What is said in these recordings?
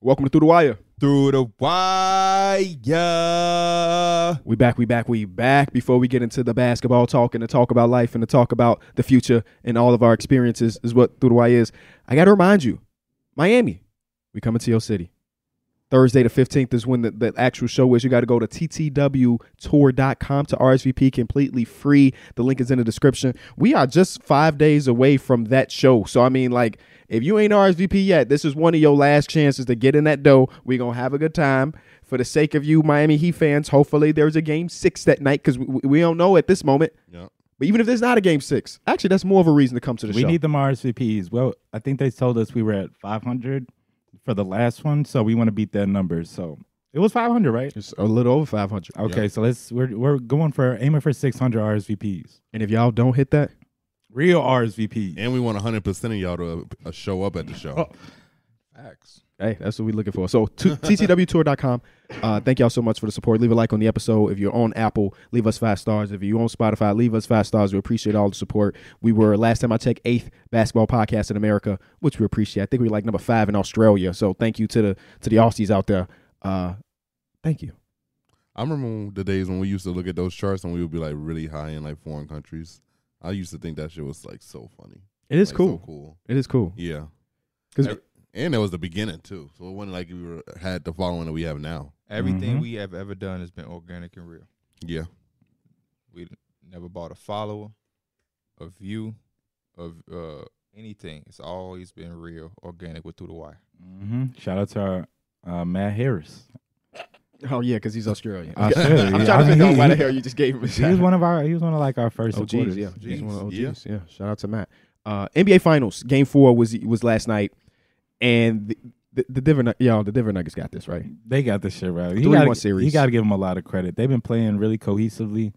Welcome to Through the Wire. Through the wire. We back, we back, we back. Before we get into the basketball talk and the talk about life and the talk about the future and all of our experiences is what Through the Wire is. I got to remind you, Miami, we coming to your city. Thursday the 15th is when the, the actual show is. You got to go to ttwtour.com to RSVP completely free. The link is in the description. We are just five days away from that show. So, I mean, like, if you ain't RSVP yet, this is one of your last chances to get in that dough. We're going to have a good time. For the sake of you, Miami Heat fans, hopefully there's a game six that night because we, we don't know at this moment. Yeah. But even if there's not a game six, actually, that's more of a reason to come to the We show. need them RSVPs. Well, I think they told us we were at 500 for the last one, so we want to beat that number. So it was 500, right? it's a little over 500. Okay, so let's we're we're going for aiming for 600 RSVPs, And if y'all don't hit that, real RSVPs. And we want 100% of y'all to uh, show up at the show. Facts. Hey, that's what we're looking for. So, to ttwtour.com. Uh, thank y'all so much for the support. Leave a like on the episode. If you're on Apple, leave us five stars. If you're on Spotify, leave us five stars. We appreciate all the support. We were, last time I checked, eighth basketball podcast in America, which we appreciate. I think we were like number five in Australia. So, thank you to the to the Aussies out there. Uh, thank you. I remember the days when we used to look at those charts and we would be like really high in like foreign countries. I used to think that shit was like so funny. It is Like, so cool. cool. It is cool. Yeah. 'Cause- Ev- and that was the beginning too. So it wasn't like we were, had the following that we have now. Everything Mhm. we have ever done has been organic and real. Yeah. We never bought a follower, a view, of uh, anything. It's always been real, organic with through the wire. hmm Shout out to our uh, Matt Harris. Oh, yeah, because he's Australian. I Okay. said, I'm trying yeah, to I- figure out he- why the hell you just gave him a He shot. was one of our. He was one of like our first OGs, supporters. yeah, He's one of OGs, the OGs, yeah. Shout out to Matt. Uh, NBA Finals Game Four was was last night, and the the, the Denver Nug- y'all the Denver Nuggets got this right. They got this shit right. You 3-1 gotta, series. You got to give them a lot of credit. They've been playing really cohesively.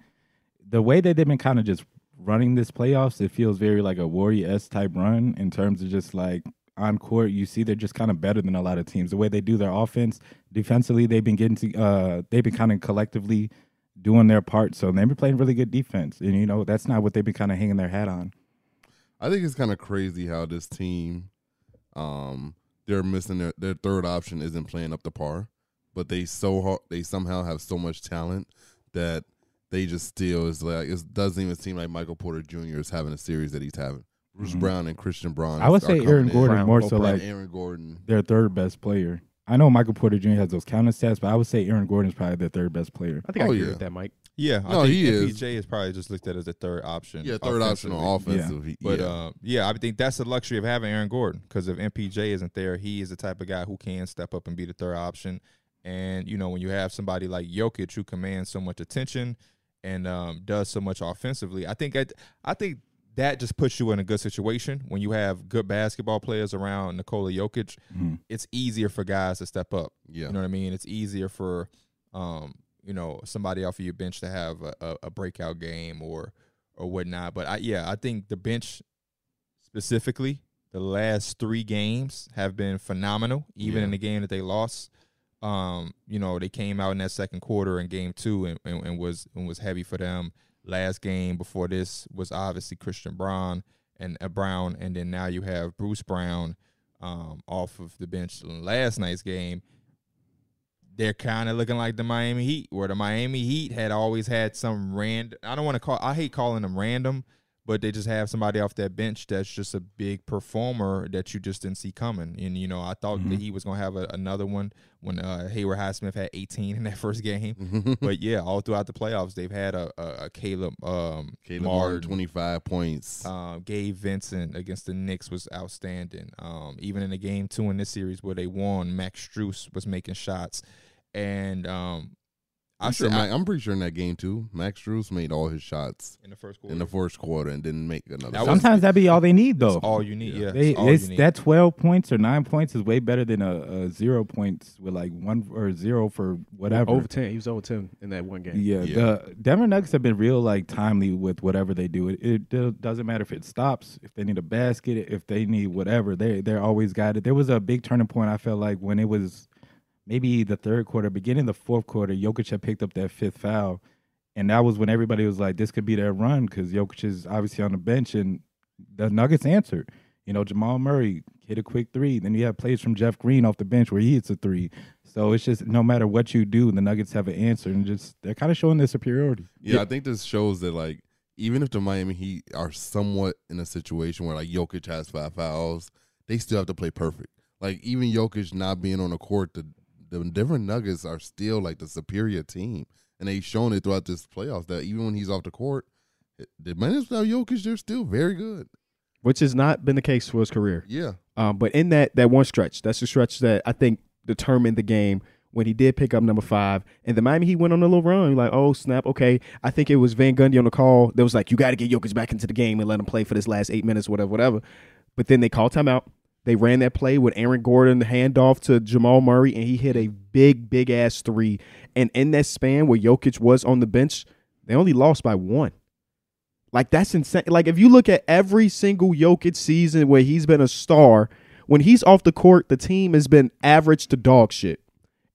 The way that they've been kind of just running this playoffs, it feels very like a Warrior S type run in terms of just like on court. You see, they're just kind of better than a lot of teams. The way they do their offense, defensively, they've been getting to. Uh, they've been kind of collectively doing their part. So they've been playing really good defense, and you know that's not what they've been kind of hanging their hat on. I think it's kind of crazy how this team, um, they're missing their their third option isn't playing up to par, but they so hard they somehow have so much talent that they just still is like it doesn't even seem like Michael Porter Jr. is having a series that he's having. Bruce Mm-hmm. Mhm. Brown and Christian Braun. I would are say coming Aaron in. Gordon Brown, more Oh, so and like Aaron Gordon. their third best player. I know Michael Porter Jr. has those counter stats, but I would say Aaron Gordon is probably their third best player. I think I Oh, agree yeah. with that, Mike. Yeah, No, I think he is. MPJ is probably just looked at as a third option. Yeah, third option on offensively. offensive. he- But yeah. uh, yeah, I think that's the luxury of having Aaron Gordon because if MPJ isn't there, he is the type of guy who can step up and be the third option. And you know, when you have somebody like Jokic who commands so much attention and um, does so much offensively, I think I, I think that just puts you in a good situation when you have good basketball players around Nikola Jokic. Mhm. It's easier for guys to step up. yeah. You know what I mean? It's easier for, um, you know, somebody off of your bench to have a, a, a breakout game or or whatnot. But I, yeah, I think the bench specifically, the last three games have been phenomenal. Even Yeah. in the game that they lost, um, you know, they came out in that second quarter in game two and, and, and was and was heavy for them. Last game before this was obviously Christian Brown and uh, Brown, and then now you have Bruce Brown um, off of the bench in last night's game, they're kind of looking like the Miami Heat, where the Miami Heat had always had some random. I don't want to call. I hate calling them random, but they just have somebody off that bench that's just a big performer that you just didn't see coming. And you know, I thought that he was gonna have a, another one when uh, Hayward Highsmith had 18 in that first game. but yeah, all throughout the playoffs, they've had a, a, a Caleb, um, Caleb Martin, Martin, twenty five points. uh, Gabe Vincent against the Knicks was outstanding. Um, even in the game two in this series where they won, Max Struess was making shots, and um, I I'm, sure said I- Ma- I'm pretty sure in that game too, Max Drews made all his shots in the first quarter, in the first quarter and didn't make another. That shot. was- Sometimes that be all they need that's though. all you need. Yeah, that's They, all it's, you need. that twelve points or nine points is way better than a, a zero points with like one or zero for whatever. Over ten, he was over ten in that one game. yeah, Yeah. the Denver Nuggets have been real like timely with whatever they do. It, it do- doesn't matter if it stops, if they need a basket, if they need whatever. They they're always guided. There was a big turning point. I felt like when it was maybe the third quarter, beginning the fourth quarter, Jokic had picked up that fifth foul, and that was when everybody was like, "This could be their run" because Jokic is obviously on the bench, and the Nuggets answered. You You know, Jamal Murray hit a quick three. Then you have plays from Jeff Green off the bench where he hits a three. So it's just no matter what you do, the Nuggets have an answer, and just they're kind of showing their superiority. Yeah, I think this shows that like even if the Miami Heat are somewhat in a situation where like Jokic has five fouls, they still have to play perfect. Like even Jokic not being on the court, the the Denver Nuggets are still like the superior team, and they've shown it throughout this playoffs that even when he's off the court, eh, the minutes without Jokic, they're still very good. which has not been the case for his career. Yeah, Um, but in that that one stretch, that's the stretch that I think determined the game when he did pick up number five. And the Miami Heat went on a little run. You're like, oh snap, okay. I think it was Van Gundy on the call that was like, you got to get Jokic back into the game and let him play for this last eight minutes, whatever, whatever. But then they called timeout. They ran that play with Aaron Gordon, the handoff to Jamal Murray, and he hit a big, big ass three. And in that span where Jokic was on the bench, they only lost by one. Like that's insane. Like if you look at every single Jokic season where he's been a star, when he's off the court, the team has been average to dog shit.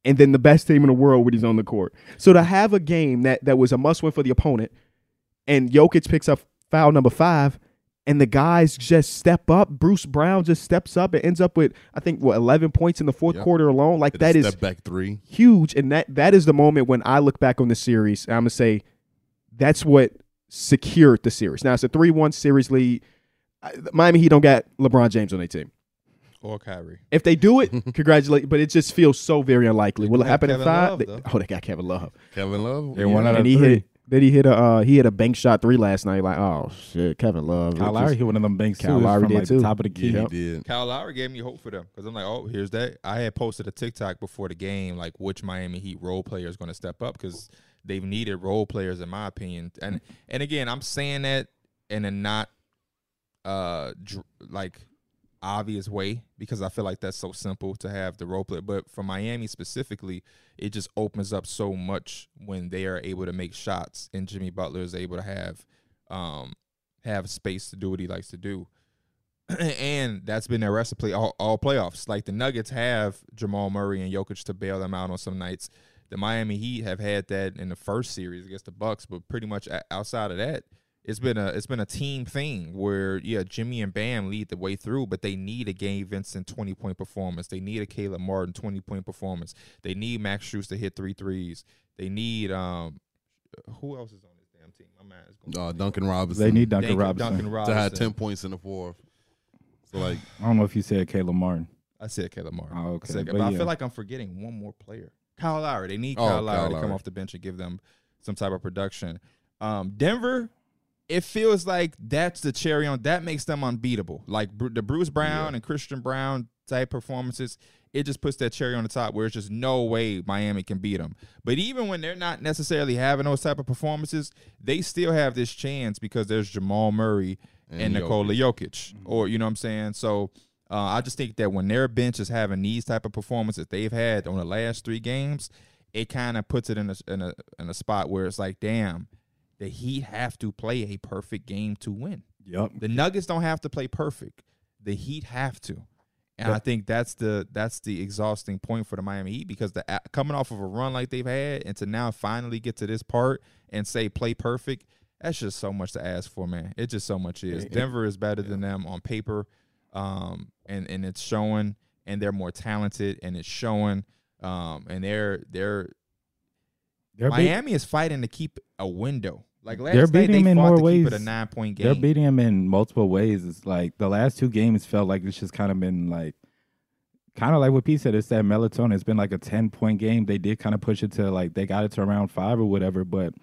And then the best team in the world when he's on the court. So to have a game that that was a must win for the opponent, and Jokic picks up foul number five, and the guys just step up. Bruce Brown just steps up and ends up with I think what eleven points in the fourth Yeah. quarter alone. Like that is step back three. huge and that that is the moment when i look back on the series and i'm gonna say that's what secured the series now it's a 3-1 series lead I- miami heat don't got lebron james on their team or Kyrie. if they do it congratulate but it just feels so very unlikely will it have happen in Kevin five Love, They- though. oh they got kevin love Kevin Love, They one out of and he three. hit then he hit a uh, he hit a bank shot three last night like oh shit kevin love Kyle It Lowry just- hit one of them banks Kyle too. It's Lowry from, did like, the too. top of the key. yeah, he did. Kyle Lowry gave me hope for them because I'm like, oh, here's that. I had posted a TikTok before the game, like which Miami Heat role player is going to step up because they've needed role players, in my opinion. And and again, I'm saying that in a not uh dr- like obvious way because I feel like that's so simple to have the role player. But for Miami specifically, it just opens up so much when they are able to make shots and Jimmy Butler is able to have um have space to do what he likes to do. and that's been their recipe all, all playoffs. Like the Nuggets have Jamal Murray and Jokic to bail them out on some nights. The Miami Heat have had that in the first series against the Bucks, but pretty much o- outside of that, it's been a it's been a team thing where yeah, Jimmy and Bam lead the way through, but they need a Gabe Vincent twenty point performance. They need a Caleb Martin twenty point performance. They need Max Schultz to hit three threes. They need um who else is on this damn team? My man is going. Uh, Duncan Robinson. They need Thank Duncan you, Robinson. Duncan to have Robinson. ten points in the fourth. So like, I don't know if you said Caleb Martin. I said Caleb Martin. Oh, okay. Second, But but I yeah. feel like I'm forgetting one more player. Kyle Lowry. They need Oh, Kyle, Kyle Lowry, to Lowry. come off the bench and give them some type of production. Um, Denver, it feels like that's the cherry on that makes them unbeatable. Like Bru- the Bruce Brown and Christian Brown type performances, it just puts that cherry on the top where it's just no way Miami can beat them. But even when they're not necessarily having those type of performances, they still have this chance because there's Jamal Murray and, And Nikola Jokic, Mm-hmm. or you know what I'm saying. So uh, I just think that when their bench is having these type of performances they've had on the last three games, it kind of puts it in a, in a in a spot where it's like, damn, the Heat have to play a perfect game to win. Yep. The Nuggets don't have to play perfect. The Heat have to. And I think that's the that's the exhausting point for the Miami Heat because the a- coming off of a run like they've had and to now finally get to this part and say play perfect, that's just so much to ask for, man. It just so much is. Denver is better than them on paper, um, and and it's showing, and they're more talented, and it's showing, um, and they're they're They're big- Miami is fighting to keep a window. Like last They're night, beating they them in fought more to keep ways. it a nine point game. They're beating him in multiple ways. It's like the last two games felt like it's just kind of been like, kind of like what Pete said. It's that melatonin. It's been like a ten point game. They did kind of push it to like they got it to around five or whatever. But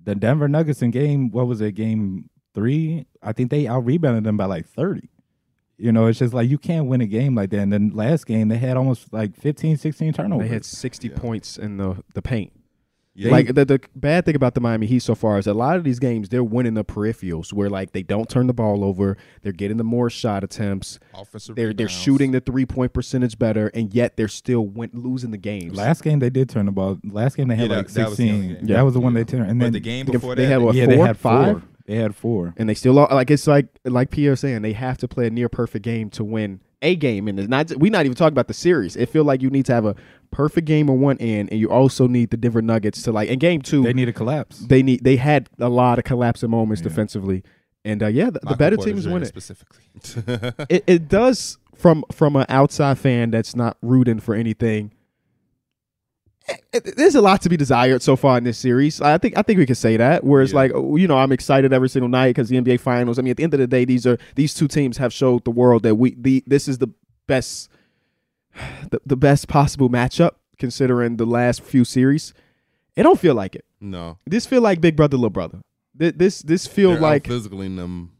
the Denver Nuggets in game, what was it? Game three, I think they out rebounded them by like thirty. You know, it's just like you can't win a game like that. And then last game, they had almost like 15, 16 they turnovers. had 60 Yeah. points in the the paint yeah, Like the, the bad thing about the Miami Heat so far is a lot of these games they're winning the peripherals where like they don't turn the ball over, they're getting the more shot attempts, offensive. they're they're rebounds. shooting the three point percentage better, and yet they're still win- losing the games. Last game they did turn the ball. Last game they had Yeah, like that- that was the sixteen. only game. That was the one they turned. And But then the game They can- before they that, had what yeah, four, they had five, four. They had four. and they still lost. Like it's like like Pierre saying they have to play a near perfect game to win a game, and it's not we're not even talking about the series. It feel like you need to have a perfect game on one end, and you also need the Denver Nuggets to like in game two They need a collapse. they need they had a lot of collapsing moments defensively And uh, yeah, the, the Michael better Porter team is Jr. winning. specifically. It, it does from from an outside fan that's not rooting for anything. it- it- There's a lot to be desired so far in this series. I think I think we can say that. Where it's Yeah. like oh, you know I'm excited every single night because the NBA Finals. I mean, at the end of the day, these are these two teams have showed the world that we the this is the best the, the best possible matchup considering the last few series. It don't feel like it. no, This feel like big brother little brother. Th- This this feel they're like physically them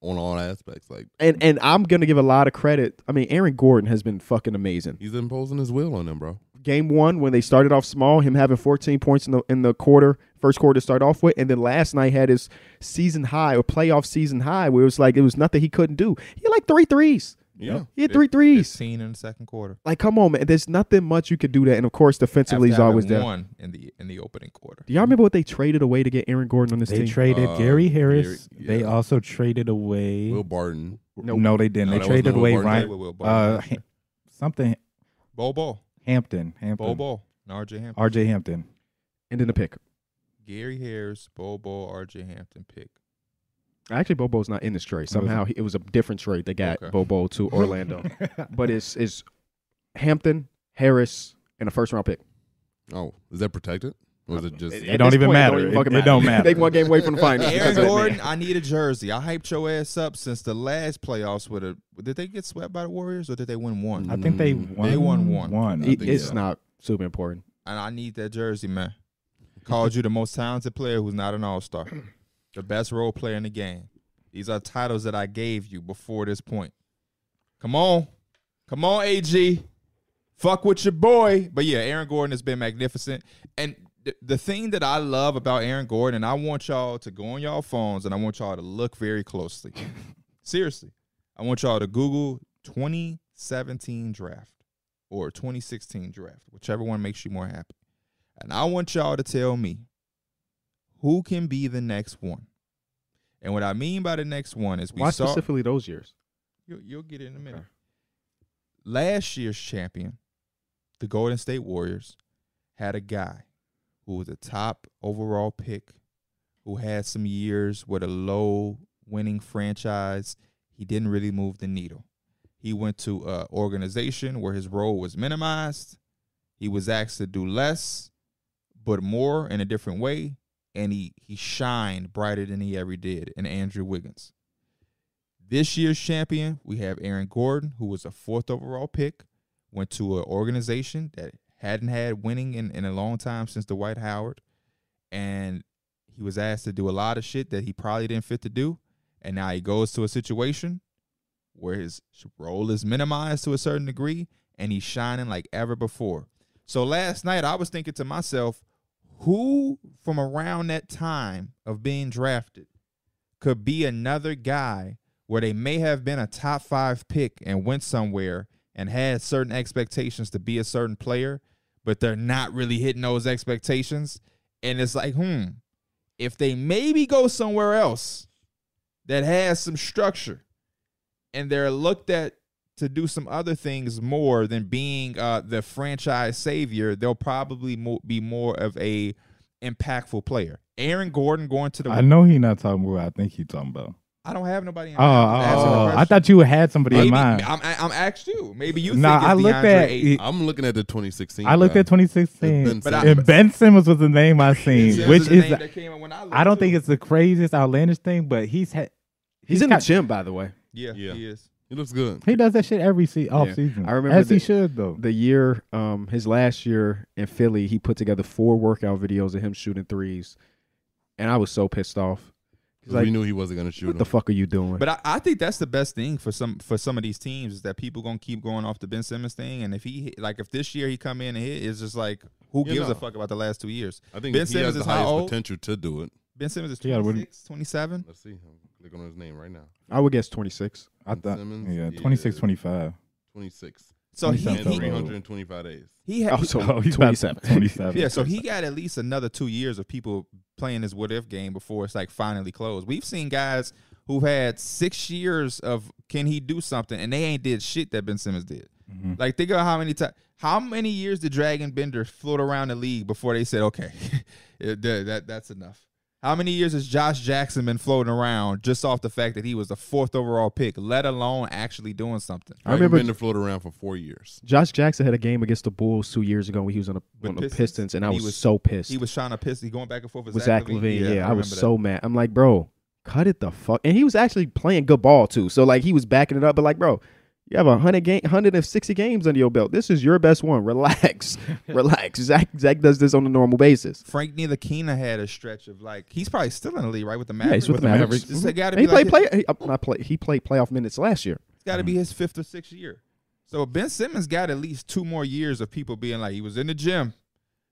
on all aspects. Like and and I'm gonna give a lot of credit. I mean, Aaron Gordon has been fucking amazing. he's imposing his will on them, bro. Game one when they started off small, him having 14 points in the in the quarter, first quarter to start off with, and then last night had his season high or playoff season high, where it was like it was nothing he couldn't do. He had like three threes. Yeah, He had three threes. 15 in the second quarter. Like, come on, man. There's nothing much you could do that. And of course, defensively, he's After having always there. One in the in the opening quarter. Do y'all remember what they traded away to get Aaron Gordon on this They team? traded Uh, Gary Harris. Gary- They yeah. also traded away. Will Barton. Nope. No, they didn't. No, that they wasn't traded Will away Barton. They Ryan. were Will Barton. Uh, Ha- something Bobo, Hampton. Hampton. Bobo, and RJ Hampton. R.J. Hampton. and then the pick. Gary Harris, Bobo, RJ Hampton pick. Actually, Bobo's not in this trade. Who is it? Somehow he- it was a different trade that got Okay. Bobo to Orlando. but it's it's Hampton, Harris, and a first round pick. Oh, is that protected? Or is it just? It- it At don't this even point, it don't matter. even It, fucking it don't matter. They one game away from the finals. Aaron because of that man. Gordon, I need a jersey. I hyped your ass up since the last playoffs with a. Did they get swept by the Warriors or did they win one? I think they Mm, won. they won one. One. I It- think it's so. not super important. And I need that jersey, man. Called you the most talented player who's not an all star, the best role player in the game. These are titles that I gave you before this point. Come on, come on, AG. Fuck with your boy. But yeah, Aaron Gordon has been magnificent. And th- the thing that I love about Aaron Gordon, and I want y'all to go on y'all phones and I want y'all to look very closely. Seriously, I want y'all to Google 2017 draft or 2016 draft, whichever one makes you more happy. And I want y'all to tell me who can be the next one. And what I mean by the next one is we Why saw specifically those years? you'll, you'll get it in a minute. Last year's champion, the Golden State Warriors, had a guy who was a top overall pick, who had some years with a low winning franchise. He didn't really move the needle. He went to an organization where his role was minimized. He was asked to do less, but more in a different way. And he, he shined brighter than he ever did in Andrew Wiggins. This year's champion, we have Aaron Gordon, who was a fourth overall pick, went to an organization that hadn't had winning in, in a long time since Dwight Howard. And he was asked to do a lot of shit that he probably didn't fit to do. And now he goes to a situation where his role is minimized to a certain degree and he's shining like ever before. So last night I was thinking to myself, who from around that time of being drafted could be another guy where they may have been a top five pick and went somewhere and had certain expectations to be a certain player, but they're not really hitting those expectations. And it's like, hmm, if they maybe go somewhere else that has some structure and they're looked at to do some other things more than being uh, the franchise savior, they'll probably mo- be more of a impactful player. Aaron Gordon going to the I know he not talking about. what I think he talking about. I don't have nobody. In Oh, mind. I'm asking a oh, I question. thought you had somebody Maybe, in mind. I'm, I- I'm asked you. Maybe you. Nah, think I it's looked DeAndre at- Ayton. I'm looking at the 2016. I looked guy. at 2016, It's But I- and Ben Simmons was the name I This seen, which the is name that came up when I, I looked, don't think too. it's the craziest, outlandish thing, but he's had He's, He's in the got- gym, by the way. Yeah, Yeah. he is. He looks good. he does that shit every se- off Yeah. season. I remember as he that- should though. The year, um, his last year in Philly, he put together four workout videos of him shooting threes, and I was so pissed off. He's like, we knew he wasn't gonna shoot "What him. the fuck are you doing?" But I, I think that's the best thing for some for some of these teams is that people gonna keep going off the Ben Simmons thing, and if he hit- like if this year he come in and hit, it's just like who You gives know. a fuck about the last two years? I think Ben he Simmons has the is how highest old? potential to do it. Ben Simmons is Yeah, I wouldn't- 26, 27. Let's see. Click on his name right now. I would guess 26. I thought, Simmons yeah, is- 26, 25. 26 So he and Something he, wrong. 325 days. he had Oh, so Oh, he's about 27. 27. Yeah, so he got at least another two years of people playing his what if game before it's like finally closed. We've seen guys who've had six years of can he do something and they ain't did shit that Ben Simmons did. Mm-hmm. Like think about how many times how many years did Dragon Bender float around the league before they said, Okay, it- that, that- that's enough. How many years has Josh Jackson been floating around just off the fact that he was the fourth overall pick, let alone actually doing something? I I remember remember- been to float around for four years. Josh Jackson had a game against the Bulls two years ago when he was on, a, With on the Pistons? Pistons, and I He was, was- so pissed. He was trying to piss. He going back and forth with, with Zach Levine. Yeah, I, was remember that. so mad. I'm like, bro, cut it the fuck. And he was actually playing good ball too. So like he was backing it up, but like, bro, you have a hundred game, hundred and sixty games under your belt. This is your best one. Relax, relax. Zach Zach does this on a normal basis. Frank Ntilikina had a stretch of like he's probably still in the league, right? With the yeah, Mavericks. he's with, the Mavericks. Mm-hmm. This has got to And he be like played play. Mm-hmm. He, uh, not play. He played playoff minutes last year. It's got to be his fifth or sixth year. So Ben Simmons got at least two more years of people being like, he was in the gym.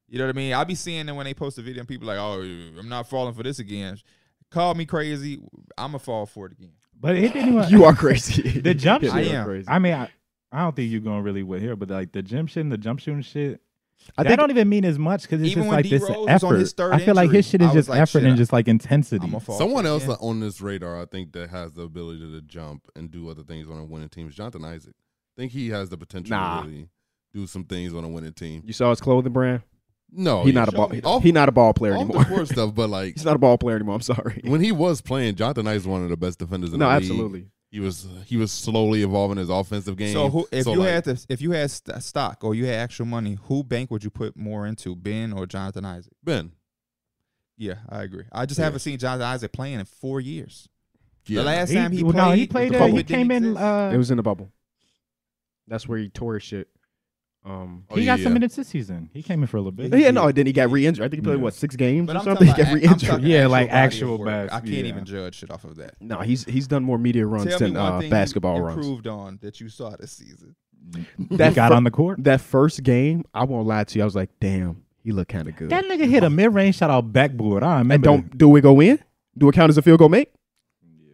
You know what I mean? I'll be seeing them when they post a video and people like, oh, I'm not falling for this again. Call me crazy. I'm going to fall for it again. But it didn't even. You are crazy. The jump You I are am. Crazy. I mean, I, I don't think you're going really with here, but like the gym shit and the jump shooting shit, I that think don't even mean as much because it's Even just when like D. this Rose was effort. on his third I feel like his shit injury, is I just was like, effort shit, and just like intensity. I'm going to fall Someone for it else again. on this radar, I think, that has the ability to jump and do other things on a winning team is Jonathan Isaac. I think he has the potential Nah. to really do some things on a winning team. you saw his clothing brand. Oh, No, he yeah, not a ball. sure. Off, he not a ball player off anymore. the court stuff, but like He's not a ball player anymore. I'm sorry. when he was playing, Jonathan Isaac was one of the best defenders in No, the league. absolutely. He was he was slowly evolving his offensive game. So who, if you like, had to, if you had st- stock or you had actual money, who bank would you put more into, Ben or Jonathan Isaac? Ben, Yeah, I agree. I just Yeah. haven't seen Jonathan Isaac playing in four years. yeah, The last He, time he well, played, no, he played. the Uh, he COVID didn't came in. exist. Uh, It was in the bubble. That's where he tore his shit. Um, Oh, he yeah, got some yeah. minutes this season. He came in for a little bit. Yeah, no, then he got re-injured. I think he played Yeah. what six games But or I'm something. talking He about, got I'm talking re-injured. Yeah, like body of actual work. bas- I can't yeah. even judge shit off of that. No, he's he's done more media runs Tell than me one uh, thing basketball you runs. improved on that you saw this season. He That got fir- on the court. That first game, I won't lie to you. I was like, damn, he looked kind of good. That nigga hit a mid range shot out backboard. I remember. and that. don't do we go in? Do it count as a field goal make?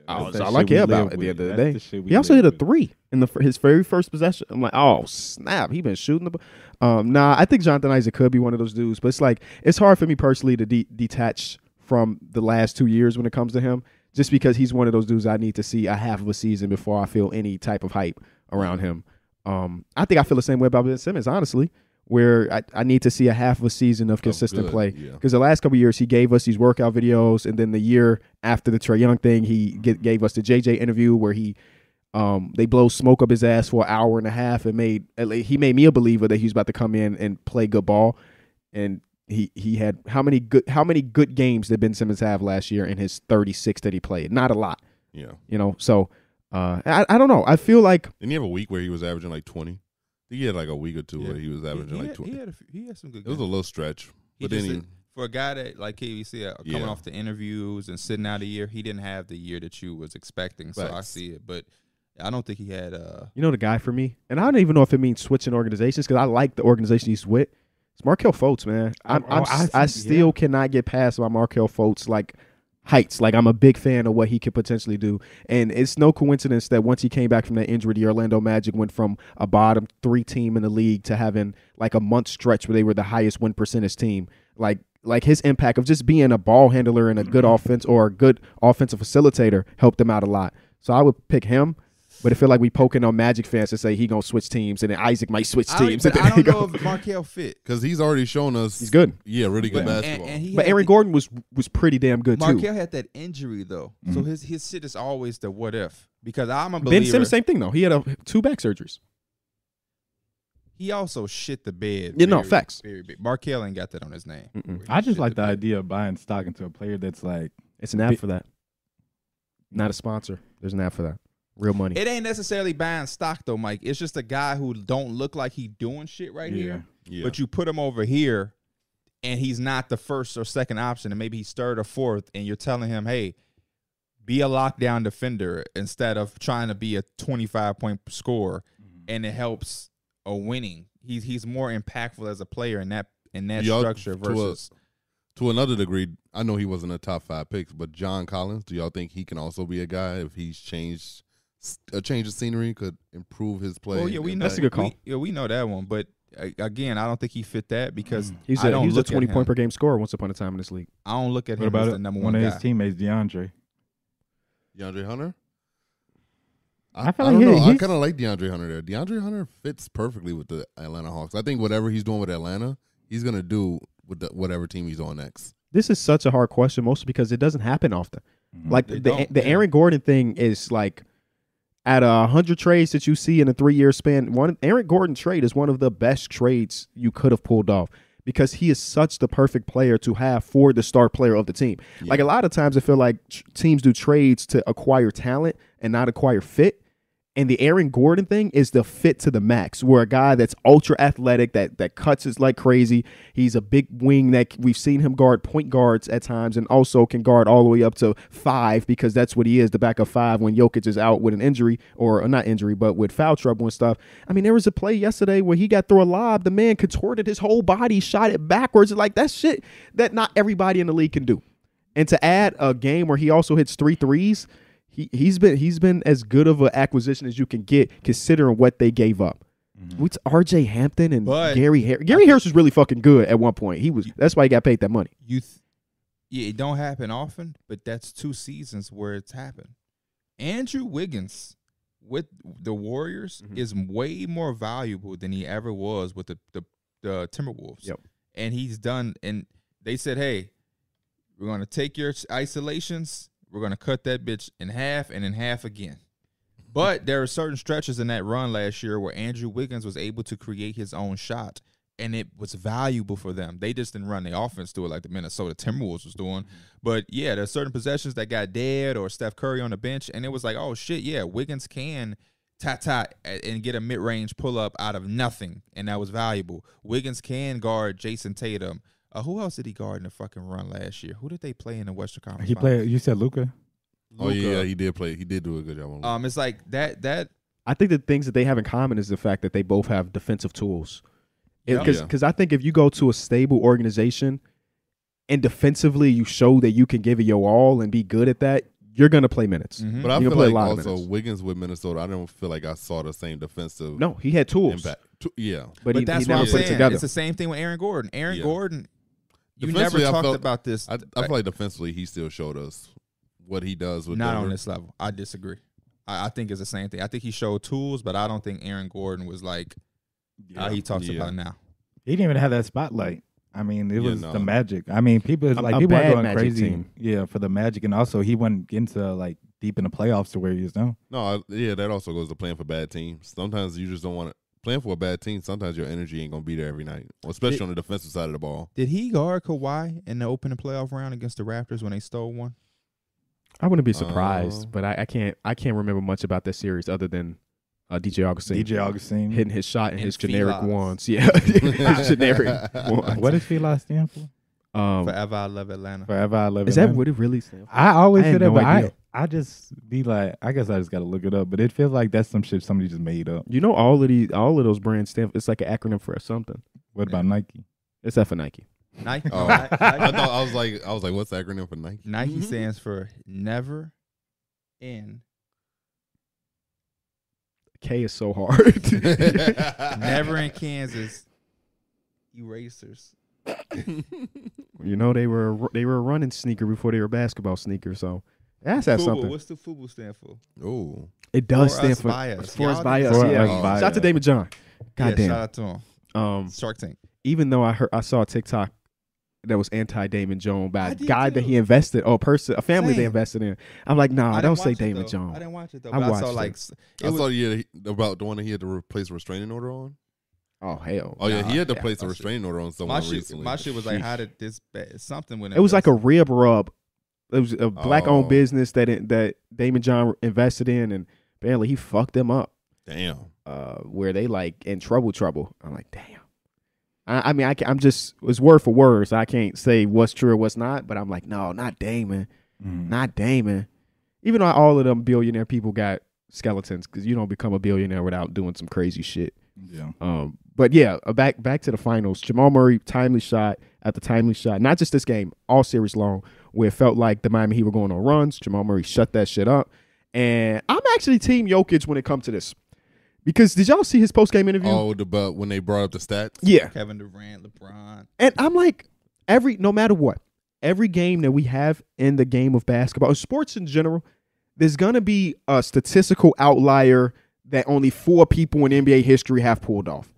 Oh, That's that's that all I shit care we about at live the with. end of the That's day. shit we He also live hit a with. three in the fir- his very first possession. I'm like, oh snap, he been shooting the. b- Um, nah, I think Jonathan Isaac could be one of those dudes, but it's like it's hard for me personally to de- detach from the last two years when it comes to him, just because he's one of those dudes I need to see a half of a season before I feel any type of hype around him. Um, I think I feel the same way about Ben Simmons, honestly, where I, I need to see a half of a season of consistent Oh, good, play yeah. because the last couple years he gave us these workout videos, and then the year after the Trey Young thing, he get, gave us the JJ interview where he, um, they blow smoke up his ass for an hour and a half, and made at least- he made me a believer that he was about to come in and play good ball, and he he had how many good how many good games did Ben Simmons have last year in his thirty six that he played? Not a lot, yeah. you know. So. Uh, I, I don't know. I feel like Didn't he have a week where he was averaging like twenty? I think he had like a week or two Yeah. where he was averaging he, like had, twenty. he, had a few- he had some good It was games. a little stretch, He but then just he, did- for a guy that like KV said, uh, coming Yeah. off the interviews and sitting out a year, he didn't have the year that you was expecting. So I Facts. see it, but I don't think he had. uh you know the guy for me, and I don't even know if it means switching organizations because I like the organization he's with. It's Markel Fultz, man. I'm, Oh, I'm, I I, I see, still cannot get past my Markel Fultz like heights. Like I'm a big fan of what he could potentially do, and it's no coincidence that once he came back from that injury, the Orlando Magic went from a bottom three team in the league to having like a month stretch where they were the highest win percentage team. Like like his impact of just being a ball handler and a good Mm-hmm. offense or a good offensive facilitator helped them out a lot. So I would pick him. But it feel like we poking on Magic fans to say he gonna switch teams, and then Isaac might switch I don't, teams. but and I then he don't know go- if Markel fit. because he's already shown us He's good. Yeah, really good But- basketball. And, and he But had Aaron the- Gordon was was pretty damn good too. Mm-hmm. Markel had that injury though, so his his shit is always the what if. Because I'm a believer. Ben Simmons, same thing though. He had a, two back surgeries. He also shit the bed. Yeah, no, facts. Very big. Markel ain't got that on his name. Mm-mm. Where he I just shit like the bed. idea of buying stock into a player that's like It's an app for that. Not a sponsor. There's an app for that. Real money. It ain't necessarily buying stock though, Mike. It's just a guy who don't look like he doing shit right Yeah. here. yeah. But you put him over here, and he's not the first or second option, and maybe he's third or fourth, and you're telling him, hey, be a lockdown defender instead of trying to be a 25 point scorer, Mm-hmm. and it helps a winning. He's he's more impactful as a player in that in that Y'all- structure to a- versus. to another degree, I know he wasn't a top five picks, but John Collins, do y'all think he can also be a guy if he's changed a change of scenery could improve his play? Well, Oh, yeah, we know That's a good call. We, yeah, we know that one, but uh, again, I don't think he fit that Mm. because He's I a, don't he was a look at 20 him- point per game scorer once upon a time in this league. I don't look at What him about as the it? number one one, of guy. his teammates, DeAndre? DeAndre Hunter. I feel like don't he- know. I he's- kind of like DeAndre Hunter there. DeAndre Hunter fits perfectly with the Atlanta Hawks. I think whatever he's doing with Atlanta, he's gonna do with the, whatever team he's on next. This is such a hard question, mostly because it doesn't happen often. Mhm. Like Mm-hmm. They the don't, the yeah. Aaron Gordon thing is like out of hundred trades that you see in a three year span, one Aaron Gordon trade is one of the best trades you could have pulled off because he is such the perfect player to have for the star player of the team. Like a lot of times, I feel like tr- teams do trades to acquire talent and not acquire fit. And the Aaron Gordon thing is the fit to the max, where a guy that's ultra athletic, that that cuts is like crazy. He's a big wing that c- we've seen him guard point guards at times, and also can guard all the way up to five because that's what he is, the back of five when Jokic is out with an injury or, or not injury, but with foul trouble and stuff. I mean, there was a play yesterday where he got through a lob, the man contorted his whole body, shot it backwards, like that's shit that not everybody in the league can do. And to add a game where he also hits three threes, he he's been he's been as good of an acquisition as you can get considering what they gave up. What's R.J. Hampton and But- Gary Harris? Gary Harris was really fucking good at one point. He was that's why he got paid that money. you th- yeah, it don't happen often, but that's two seasons where it's happened. Andrew Wiggins with the Warriors Mhm. is way more valuable than he ever was with the the, the Timberwolves. Yep. And he's done and they said, "Hey, we're going to take your isolations. We're going to cut that bitch in half and in half again." But there are certain stretches in that run last year where Andrew Wiggins was able to create his own shot, and it was valuable for them. They just didn't run the offense to it like the Minnesota Timberwolves was doing. But yeah, there's certain possessions that got dead or Steph Curry on the bench, and it was like, oh shit, yeah, Wiggins can ta ta and get a mid range pull up out of nothing, and that was valuable. Wiggins can guard Jason Tatum. Uh, who else did he guard in the fucking run last year? Who did they play in the Western Conference? He Finals? played. You said Luca. Oh yeah, yeah, Luka. he did play. He did do a good job. On Um, it's like that. That I think the things that they have in common is the fact that they both have defensive tools. Yeah. Because Yeah. I think if you go to a stable organization and defensively you show that you can give it your all and be good at that, you're gonna play minutes. mhm. but I He can feel play a like lot of also minutes. Wiggins with Minnesota. I don't feel like I saw the same defensive No, he had tools, impact. T- Yeah, but, But he, that's he what never I'm put saying. it together. It's the same thing with Aaron Gordon. Aaron Yeah. Gordon, you never Defensively, I talked felt- about this. I, I feel like defensively he still showed us what he does with not on Denver. this level. I disagree. I, I think it's the same thing. I think he showed tools, but I don't think Aaron Gordon was like Uh, how he talks Yeah. about now. He didn't even have that spotlight. I mean, it Yeah, was no. the magic. I mean, people A- like a people bad are going Magic crazy. team. Yeah, for the magic, and also he went into like deep in the playoffs to where he is now. No, I, yeah, that also goes to playing for bad teams. Sometimes you just don't want to playing for a bad team. Sometimes your energy ain't gonna be there every night, especially Did- on the defensive side of the ball. Did he guard Kawhi in the opening playoff round against the Raptors when they stole one? I wouldn't be Uh, Oh. surprised, but I, I can't I can't remember much about this series other than uh, DJ Augustine DJ Augustine. hitting his shot and, And his generic Felix. ones. Yeah, his generic ones. What does Feli stand for? Oh. Um, Forever, I love Atlanta. Forever I love is that Atlanta. what it really stands? for? I always I say had that, no but idea. I I just be like, I guess I just gotta look it up. But it feels like that's some shit somebody just made up. You know, all of these all of those brands stand. It's like an acronym for something. What about Nike? It's F for Nike. Nike, Oh. Ni- Nike, I thought Mm-hmm. I was like, I was like, what's the acronym for Nike? Nike stands for never in, K is so hard. never in Kansas. Erasers. you know, they were they were a running sneaker before they were a basketball sneaker. So that's that Fubu, something. What's the FUBU stand for? Oh, It does For stand us for by us. For us Y'all by need us. to- For yeah. us by Shout out to us. David John. Yeah, Goddamn. Shout out to him. um, Mm. Shark Tank. even though I heard I saw a TikTok that was anti Damon Jones by I a did guy that too. he invested or a person a family they Same. invested in. I'm like, nah, didn't don't say watch it, Damon though. I Jones. didn't watch it though. I but I, watched saw it. like s- it I was- saw you had, about the one that he had to replace a restraining order on. Oh hell. Oh yeah, Nah, he had to yeah, place a my shit- restraining order on someone my shit. recently. My shit was like, how did this ba- something went? It was like a amiss. rib rub. It was a black owned Oh. business that it, that Damon John invested in and apparently he fucked them up. Damn. Uh, where they like in trouble trouble. I'm like, damn. I, I mean, I can, I'm just it's word for word, so I can't say what's true or what's not. But I'm like, no, not Damon. not Damon. Even though all of them billionaire people got skeletons, because you don't become a billionaire without doing some crazy shit. Yeah. Um, but yeah, uh, back back to the finals. Jamal Murray timely shot after timely shot. Not just this game, all series long, where it felt like the Miami Heat were going on runs. Jamal Murray shut that shit up. And I'm actually team Jokic when it comes to this, because did y'all see his post game interview? Oh, the but when they brought up the stats. yeah, Kevin Durant, LeBron. and I'm like, every no matter what, every game that we have in the game of basketball, or sports in general, there's gonna be a statistical outlier that only four people in NBA history have pulled off.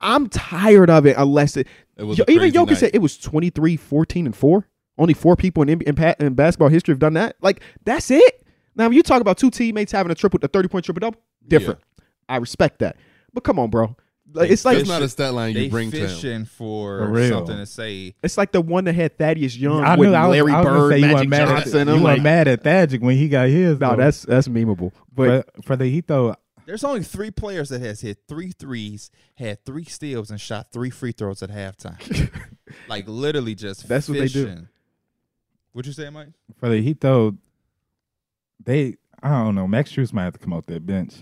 I'm tired of it unless it It was Yo- a even crazy Jokic night. said it was 23, 14, and 4. Only four people in, NBA in, pa- in basketball history have done that. Like, that's it. Now, when you talk about two teammates having a triple, a 30 point triple double, different. I respect that. But come on, bro. Like, They it's like That's not a stat line they you bring to him. fishing For for, real. something to say. it's like the one that had Thaddeus Young I with knew I was, Larry I was gonna Bird, say you Magic weren't mad Johnson. At, I'm you like, weren't mad at Thagic when he got his. no, though. that's that's memeable. But but for the Heat though, There's only three players that has hit three threes, had three steals, and shot three free throws at halftime. like literally just That's what they do. fishing. What'd you say, Mike? for the Heat though, they I don't know. Max Struess might have to come off that bench.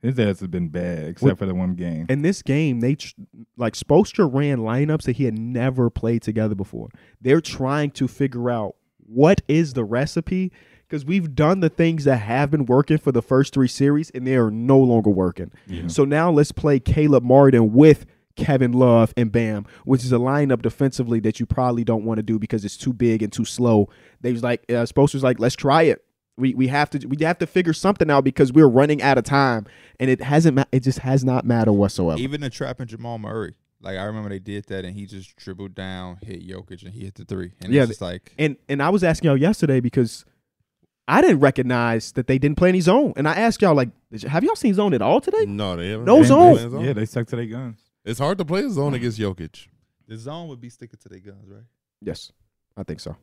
His ass has been bad except What- for the one game. in this game, they tr- like Spoelstra ran lineups that he had never played together before. They're trying to figure out what is the recipe because we've done the things that have been working for the first three series and they are no longer working. So now let's play Caleb Martin with Kevin Love and Bam, which is a lineup defensively that you probably don't want to do because it's too big and too slow. They was like, uh, Spoelstra's like, let's try it. We, we have to we have to figure something out because we're running out of time and it hasn't ma- it just has not mattered whatsoever. Even the trap and Jamal Murray. Like I remember they did that, and he just dribbled down, hit Jokic, and he hit the three. And Yeah, it's just like And and I was asking y'all yesterday because I didn't recognize that they didn't play any zone. And I asked y'all like, did y- have y'all seen zone at all today? No, they haven't. No They haven't zone. played zone. Yeah, they suck to their guns. It's hard to play a zone against Jokic. the zone would be sticking to their guns, right? Yes, I think so.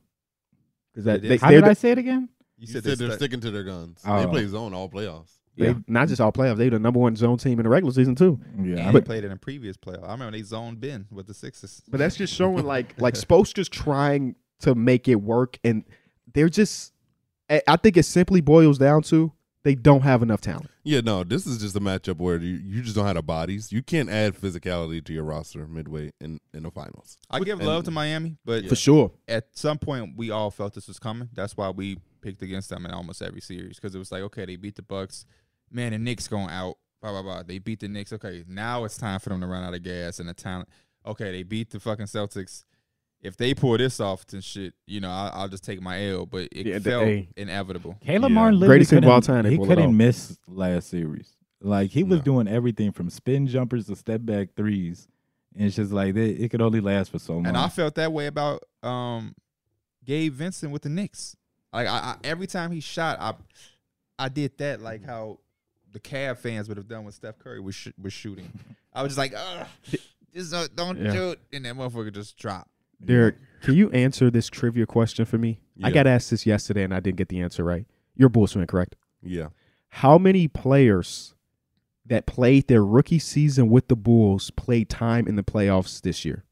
Because It that is. they, How they're did the- I say it again? You You said, said, they're they stick. sticking to their guns. Oh. They play zone all playoffs. yeah, not just all playoffs. They're the number one zone team in the regular season too. Yeah, And I'm- they played it in previous playoff. I remember they zoned Ben with the Sixers. But that's just showing like like Spoelstra's trying to make it work, and they're just. I I think it simply boils down to they don't have enough talent. Yeah, no, this is just a matchup where you, you just don't have the bodies. You can't add physicality to your roster midway in, in the finals. I give love to Miami, but For sure. at some point we all felt this was coming. That's why we picked against them in almost every series because it was like, okay, they beat the Bucks, man, the Knicks going out, blah blah blah. They beat the Knicks. Okay, now it's time for them to run out of gas and the talent. Okay, they beat the fucking Celtics. If they pull this off, then shit, you know, I, I'll just take my L. But it Yeah, the felt A. inevitable. Caleb Yeah. Martin, literally Greatest team of all couldn't- time, they He pulled it off. couldn't miss last series. Like he was No. doing everything from spin jumpers to step back threes, and it's just like they, it could only last for so long. And I felt that way about um, Gabe Vincent with the Knicks. Like I, I, every time he shot, I I did that like how the Cavs fans would have done when Steph Curry was sh- was shooting. I was just like, Ugh, just don't, don't Yeah. shoot, and that motherfucker just dropped. Derek, can you answer this trivia question for me? I Yeah. got asked this yesterday and I didn't get the answer right. You're Bulls fan, correct? Yeah. How many players that played their rookie season with the Bulls played time in the playoffs this year?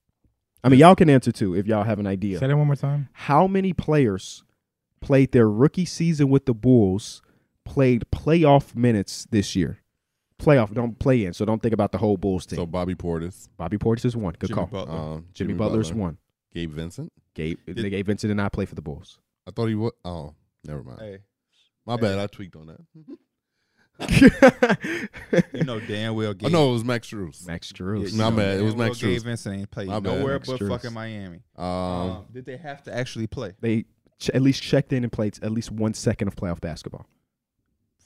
I mean, y'all can answer too if y'all have an idea. say that one more time. How many players played their rookie season with the Bulls played playoff minutes this year? Playoff, don't play in, so don't think about the whole Bulls team. So Bobby Portis, Bobby Portis is one. Good Jimmy call. Butler. um, Jimmy, Butler's Butler, one. Gabe Vincent. Gabe, they gave Vincent and I play for the Bulls. I thought he was. Oh, never mind. Hey, My bad. I tweaked on that. you know damn well Oh Gabe. no, it was Max Drews. Max Drews. My bad, it was damn well Max Gabe Strus. Vincent ain't played My bad, nowhere Max but Strus. fucking Miami. Um, Um, did they have to actually play? They ch- at least checked in and played at least one second of playoff basketball.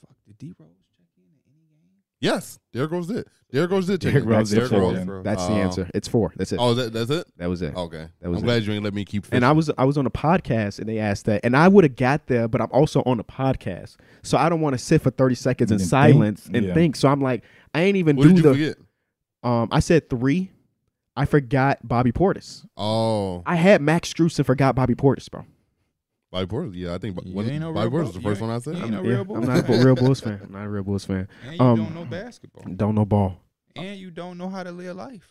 Fuck, did D Rose check in at any game? yes, Derrick Rose did. Derrick Rose did. check Derrick in. Rose did Derrick check Rose. in. That's the Uh, answer. It's four. That's it. Oh, that, that's it. that was it. Okay, That was I'm it. glad you ain't let me keep. and I was I was on a podcast and they asked that, and I would have got there, but I'm also on a podcast, so I don't want to sit for 30 seconds in And think. silence and Yeah. think. So I'm like, I ain't even What do did you the. forget? Um, I said three. I forgot Bobby Portis. Oh, I had Max Strus and forgot Bobby Portis, bro. Bobby Portis. Yeah, I think Bo- You what- ain't no Bobby real Portis was the Bo- first you one I ain't- said. you ain't no Yeah, real I'm Bulls not a fan. real Bulls fan. I'm not a real Bulls fan. And you Um, don't know basketball. Don't know ball. and you don't know how to live life.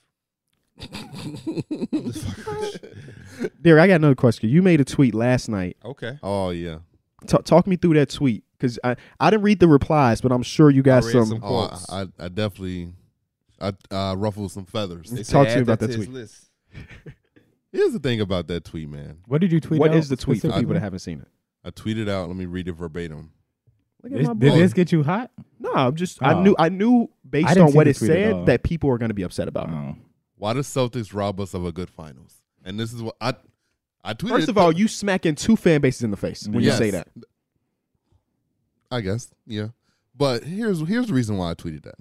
Derek, I got another question. You made a tweet last night Okay. oh yeah. Ta talk me through that tweet because I, I didn't read the replies, but I'm sure you got I read some. some- Oh, Quotes. I, I, I definitely. I uh, ruffled some feathers. They said Talk to me add about that to his tweet. list. Here's the thing about that tweet, man. What did you tweet? What out is the tweet for people specifically? that haven't seen it? I tweeted out. Let me read it verbatim. Look This- at my Did boy. this get you hot? No, I'm just. I Oh. knew. I knew based didn't on see what the it tweet at all. said that people are going to be upset about it. Oh. Why the Celtics rob us of a good finals? And this is what I I tweeted. First of all, you smacking two fan bases in the face when Yes. you say that. I guess yeah. But here's here's the reason why I tweeted that.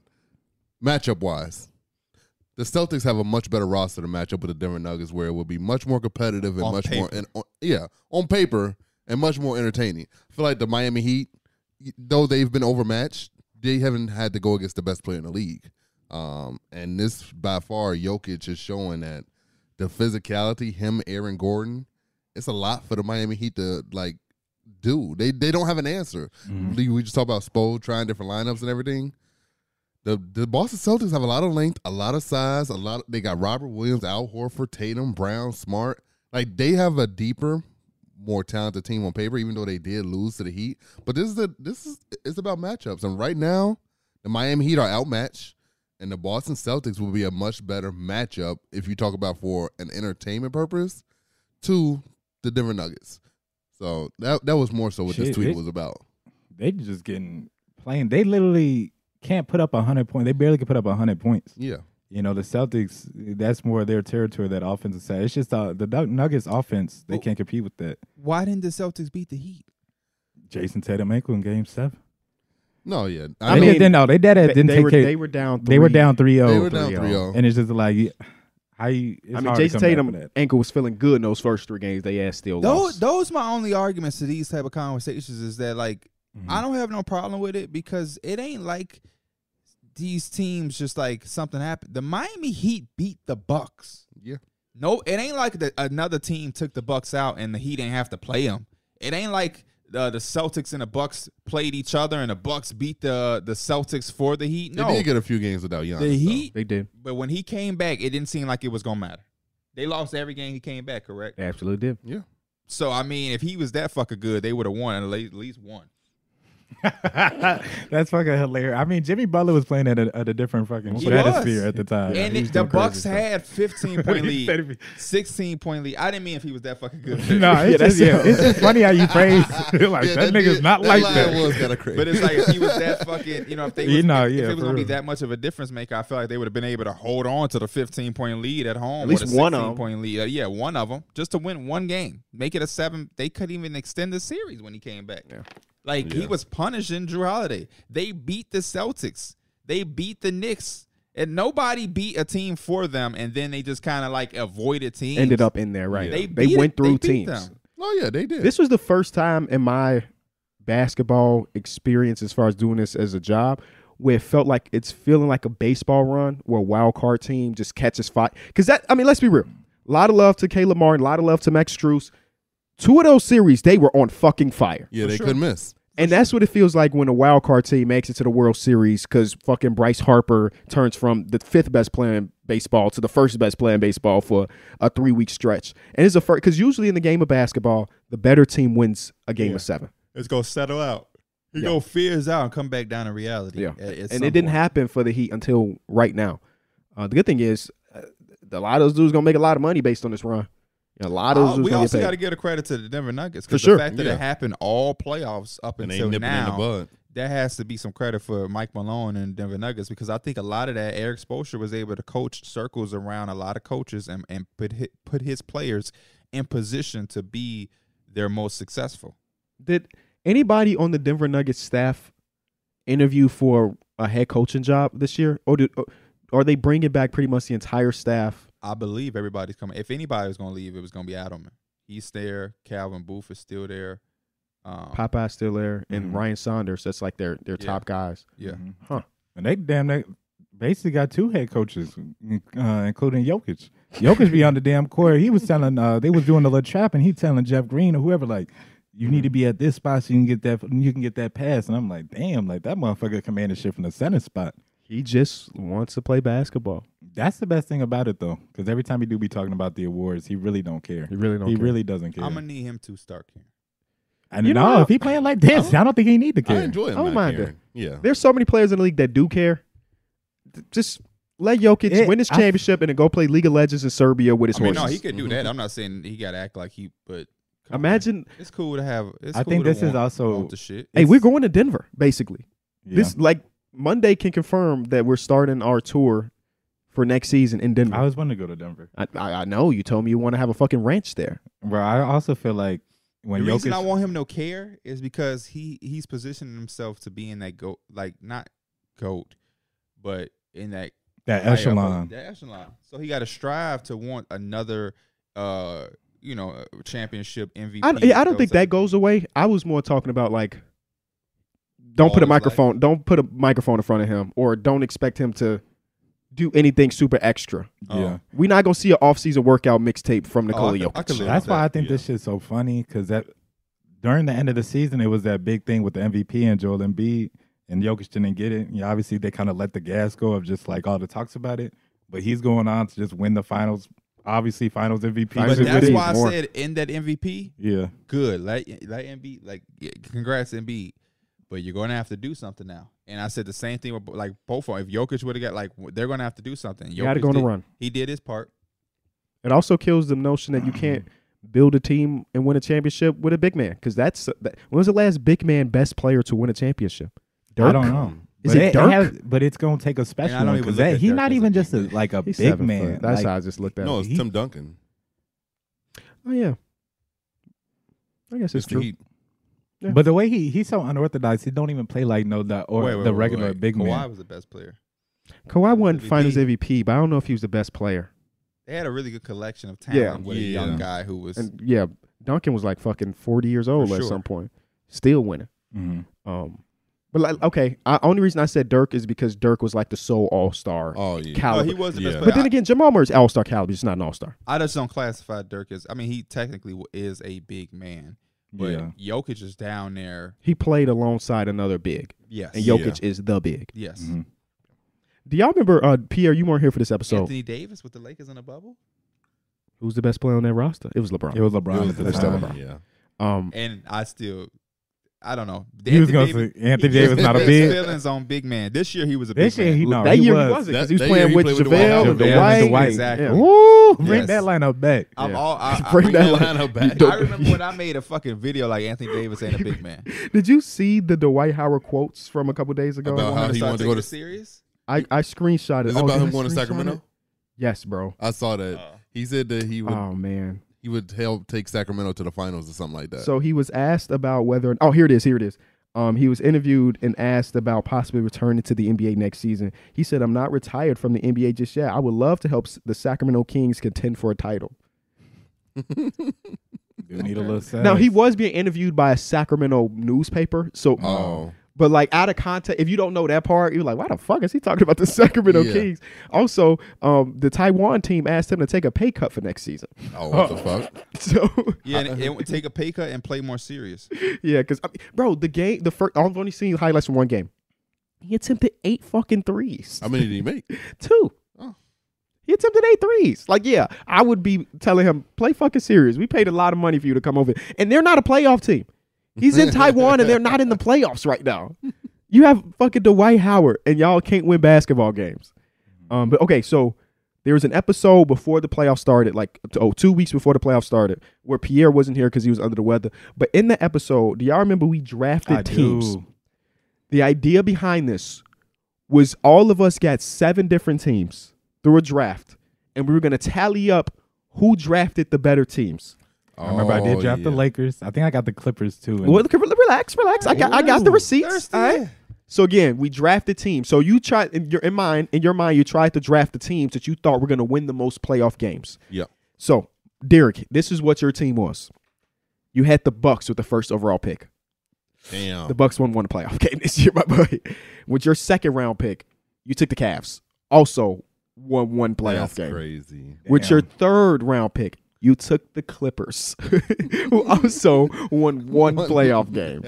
Matchup wise, the Celtics have a much better roster to match up with the Denver Nuggets, where it would be much more competitive and On much more, paper. and on, yeah, on paper and much more entertaining. I feel like the Miami Heat, though they've been overmatched, they haven't had to go against the best player in the league. Um, and this by far, Jokic is showing that the physicality, him, Aaron Gordon, it's a lot for the Miami Heat to like do. They they don't have an answer. Mm-hmm. Lee, We just talked about Spo trying different lineups and everything. The the Boston Celtics have a lot of length, a lot of size, a lot. they got Robert Williams, Al Horford, Tatum, Brown, Smart. Like they have a deeper, more talented team on paper. Even though they did lose to the Heat, but this is the this is it's about matchups. And right now, the Miami Heat are outmatched, and the Boston Celtics will be a much better matchup if you talk about for an entertainment purpose to the Denver Nuggets. So that that was more so what this Shit, tweet it- was about. They just getting playing. They literally can't put up hundred points. They barely can put up hundred points. Yeah. You know the Celtics. That's more their territory. That offensive side. It's just uh, the Nug- Nuggets offense. They Well- can't compete with that. Why didn't the Celtics beat the Heat? Jason Tatum ankle in Game Seven. No, yeah. I know I mean, mean, didn't know they did it. Didn't they, take were, care. they were down. Three. They were down 3 they were 0. down oh. 3 0. And it's just like, you- how you. It's oh. I mean, hard to Jason come back from Tatum that. ankle was feeling good in those first three games. They ass still Those, lost. those my only arguments to these type of conversations is that like Mm-hmm. I don't have no problem with it because it ain't like these teams just like something happened. The Miami Heat beat the Bucks. Yeah. No, it ain't like the, another team took the Bucks out and the Heat didn't have to play them. It ain't like uh, the, the Celtics and the Bucks played each other and the Bucks beat the the Celtics for the Heat. They No, did get a few games without Giannis. the though. Heat. They did. But when he came back, it didn't seem like it was gonna matter. They lost every game he came back, correct? They absolutely did. So I mean, if he was that fucking good, they would have won at le- at least one. That's fucking hilarious. I mean, Jimmy Butler was playing at a, at a different fucking He stratosphere was. at the time. and He it- was the doing crazy Bucks stuff. had 15 point He said lead, if he- 16 point lead. I didn't mean if he was that fucking good, No, Yeah, it's, that's- just, yeah, it's just funny how you praise. like, Yeah, that, nigga's did- not like line that. was kind of crazy. but it's like if he was that fucking, you know, if they was, You know, if, if yeah, it was for gonna be real. that much of a difference maker, I feel like they would have been able to hold on to the 15 point lead at home, At least or the one of 16 them. point lead. Uh, yeah, one of them, just to win one game, make it a seven. They couldn't even extend the series when he came back. Yeah. Like he Yeah. was punishing Drew Holiday. They beat the Celtics. They beat the Knicks. And nobody beat a team for them, and then they just kind of like avoided teams. Ended up in there, right? They They, beat went it- they through beat teams. them. oh, yeah, they did. This was the first time in my basketball experience, as far as doing this as a job, where it felt like it's feeling like a baseball run where a wild card team just catches fire. Because that, I mean, let's be real. A lot of love to Caleb Martin, a lot of love to Max Struess. Two of those series, they were on fucking fire. yeah, for they sure. couldn't miss. And that's what it feels like when a wild card team makes it to the World Series because fucking Bryce Harper turns from the fifth best player in baseball to the first best player in baseball for a three week stretch. And it's a first because usually in the game of basketball, the better team wins a game Yeah. of seven. It's gonna settle out. You Yeah. gonna fears out and come back down to reality. Yeah, at- at and some it didn't point. happen for the Heat until right now. Uh, the good thing is, uh, a lot of those dudes gonna make a lot of money based on this run. A lot of those Uh, dudes gonna we get also paid. got to give a credit to the Denver Nuggets For because sure. the fact that Yeah. it happened all playoffs up And they until nipping in the now, bud. there has to be some credit for Mike Malone and Denver Nuggets because I think a lot of that Eric Spoelstra was able to coach circles around a lot of coaches and and put his, put his players in position to be their most successful. Did anybody on the Denver Nuggets staff interview for a head coaching job this year, or, did, or are they bringing back pretty much the entire staff? I believe everybody's coming. If anybody was gonna leave, it was gonna be Adelman. He's there. Calvin Booth is still there. Um, Popeye still there, and Mhm. Ryan Saunders. That's like their their Mm-hmm. Yeah. top guys. yeah. Mhm. Huh. And they damn they basically got two head coaches, uh, including Jokic. Jokic be on the damn court. He was telling uh, they was doing a little trap, and he telling Jeff Green or whoever like, you need to be at this spot so you can get that you can get that pass. And I'm like, damn, like that motherfucker commanded shit from the center spot. He just wants to play basketball. That's the best thing about it though, because every time he do be talking about the awards, he really don't care. He really don't. he care. really doesn't care. I'm gonna need him to start here. and You know no, what? if he playing like this, I don't think he need to I care. enjoy him. I don't not mind caring. Yeah. There's so many players in the league that do care. Th- Just let Jokic It- win his I- championship and then go play League of Legends in Serbia with his I mean, horses. no, he could do that. I'm not saying he got to act like he, but come on, man. Mm-hmm. Imagine, it's cool to have. It's I cool think to this is want- also want the shit. hey, we're going to Denver. Basically, yeah. this like Monday can confirm that we're starting our tour for next season in Denver. I was wanting to go to Denver. I, I, I know you told me you want to have a fucking ranch there. Bro, I also feel like when the Jokic, reason I want him no care is because he he's positioning himself to be in that goat, like not goat, but in that that higher up, echelon. that echelon. So he got to strive to want another, uh, you know, uh, championship MVP. I, yeah, I don't those think type that of goes things. away. I was more talking about like, don't put a Ballers, like- microphone, don't put a microphone in front of him, or don't expect him to do anything super extra. Oh. yeah. We're not gonna see an off-season workout mixtape from Oh, Nikola I could- I Jokic. could live That's with why that. I think Yeah. this shit's so funny because that during the end of the season, it was that big thing with the MVP and Joel Embiid, and Jokic didn't get it. You know, obviously, they kind of let the gas go of just like all the talks about it, but he's going on to just win the finals. Obviously, finals MVP. Finals But Is it that's really why I more? said in that MVP, yeah, good. Let let Embiid like yeah, congrats Embiid, but you're going to have to do something now. And I said the same thing with like both of them. If Jokic would have got like they're going to have to do something. You gotta Jokic go on a did- run. He did his part. It also kills the notion that you can't build a team and win a championship with a big man because that's uh, that, when was the last big man best player to win a championship? I Dirk? don't know. Is but it Dirk? has- but it's gonna take a special don't one even 'cause look that- at he's Dirk not as a even big just a, man. like a He's big seven man. foot. That's Like, how I just looked at. No, it. it's He- Tim Duncan. Oh yeah. I guess it's It's true. the Heat. Yeah. But the way he he's so unorthodox, he don't even play like no the or Wait, wait, the wait, regular wait. big Kawhi man. was the best player. Kawhi won MVP. Finals MVP, but I don't know if he was the best player. They had a really good collection of Yeah. talent with a young Yeah. guy who was And yeah, Duncan was like fucking forty years old at sure. some point, still winning. Mhm. Um, but like, okay, I, only reason I said Dirk is because Dirk was like the sole All Star Oh yeah. No, caliber. he was the best Yeah. player. but then I- again, Jamal Murray's All Star caliber, he's not an All Star. I, just don't classify Dirk as. I mean, he technically w- is a big man, but Yeah. Jokic is down there. He played alongside another big, Yes, and Mm-hmm. Jokic is the big. yes. Mhm. Do y'all remember uh, Pierre? You weren't here for this episode. Anthony Davis with the Lakers in a bubble, Who's the best player on that roster? It was LeBron. It was LeBron It at was the the still time. time, LeBron. Yeah. um, and I still, I don't know. He was Anthony gonna Davis- say Anthony he just Davis not a put his big. feelings on big man. This year he was a big This year he man. no, that he year was. he wasn't because That- he was that playing year he with played with JaVale Dwight. and JaVale Dwight. and Dwight. Exactly. Yeah. Woo, Bring Yes. that lineup back. I'm Yeah. all. I, I, Bring I, that remember- line up back. I remember when I made a fucking video like Anthony Davis ain't a big man. Did you see the Dwight Howard quotes from a couple days ago? About Wanna how Uh-huh, he start wanted to taking go it to- serious. I, I screenshot it. Is it Oh, about did him I going to screenshot Sacramento? it? Yes, bro. I saw that. Uh. he said that he would Oh man. he would help take Sacramento to the finals or something like that. So he was asked about whether. Oh, here it is. Here it is. Um, he was interviewed and asked about possibly returning to the NBA next season. He said, "I'm not retired from the NBA just yet. I would love to help s- the Sacramento Kings contend for a title." You need a little sense. Now he was being interviewed by a Sacramento newspaper, so oh, But like out of context, if you don't know that part, you're like, why the fuck is he talking about the Sacramento Yeah. Kings? Also, um, the Taiwan team asked him to take a pay cut for next season. oh, what the fuck? So Yeah, uh-huh. and, and take a pay cut and play more serious. yeah, because bro, the game, the first, I've only seen highlights from one game. He attempted eight fucking threes. How many did he make? Two. Oh. He attempted eight threes. Like, yeah, I would be telling him, play fucking serious. We paid a lot of money for you to come over. And they're not a playoff team. He's in Taiwan and they're not in the playoffs right now. You have fucking Dwight Howard and y'all can't win basketball games. Um, but okay, so there was an episode before the playoffs started, like oh, two weeks before the playoffs started, where Pierre wasn't here because he was under the weather. But in the episode, do y'all remember we drafted I teams? do. The idea behind this was all of us got seven different teams through a draft, and we were going to tally up who drafted the better teams. I remember I did Oh, draft the yeah. Lakers. I think I got the Clippers too. and- Well, relax, relax. I got, I got the Ooh, receipts. All right. So again, we drafted teams. So you try in your in mind in your mind you tried to draft the teams that you thought were going to win the most playoff games. Yeah. So, Derek, this is what your team was. You had the Bucks with the first overall pick. Damn. The Bucks won one playoff game this year, my boy. With your second round pick, you took the Cavs. Also won one playoff That's game. crazy. With your third round pick, you took the Clippers, who also won one playoff game.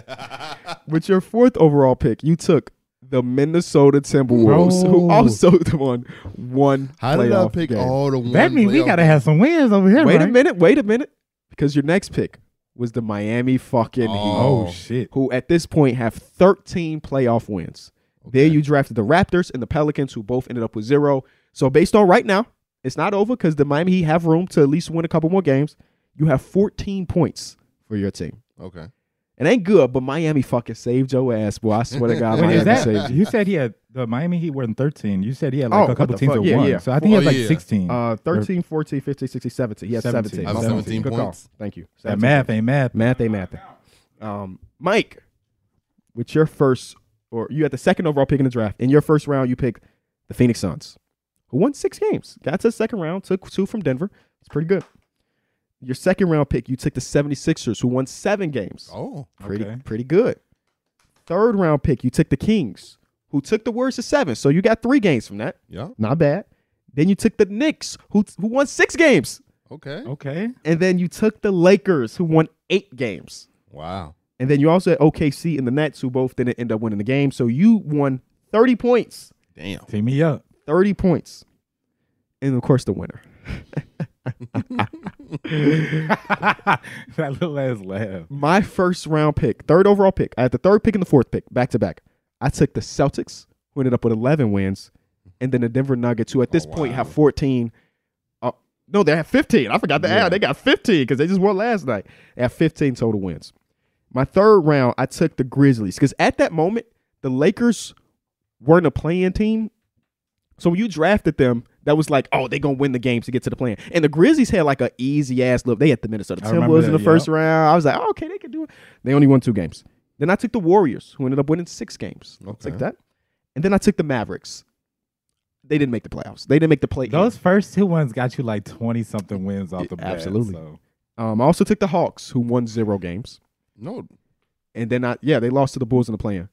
With your fourth overall pick, you took the Minnesota Timberwolves, who Bro. also won one Oh. How playoff did I pick game. all the one? that means we playoff- gotta have some wins over here. Wait a right? minute, wait a minute. Because your next pick was the Miami fucking Oh. Oh shit! Heat, who at this point have 13 playoff wins. There you drafted the Raptors and the Pelicans, who both ended up with zero. So based on right now, it's not over because the Miami Heat have room to at least win a couple more games. You have 14 points for your team. Okay. It ain't good, but Miami fucking saved your ass, boy. I swear to God, Wait, Miami is that saved you. you said he had the Miami Heat were in thirteen? You said he had like Oh, a what couple the teams fuck? of Yeah, one. yeah. So I think he Oh, had like yeah. sixteen. Uh, 13, 14, 15, 16, 17. He has 17. 17. I have 17 Good points. Call. Thank you. that math ain't math. Math ain't math. Um, Mike, with your first, or you had the second overall pick in the draft. In your first round, you picked the Phoenix Suns, who won six games, got to the second round, took two from Denver. It's pretty good. Your second round pick, you took the 76ers, who won seven games. Oh, Pretty, Okay. pretty good. Third round pick, you took the Kings, who took the Warriors to seven. So you got three games from that. yeah. Not bad. Then you took the Knicks, who who won six games, Okay. Okay. and then you took the Lakers, who won eight games, Wow. and then you also had OKC and the Nets, who both didn't end up winning the game. So you won thirty points, Damn. Team me up. thirty points, and of course the winner. that little ass laugh. My first round pick, third overall pick. I had the third pick and the fourth pick back to back. I took the Celtics, who ended up with eleven wins, and then the Denver Nuggets, who at this Oh, point wow. have fourteen. Uh, no, they have fifteen. I forgot to Yeah. add. They got fifteen because they just won last night. They have fifteen total wins. My third round, I took the Grizzlies because at that moment the Lakers weren't a playing team. So when you drafted them, that was like, oh, they're gonna win the games to get to the plan. And the Grizzlies had like a easy ass look. They had the Minnesota I remember Timberwolves in the that, first round. I was like, oh, okay, they can do it. They only won two games. Then I took the Warriors, who ended up winning six games. I Okay. took that. And then I took the Mavericks. They didn't make the playoffs. They didn't make the play. Those first two ones got you like twenty something wins off the bat. Absolutely. So. Um, I also took the Hawks, who won zero games. No. And then I, yeah, they lost to the Bulls in the play-in.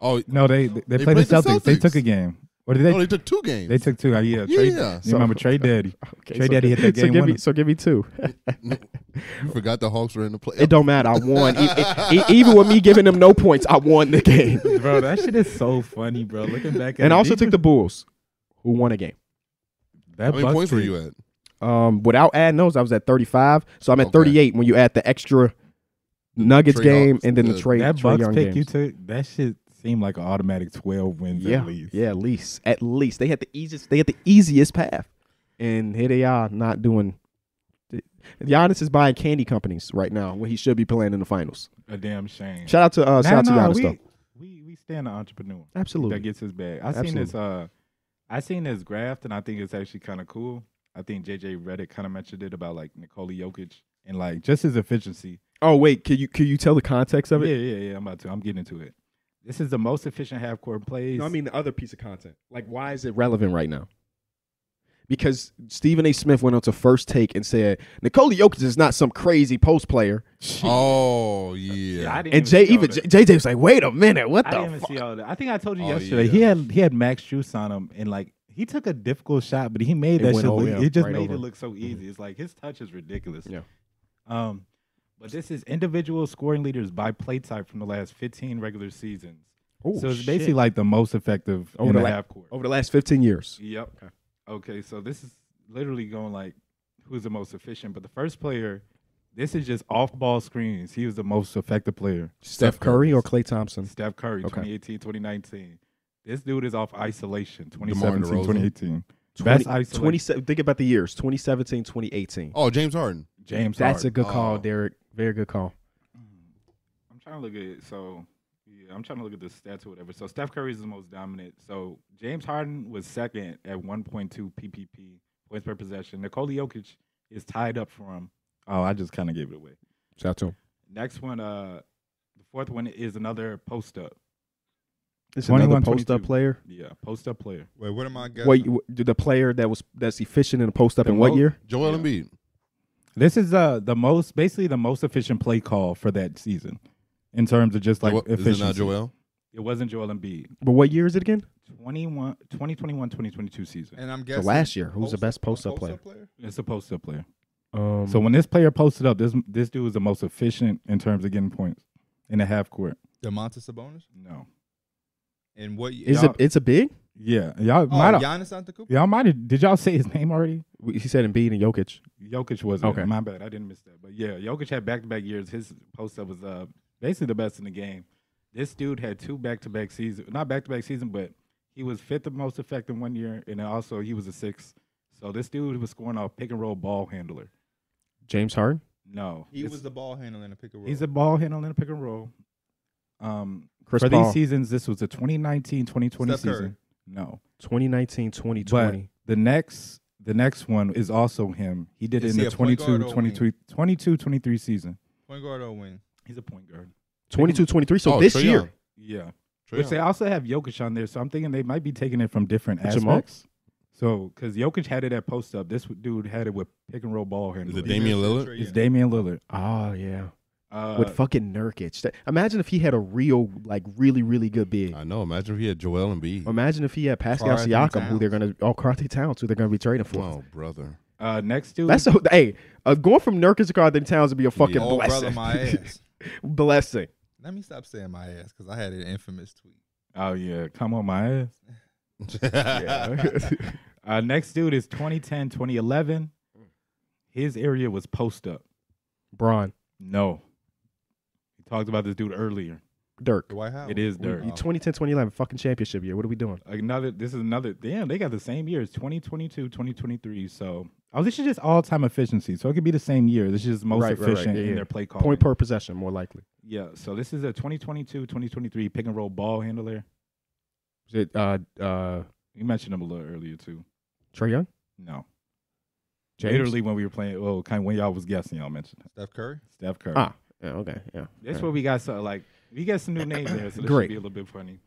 Oh, No, they they, they played, the Celtics. They took a game. Or did they? no, Oh, they took two games. they took two. Uh, yeah. Trey, Yeah. You remember Trey Daddy? Okay, Trey Daddy hit that so game give me, winner. so give me two. Forgot the Hawks were in the play. It don't matter. I won. E- e- e- even with me giving them no points, I won the game. bro, that shit is so funny, bro. Looking back at And it, I also these took the Bulls, who won a game. That How many Bucks points were team- you at? Um, without adding those, I was at 35. So I'm at Okay. 38 when you add the extra Nuggets Trae game Young- and then the the- Trey, That Trey Bucks Young pick games. you took, that shit seemed like an automatic twelve wins yeah, at least. yeah, at least, at least they had the easiest. They had the easiest path, and here they are not doing. Giannis is buying candy companies right now when he should be playing in the finals. A damn shame. Shout out to uh, shout out to Nah, nah, Giannis we, though. We we stand an entrepreneur Absolutely. that gets his bag. I seen this uh I seen this graft and I think it's actually kind of cool. I think JJ Reddick kind of mentioned it about like Nikola Jokic and like just his efficiency. Oh wait, can you can you tell the context of it? Yeah, yeah, yeah. I'm about to. I'm getting into it. This is the most efficient half court plays. No, I mean the other piece of content. Like, why is it relevant right now? Because Stephen A. Smith went on to first take and said Nikola Jokic is not some crazy post player, Oh yeah. Yeah, I didn't and Jay see all even that. J- JJ was like, "Wait a minute, what I didn't the even fuck?" see all that. I think I told you Oh, yesterday. yeah. He had he had Max Juice on him, and like he took a difficult shot, but he made It that went shit. over Look, him, it just right made over it him. Mm-hmm. look so easy. It's like his touch is ridiculous. Yeah. Um, but this is individual scoring leaders by play type from the last 15 regular seasons. so it's basically like the most effective Over oh, in the the la- half court. over the last 15 years. Yep. Okay. so this is literally going like who's the most efficient, but the first player, this is just off ball screens. He was the most effective player. Steph Steph Curry. Curry or Clay Thompson? Steph Curry, Okay. 2018, 2019. This dude is off isolation, DeMar 2017, DeRozan. 2018. Best 20, isolation. 27 think about the years, 2017, 2018. Oh, James Harden. James That's a Harden. good call, Oh. Derek. Very good call. I'm trying to look at it. So, yeah, I'm trying to look at the stats or whatever. So, Steph Curry is the most dominant. So, James Harden was second at 1.2 PPP points per possession. Nikola Jokic is tied up for him. Oh, I just kind of gave it away. Shout out to him. Next one, uh, the fourth one is another post up. It's 21, another post up 22. player. Yeah, post up player. Wait, what am I guessing? Wait, you- the player that was that's efficient in the post up The in what mo- year? Joel Yeah. Embiid. This is uh the most basically the most efficient play call for that season in terms of just like Joel, is it efficiency. not Joel? It wasn't Joel Embiid. But what year is it again? 21, 2021, 2022 season. And I'm So guessing last year, who's the best post up post-up player? It's a post up player. Um, So when this player posted up, this this dude was the most efficient in terms of getting points in the half court. Demontis Sabonis. No. And what? is y'all- it? It's a big. Yeah. Y'all Oh, might have Giannis Antetokounmpo. y'all might have did y'all say his name already? We- He said Embiid and Jokic. Jokic was okay. Okay. My bad. I didn't miss that. But yeah, Jokic had back to back years. His post up was uh basically the best in the game. This dude had two back to back seasons. Not back to back season, but he was fifth the most effective one year, and then also he was a sixth. So this dude was scoring off pick and roll ball handler. James Harden. No, He it's- was the ball handler in the pick and roll. he's a ball handler in a pick and roll. Um, Chris for Paul. these seasons, this was the 2019-2020 Steph Curry. season. No, 2019, 2020. the next the next one is also him. He did Is it he in the a point guard 22 or a 23, 22 23 season. point guard or wing. He's a point guard. 22, 23. So Oh, this Trae year. Young. Yeah. Trae Which they Young. also have Jokic on there, so I'm thinking they might be taking it from different Jamal? aspects. So, because Jokic had it at post up, this dude had it with pick and roll ball Is handling. it Damian Lillard? It's Damian Lillard. Oh yeah, Uh, with fucking Nurkic. That- Imagine if he had a real, like, really, really good big. I know. Imagine if he had Joel and B. Imagine if he had Pascal Karl-Anthony Siakam, who Towns. they're gonna, oh, Carthy Towns, who they're gonna be trading for. Oh, brother. uh, next dude. That's a, hey, uh, going from Nurkic to Carthy Towns would be a fucking Yeah. Oh, brother, blessing. my ass. blessing. Let me stop saying my ass because I had an infamous tweet. oh yeah, come on my ass. Yeah. Uh, next dude is 2010, 2011. His area was post up. Braun, No, we talked about this dude earlier. Dirk. Dwight Howard. It is We- Dirk. you 2010, 2011, fucking championship year. What are we doing? Another. This is another. Damn, they got the same years. 2022, 2023. So. Oh, this is just all-time efficiency. So it could be the same year. This is just most Right, right, right. efficient Yeah, in yeah. their play calling. Point per possession, more likely. Yeah, so this is a 2022-2023 pick and roll ball handler. Is it uh, uh, You mentioned him a little earlier too. Trey Young? No, James? literally when we were playing, well, kind of when y'all was guessing, y'all mentioned him. Steph Curry. Steph Curry. Ah, yeah, okay, yeah. That's All what we got. So like we got some new names there, so this Great. should be a little bit funny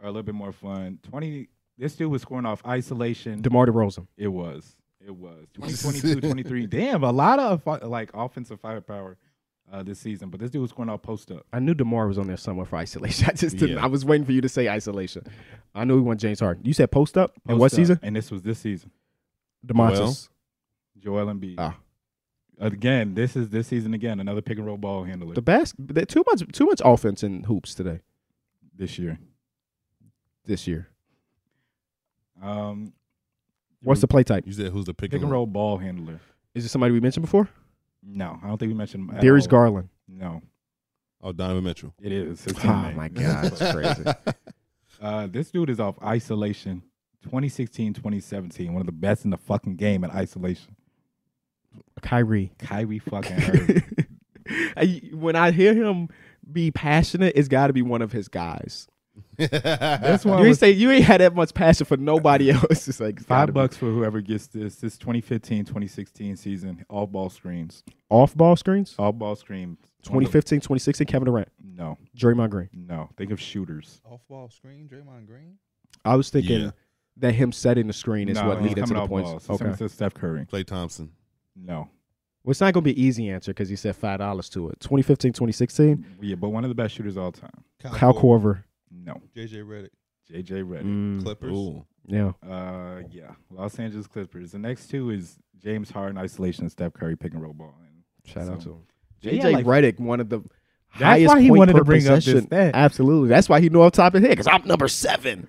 or a little bit more fun. 20. This dude was scoring off isolation. right. DeMar DeRozan. it was. It was 2022-23. Damn, a lot of fi- like offensive firepower uh, this season, but this dude was scoring off post up. I knew DeMar was on there somewhere for isolation. I just didn't. Yeah. I was waiting for you to say isolation. I knew we won James Harden. You said post up in what Post up, season? And this was this season. DeMontis. Joel Embiid. Ah. Again, this is this season again, another pick and roll ball handler The best. there- Too much. Too much offense in hoops today. this year. This year. Um What's the play type? you said who's the pick, pick and roll ball handler? Is it somebody we mentioned before? No, I don't think we mentioned him at Darius all. Garland. No, Oh, Donovan Mitchell. it is. his Oh teammate. my god, that's crazy. Uh, this dude is off isolation 2016, 2017. One of the best in the fucking game in isolation. Kyrie. Kyrie fucking Irving. I- when I hear him be passionate, it's got to be one of his guys. This That's one you ain't was say you ain't had that much passion for nobody else. It's like it's gotta five be- bucks for whoever gets this. This 2015, 2016 season. All ball screens. off ball screens. All ball screens. One of the- 2015, 2016, Kevin Durant, No, Draymond Green. no. Think of shooters. Off ball screen, Draymond Green. I was thinking Yeah. that him setting the screen is No, what he's leading to coming the off points. balls. So Okay. someone says Steph Curry. Clay Thompson. No. Well, it's not going to be an easy answer because he said five dollars to it. 2015, 2016, Yeah, but one of the best shooters of all time. Kyle Corver. No. JJ Redick. JJ Redick. Mm, Clippers. Ooh. yeah, Uh, yeah. Los Angeles Clippers. The next two is James Harden isolation and Steph Curry pick and roll ball. And shout out to So- him. He JJ had, like- Redick, one of the That's highest why he point wanted per to bring up this possession. stat. Absolutely, that's why he knew off the top of his head because I'm number seven.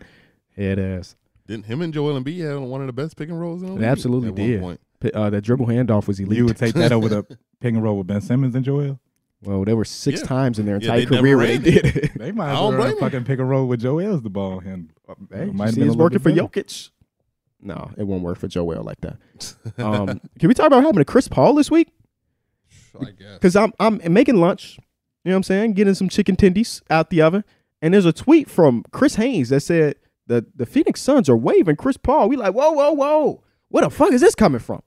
It is. Didn't him and Joel Embiid had one of the best pick and rolls in the It league absolutely at one did. point. P- Uh, that dribble handoff was elite. you would take that over the pick and roll with Ben Simmons and Joel. well, there were six Yeah. times in their Yeah, entire they never career where they ran did it. They might I as don't well blame run him. fucking pick and roll with Joel's the ball hand. Hey, It you might have see, been a it's little working for bit Jokic. No, it won't work for Joel like that. Um, can we talk about what happened to Chris Paul this week? I guess. Because I'm I'm making lunch. You know what I'm saying? Getting some chicken tendies out the oven, and there's a tweet from Chris Haynes that said the the Phoenix Suns are waving Chris Paul. We like whoa whoa whoa, where the fuck is this coming from?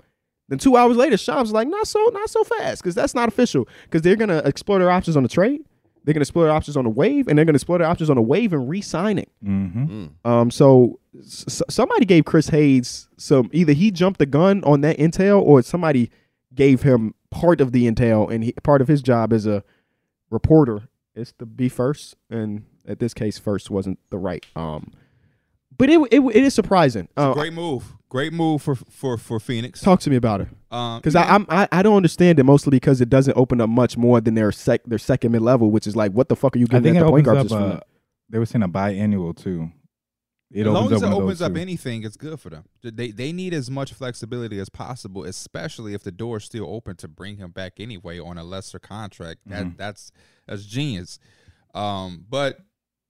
Then two hours later, Shams like not so not so fast because that's not official because they're gonna explore their options on the trade. They're gonna explore their options on the wave, and they're gonna explore their options on the wave and re-signing. Mm-hmm. Um, so s- somebody gave Chris Hayes some either he jumped the gun on that intel or somebody gave him part of the intel and he, part of his job as a reporter is to be first and at this case first wasn't the right um but it it, it is surprising uh, Great move. Great move for for for Phoenix. talk to me about it Um, because I, I'm- I I don't understand it mostly because it doesn't open up much more than their sec their second mid level which is like what the fuck are you I giving think at it the point opens guard up. position? Uh, they were saying a biannual too. It as long opens as up one it of opens those up two. anything, it's good for them. They they need as much flexibility as possible, especially if the door is still open to bring him back anyway on a lesser contract. That that's that's genius. Um, but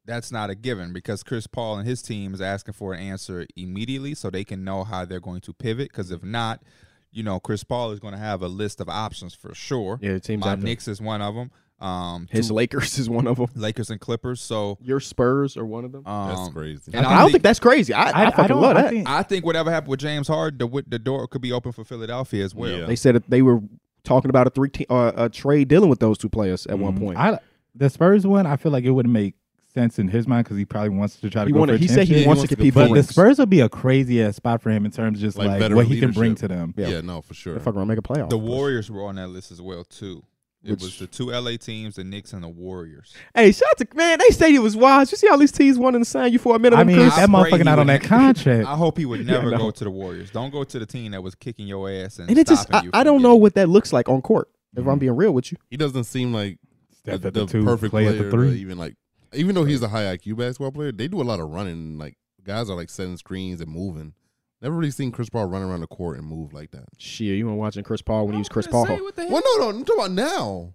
that's not a given because Chris Paul and his team is asking for an answer immediately, so they can know how they're going to pivot. Because if not, you know Chris Paul is going to have a list of options for sure. yeah it seems My like Knicks is one of them. Um, his two Lakers is one of them Lakers and Clippers. So your Spurs are one of them um, That's crazy. and I, don't think, that's crazy. I, I, I, fucking I don't. love I that. think- I think whatever happened with James Harden, the wi- the door could be open for Philadelphia as well. Yeah. they said that they were talking about a three team, uh, a trade dealing with those two players at one Mhm. point. I, the Spurs one, I feel like it would make sense in his mind because he probably wants to try to He go wanted. for a He said championship. he Yeah, wants to he wants to compete go for But the rings. Spurs would be a crazy ass spot for him in terms of just Like like, veteran what he can bring to leadership. them. Yeah. Yeah, no, for sure. They're fucking gonna make a playoff. The push. Warriors were on that list as well too. It Which- was the two LA teams, the Knicks and the Warriors. Hey, shout out to man. They say it was wise. You see how these teams wanted to sign you for a minimum. I mean, Chris? that I pray motherfucker he not on that would- contract. I hope he would never no. go to the Warriors. Don't go to the team that was kicking your ass and, and it just stopping I, you I from don't know getting- what that looks like on court. If I'm being real with you, He doesn't seem like Step the, at the, the two, perfect play player. at to the three. even like, even though he's a high IQ basketball player, they do a lot of running. Like guys are like setting screens and moving. Never really seen Chris Paul run around the court and move like that. shit, you weren't watching Chris Paul when he was Chris Say Paul. what the hell? Well, no, no, I'm talking about now.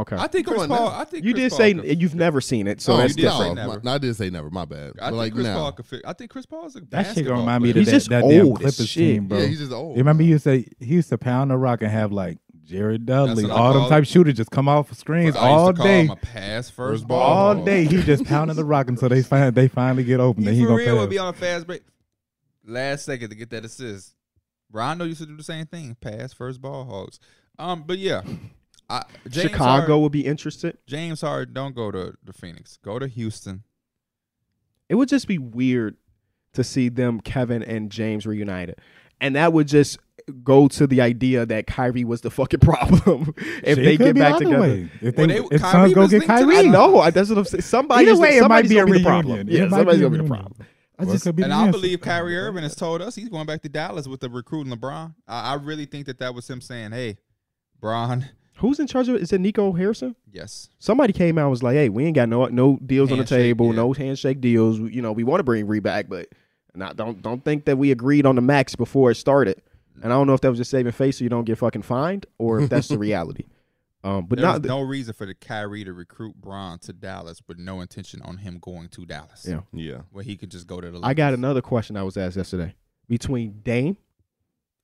Okay, I think Come Chris on Paul. now. I think you Chris did Paul say could- you've never seen it, so oh, that's you did, say different. no, never. my- I did say never. My bad. I but think like Chris now, Paul could. fi- I think Chris Paul's a That shit gonna basketball remind me of player. He's that, just that old damn as Clippers shit. team, bro. yeah, he's just old. You remember you said he used to pound the rock and have like Jared Dudley, what I all them call type shooters just come off screens I all used to Call day. him a pass first ball. All day he just pounding the rock until they find they finally get open. Then He he for gonna real would be pass. on a fast break, last second to get that assist. Rondo used to do the same thing: pass first ball hogs. Um, but yeah, I, James Chicago Harden- would be interested. James Harden, don't go to the Phoenix. Go to Houston. It would just be weird to see them, Kevin and James, reunited. And that would just go to the idea that Kyrie was the fucking problem if Shit, it they could get be back either together. way. If they, Well, they- if Kyrie Suns go was get linked to Kyrie, I know. I- That's what I'm saying. Somebody's, Either way, it might somebody's be a gonna be the reunion. problem. It Yeah, might somebody's be a gonna be the reunion. problem. I Or it just, could be and the I answer. believe Kyrie Irving has told us he's going back to Dallas with the recruiting LeBron. I, I really think that that was him saying, "Hey, Bron, who's in charge of it? Is it Nico Harrison? yes, Somebody came out and was like, "Hey, we ain't got no no deals on the Handshake, table, yeah. no handshake deals. We- You know, we want to bring Reed back, but not don't don't think that we agreed on the max before it started." And I don't know if that was just saving face so you don't get fucking fined, or if that's the reality. Um, but There's not no reason for the Kyrie to recruit Bron to Dallas with no intention on him going to Dallas. Yeah. Yeah, Where he could just go to the I got Lakers. another question I was asked yesterday. Between Dame,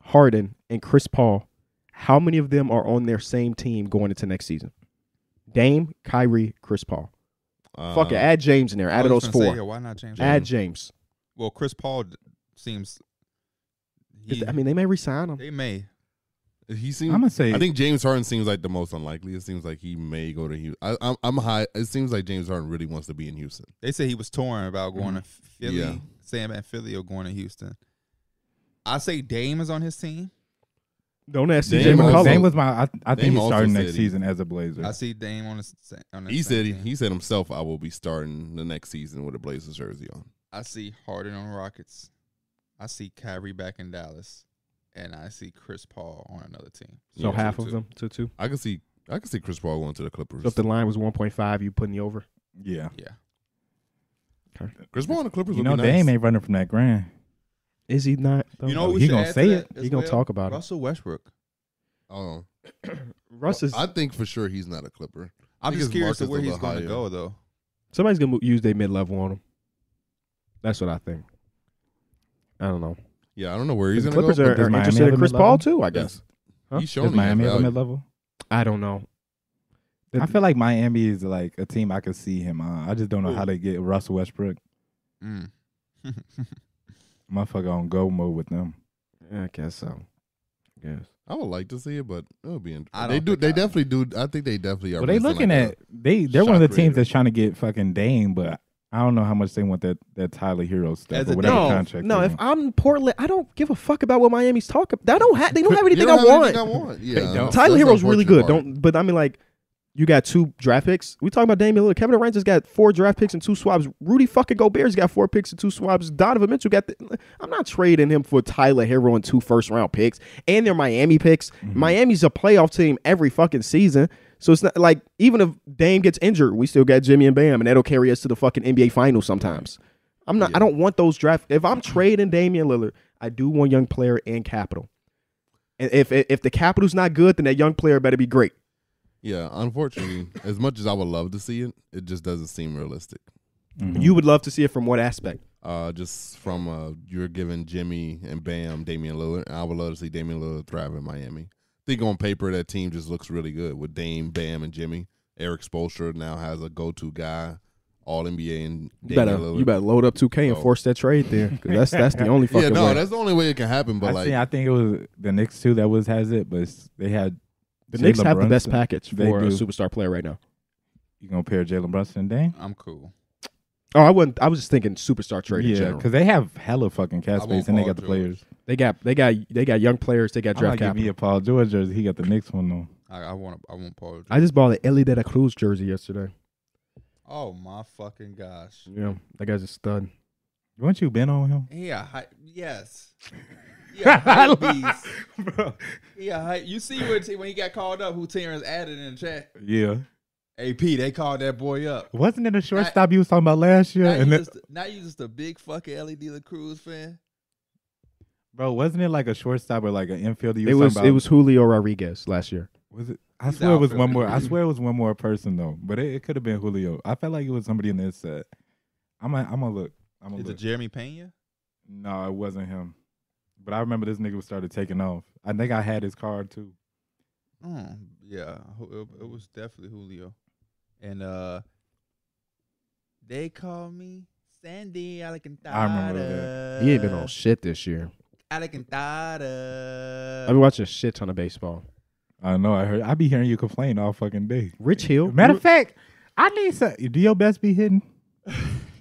Harden, and Chris Paul, how many of them are on their same team going into next season? Dame, Kyrie, Chris Paul. Fuck it. Uh, Add James in there. I Out of was those gonna say, four. yeah, why not James? Add Harden? James. well, Chris Paul d- seems. Is- He, I mean, they may resign him. they may. He I'm seems. gonna say I think James Harden seems like the most unlikely. It seems like he may go to Houston. I, I'm, I'm high. It seems like James Harden really wants to be in Houston. They say he was torn about going to Philly, Yeah. Sam at Philly or going to Houston. I say Dame is on his team. Don't ask Dame CJ also- McCollum. Dame was my. I, I think Dame he's also starting said next he- season as a Blazer. I see Dame on his. sa- On his He same said he, team. he said himself, "I will be starting the next season with a Blazers jersey on." I see Harden on the Rockets. I see Kyrie back in Dallas, and I see Chris Paul on another team. so Yeah, half two, of two. them, two, two. I can see I can see Chris Paul going to the Clippers. So if the line was 1.5, you putting the over. yeah, Yeah. Chris Paul and the Clippers you would know be Dame nice. ain't running from that grand. Is he not? though? You know know, who he should gonna add to say that He as gonna well? talk about it. Russell Westbrook. Oh, Russ is. I think for sure he's not a Clipper. I'm think just his curious to market's a where he's little going to higher. go though. Somebody's gonna mo- use their mid level on him. That's what I think. I don't know. Yeah, I don't know where he's The going to go. Clippers but are, does are Miami interested have in a Chris mid-level? Paul too. I guess. Yes. Huh? He's showing Does he has Miami have a value. mid level? I don't know. I feel like Miami is like a team I could see him on. I just don't know how they get Russell Westbrook. Mm. Motherfucker on go mode with them. I guess so. Yes. I would like to see it, but it would be. Int- I they don't do. think They I- definitely do. I think they definitely are. Well, they missing, looking like, a- at they. They're one of the shot teams creator. that's trying to get fucking Dame, but I don't know how much they want that that Tyler Hero stuff As or a- whatever No, contract. no. they If want. I'm Portland, I don't give a fuck about what Miami's talking. I don't have. They don't have You anything don't I have want. anything I want. Yeah, They don't. that's Tyler the Hero's really good. unfortunate Don't. part. But I mean, like, you got two draft picks. We talking about Damian Lillard. Kevin Durant just got four draft picks and two swabs. Rudy fucking Gobert's got four picks and two swabs. Donovan Mitchell got. The, I'm not trading him for Tyler Hero and two first round picks and their Miami picks. Mm-hmm. Miami's a playoff team every fucking season. So it's not like even if Dame gets injured, we still got Jimmy and Bam, and that'll carry us to the fucking NBA finals sometimes. I'm not. I don't want those draft. If I'm trading Damian Lillard, I do want young player and capital. And if if the capital's not good, then that young player better be great. Yeah, unfortunately, as much as I would love to see it, it just doesn't seem realistic. Mhm. You would love to see it from what aspect? Uh, just from uh, you're giving Jimmy and Bam, Damian Lillard. I would love to see Damian Lillard thrive in Miami. I think on paper that team just looks really good with Dame, Bam, and Jimmy. Eric Spoelstra now has a go-to guy, All NBA, and Damian You better Lillard. you better load up 2K and Oh. force that trade there because that's that's the only yeah, fucking no, way. that's the only way it can happen. But I, like, think, I think it was the Knicks too that was has it, but it's- they had the Knicks have the Jalen best Brunson. package They for a do. superstar player right now. You gonna pair Jalen Brunson and Dame? I'm cool. Oh, I wasn't. I was just thinking superstar trade in yeah, general. because they have hella fucking I cap want space and they Paul got the George. players. They got they got they got young players. They got I might draft give me capital. a Paul George jersey. He got the next one though. I, I want I want Paul. I just bought an Ellie De La Cruz jersey yesterday. Oh my fucking gosh. Yeah, that guy's a stud. Weren't you been on him? Yeah, hi, yes. I Yeah, love- Bro. yeah. Hi, you see what when he got called up, who Terrence added in the chat? Yeah. AP, they called that boy up. Wasn't it a shortstop you was talking about last year? Now, And you then, just, now you just a big fucking LED La Cruz fan. bro, wasn't it like a shortstop or like an infielder? You It was was talking it about? was Julio Rodriguez last year. Was it? I He's swear it was outfielder. one more. I swear it was one more person though, but it, it could have been Julio. I felt like it was somebody in the set. I'm a, I'm gonna look. I'm gonna Is it look. Jeremy Pena? no, it wasn't him. But I remember this nigga was started taking off. I think I had his card too. Mm, yeah, Ju- it, it was definitely Julio. And uh they call me Sandy Alcantara. I remember He ain't been on shit this year. Alcantara. I've been watching a shit ton of baseball. I know. I heard. I be hearing you complain all fucking day. Rich Hill. Matter of fact, I need some. Do your best be hitting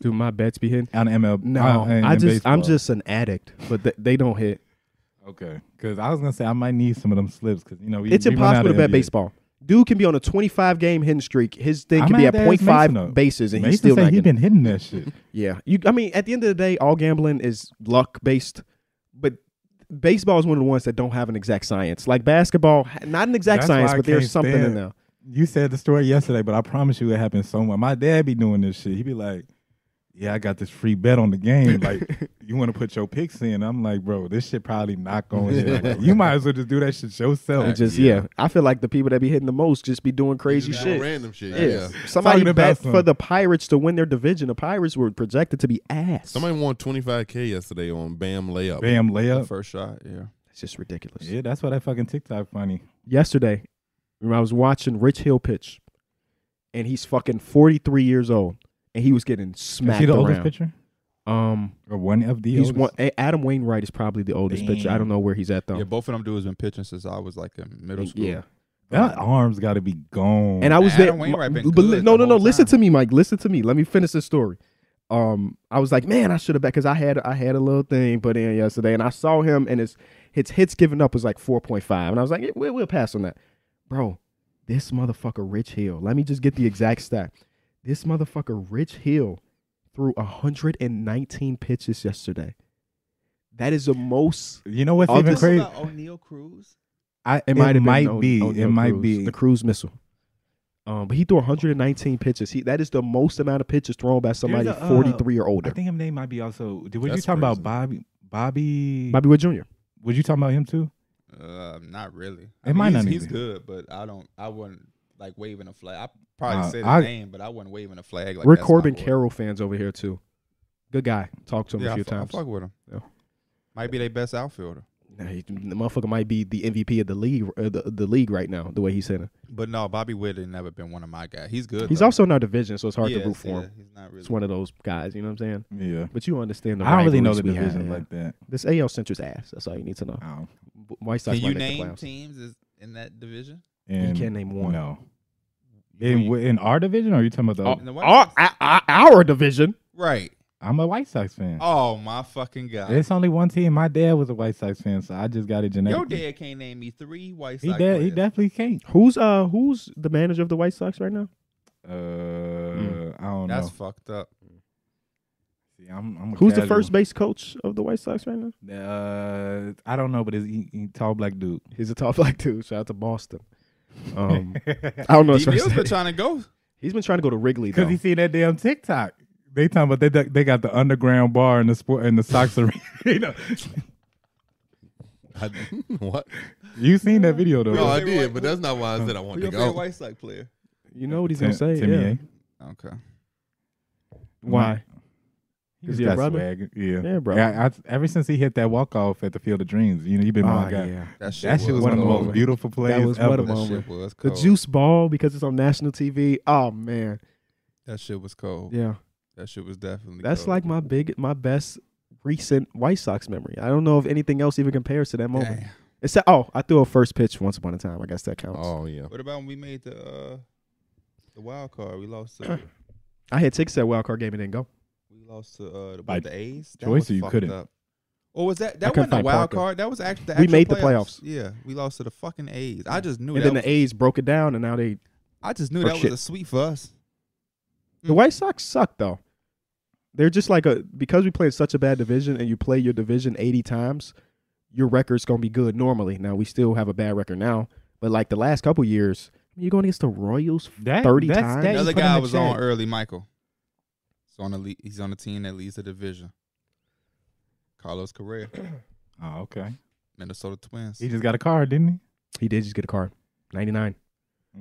do my bets be hitting? on ML? No, on- in I just I'm baseball? just an addict, but th- they don't hit. okay. Because I was gonna say I might need some of them slips because you know we, It's we run out impossible to of bet NBA. baseball. Dude can be on a 25 game hitting streak. His thing I'm can be gonna at have to ask Mason 0.5 up. bases, and Mason he's still say not he getting. been hitting that shit. Yeah, you. I mean, at the end of the day, all gambling is luck based, but baseball is one of the ones that don't have an exact science. Like basketball, ha- not an exact That's science, why I but there's can't something in stand- there. You said the story yesterday, but I promise you it happened somewhere. My dad be doing this shit. He be like, "Yeah, I got this free bet on the game. Like, you want to put your picks in?" I'm like, "Bro, this shit probably not going. hit. Like, you might as well just do that shit yourself." It just yeah. I feel like the people that be hitting the most just be doing crazy Just shit. Random shit. Yeah. yeah. Somebody Talking about bet some- for the Pirates to win their division. The Pirates were projected to be ass. Somebody won 25K yesterday on Bam Layup. Bam layup. First shot, yeah. it's just ridiculous. Yeah, that's why that fucking TikTok funny. yesterday when I was watching Rich Hill pitch, and he's fucking forty three years old, and he was getting Is smacked he the oldest around. pitcher Um, or one of the he's oldest? one. A- Adam Wainwright is probably the oldest pitcher. I Damn. don't know where he's at though. Yeah, both of them dudes been pitching since I was like in middle school. Yeah. That arm's got to be gone. and I was Adam there. Wainwright m- been but li- good no, the no, no. whole Listen time. to me, Mike. Listen to me. Let me finish this story. Um, I was like, man, I should have bet because I had I had a little thing put in yesterday, and I saw him and his his hits given up was like four point five, and I was like, yeah, we'll, we'll pass on that, bro. This motherfucker Rich Hill. Let me just get the exact stat. This motherfucker Rich Hill threw hundred and nineteen pitches yesterday. That is the most. you know what's All even this- crazy? O'Neill Cruz. I, It might, have been might O- be. O'Neal it might Cruz, be. the cruise missile. Um, but he threw 119 pitches. He that is the most amount of pitches thrown by somebody There's a, uh, 43 or older. I think his name might be also. Did, were you That's talking crazy. about Bobby? Bobby? Bobby Wood Jr. Were you talking about him too? Uh, not really. It might he's, not He's even. good, but I don't. I wouldn't like waving a flag. I probably Uh, say the I- name, but I wasn't waving a flag. Like We're that's my Corbin boy. Carroll fans over here too. Good guy. Talked to him Yeah, a I few fu- I times. fuck with him. Yeah. Might be their best outfielder. Nah, he- the motherfucker might be the MVP of the league, uh, the, the league right now. The way he's hitting. But no, Bobby Witt ain't never been one of my guys. He's good. He's though. also in our division, so it's hard Yes, to root for yeah, him. He's not It's really. one of those guys. You know what I'm saying? Yeah. But you understand the. I don't really know the rivalries we have. division like that. This AL Central's ass. That's all you need to know. Oh. White Sox Can might you make the name playoffs. teams is- in that division? You And can't name one. No. In, wh- in our division, or are you talking about the? Oh, In the White our, Sox? our- our- our division. Right. I'm a White Sox fan. Oh my fucking god. It's only one team. My dad was a White Sox fan, so I just got it Your genetically. dad can't name me three White He Sox did. He players. definitely can't. Who's uh who's the manager of the White Sox right now? Uh, I Oh, don't That's know. fucked up. See, I'm, I'm a Who's the casual. first base coach of the White Sox right now? Uh, I don't know, but it's he, he tall black dude. He's a top black dude. Shout out to Boston. Um, I don't know. His D Mills first been name. trying to go. He's been trying to go to Wrigley though. Because he seen that damn TikTok. They talking about they they got the underground bar in the sport in the Sox arena. I- what? you seen that video though? No, Oh, I Who- did, but that's not why I said I Who wanted your to favorite go. White Sox player? you know what he's Tim- gonna say? Timmy yeah. A. Okay. Why? He Is just he a got brother? swag. Yeah, Yeah, bro. Yeah, I, ever since he hit that walk off at the Field of Dreams, you know, you been my Ah, guy. yeah. That Oh, That shit What was one of a the most moment. beautiful plays was ever. what a That shit moment. was The cold. juice ball because it's on national TV. Oh man, That shit was cold. yeah. That shit was definitely. That's cold. like my big, my best recent White Sox memory. I don't know if anything else even compares to that moment. Damn. Except, oh, I threw a first pitch once upon a time. I guess that counts. Oh yeah. What about when we made the uh, the wild card? We lost. To, I had tickets at wild card game and didn't go. We lost to uh, the, By what, the A's. That choice was or you fucked couldn't? Up. Or was that I that couldn't wasn't a find wild Parker. card? That was actually the We actual made the playoffs. Yeah, we lost to the fucking A's. I just knew And that. then the was- A's broke it down, and now they I just knew or that shit. was a sweep for us. The Mm. White Sox suck though. They're just like a because we play in such a bad division and you play your division 80 times, your record's going to be good normally. Now we still have a bad record now, but like the last couple years, you're going against the Royals. That, 30 that's, times? That you Another put him guy in was check. on early, Michael. He's on the le- he's on the team that leads the division. Carlos Correa, Oh, okay. Minnesota Twins. He just got a card, didn't he? He did just get a card. 99.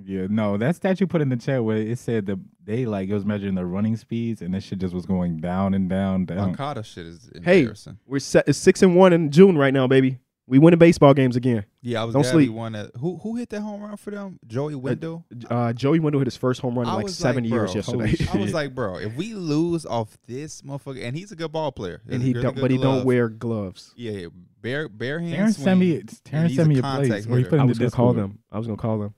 Yeah, no, that statue put in the chat where it said the they like it was measuring the running speeds and this shit just was going down and down, down. Moncada shit is Hey. embarrassing. We're set, it's 6 and 1 in June right now, baby. We winning baseball games again. Yeah, I was Don't glad we sleep. won that. Who who hit that home run for them? Joey Window. Uh, Joey Wendell hit his first home run in I like was 7 like, years bro, yesterday. holy I was Shit. like, bro, if we lose off this motherfucker, and he's a good ball player, and a he really don't good but he glove. don't wear gloves. Yeah, yeah, bare bare hands. Terrence sent me Terrence he's sent a me a contact place where you hitter. put I in the was going to call Discord. them. I was going to call them.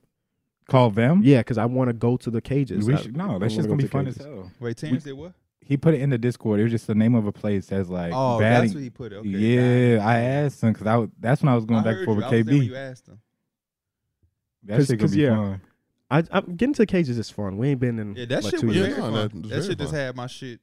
Call them? Yeah, cuz I want to go to the cages. We I- should, I no, wanna that's just go gonna be to fun cages. as hell. Wait, Terrence did what? He put it in the Discord. It was just the name of a place that's like Oh, batting. that's what he put. Okay, yeah, I asked him because I was- that's when I was going back heard forth with you. I was there when KB. You asked him. That 'Cause- shit gonna 'cause, be yeah. fun. I, I'm getting to the cages is fun. We ain't been in Yeah, that like shit two was Yeah, years. no, very fun. that was That, very shit just fun. had my shit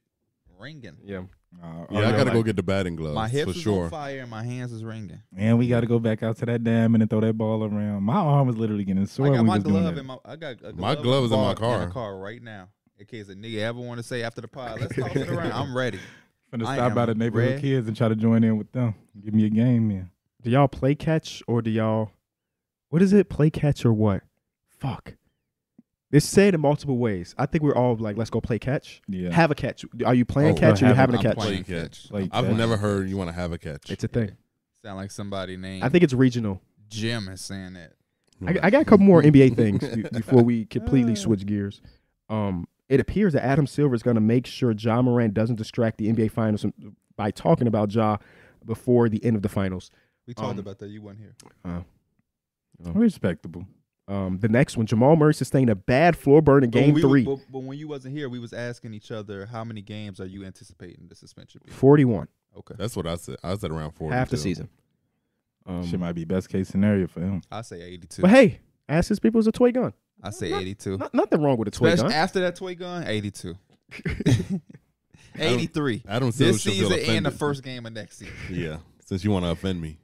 ringing. Yeah, Uh, Yeah, oh, I gotta like- go get the batting gloves my hips for was sure. on fire and my hands was ringing. And we got to go back out to that dam and then throw that ball around. My arm was literally getting sore. I got when we my was doing glove that. in my. I got a glove My glove is in and my ball car. car right now. In case a nigga ever want to say after the pod, let's toss it around. I'm ready. Finna I stop by am the neighborhood red. kids and try to join in with them. Give me a game, man. Do y'all play catch or do y'all what is it? Play catch or what? Fuck. It's said in multiple ways. I think we're all like, let's go play catch. Yeah. Have a catch. Are you playing Oh, catch or I you have having it. a I'm catch? playing Play catch. Like I've that. never heard you want to have a catch. It's a thing. Sound like somebody named I think it's regional. Jim is saying that. I, I got a couple more NBA things be- before we completely switch gears. Um, it appears that Adam Silver is going to make sure Ja Morant doesn't distract the NBA Finals from- by talking about Ja before the end of the finals. We talked Um, about that. You weren't here. Respectable. Um, the next one, Jamal Murray sustained a bad floor burn in But when Game Oh, we Three, Were, but, but when you wasn't here, we was asking each other how many games are you anticipating the suspension be? forty-one, Okay, That's what I said. I said around four. half the season. Um, Shit might be best case scenario for him. I say eighty-two. But hey, ask his people is a toy gun. I say eighty-two. Not, nothing wrong with a toy Especially gun. after that toy gun, eighty-two. Eighty-three. I don't see This season and the first game of next season. Yeah, since you want to offend me.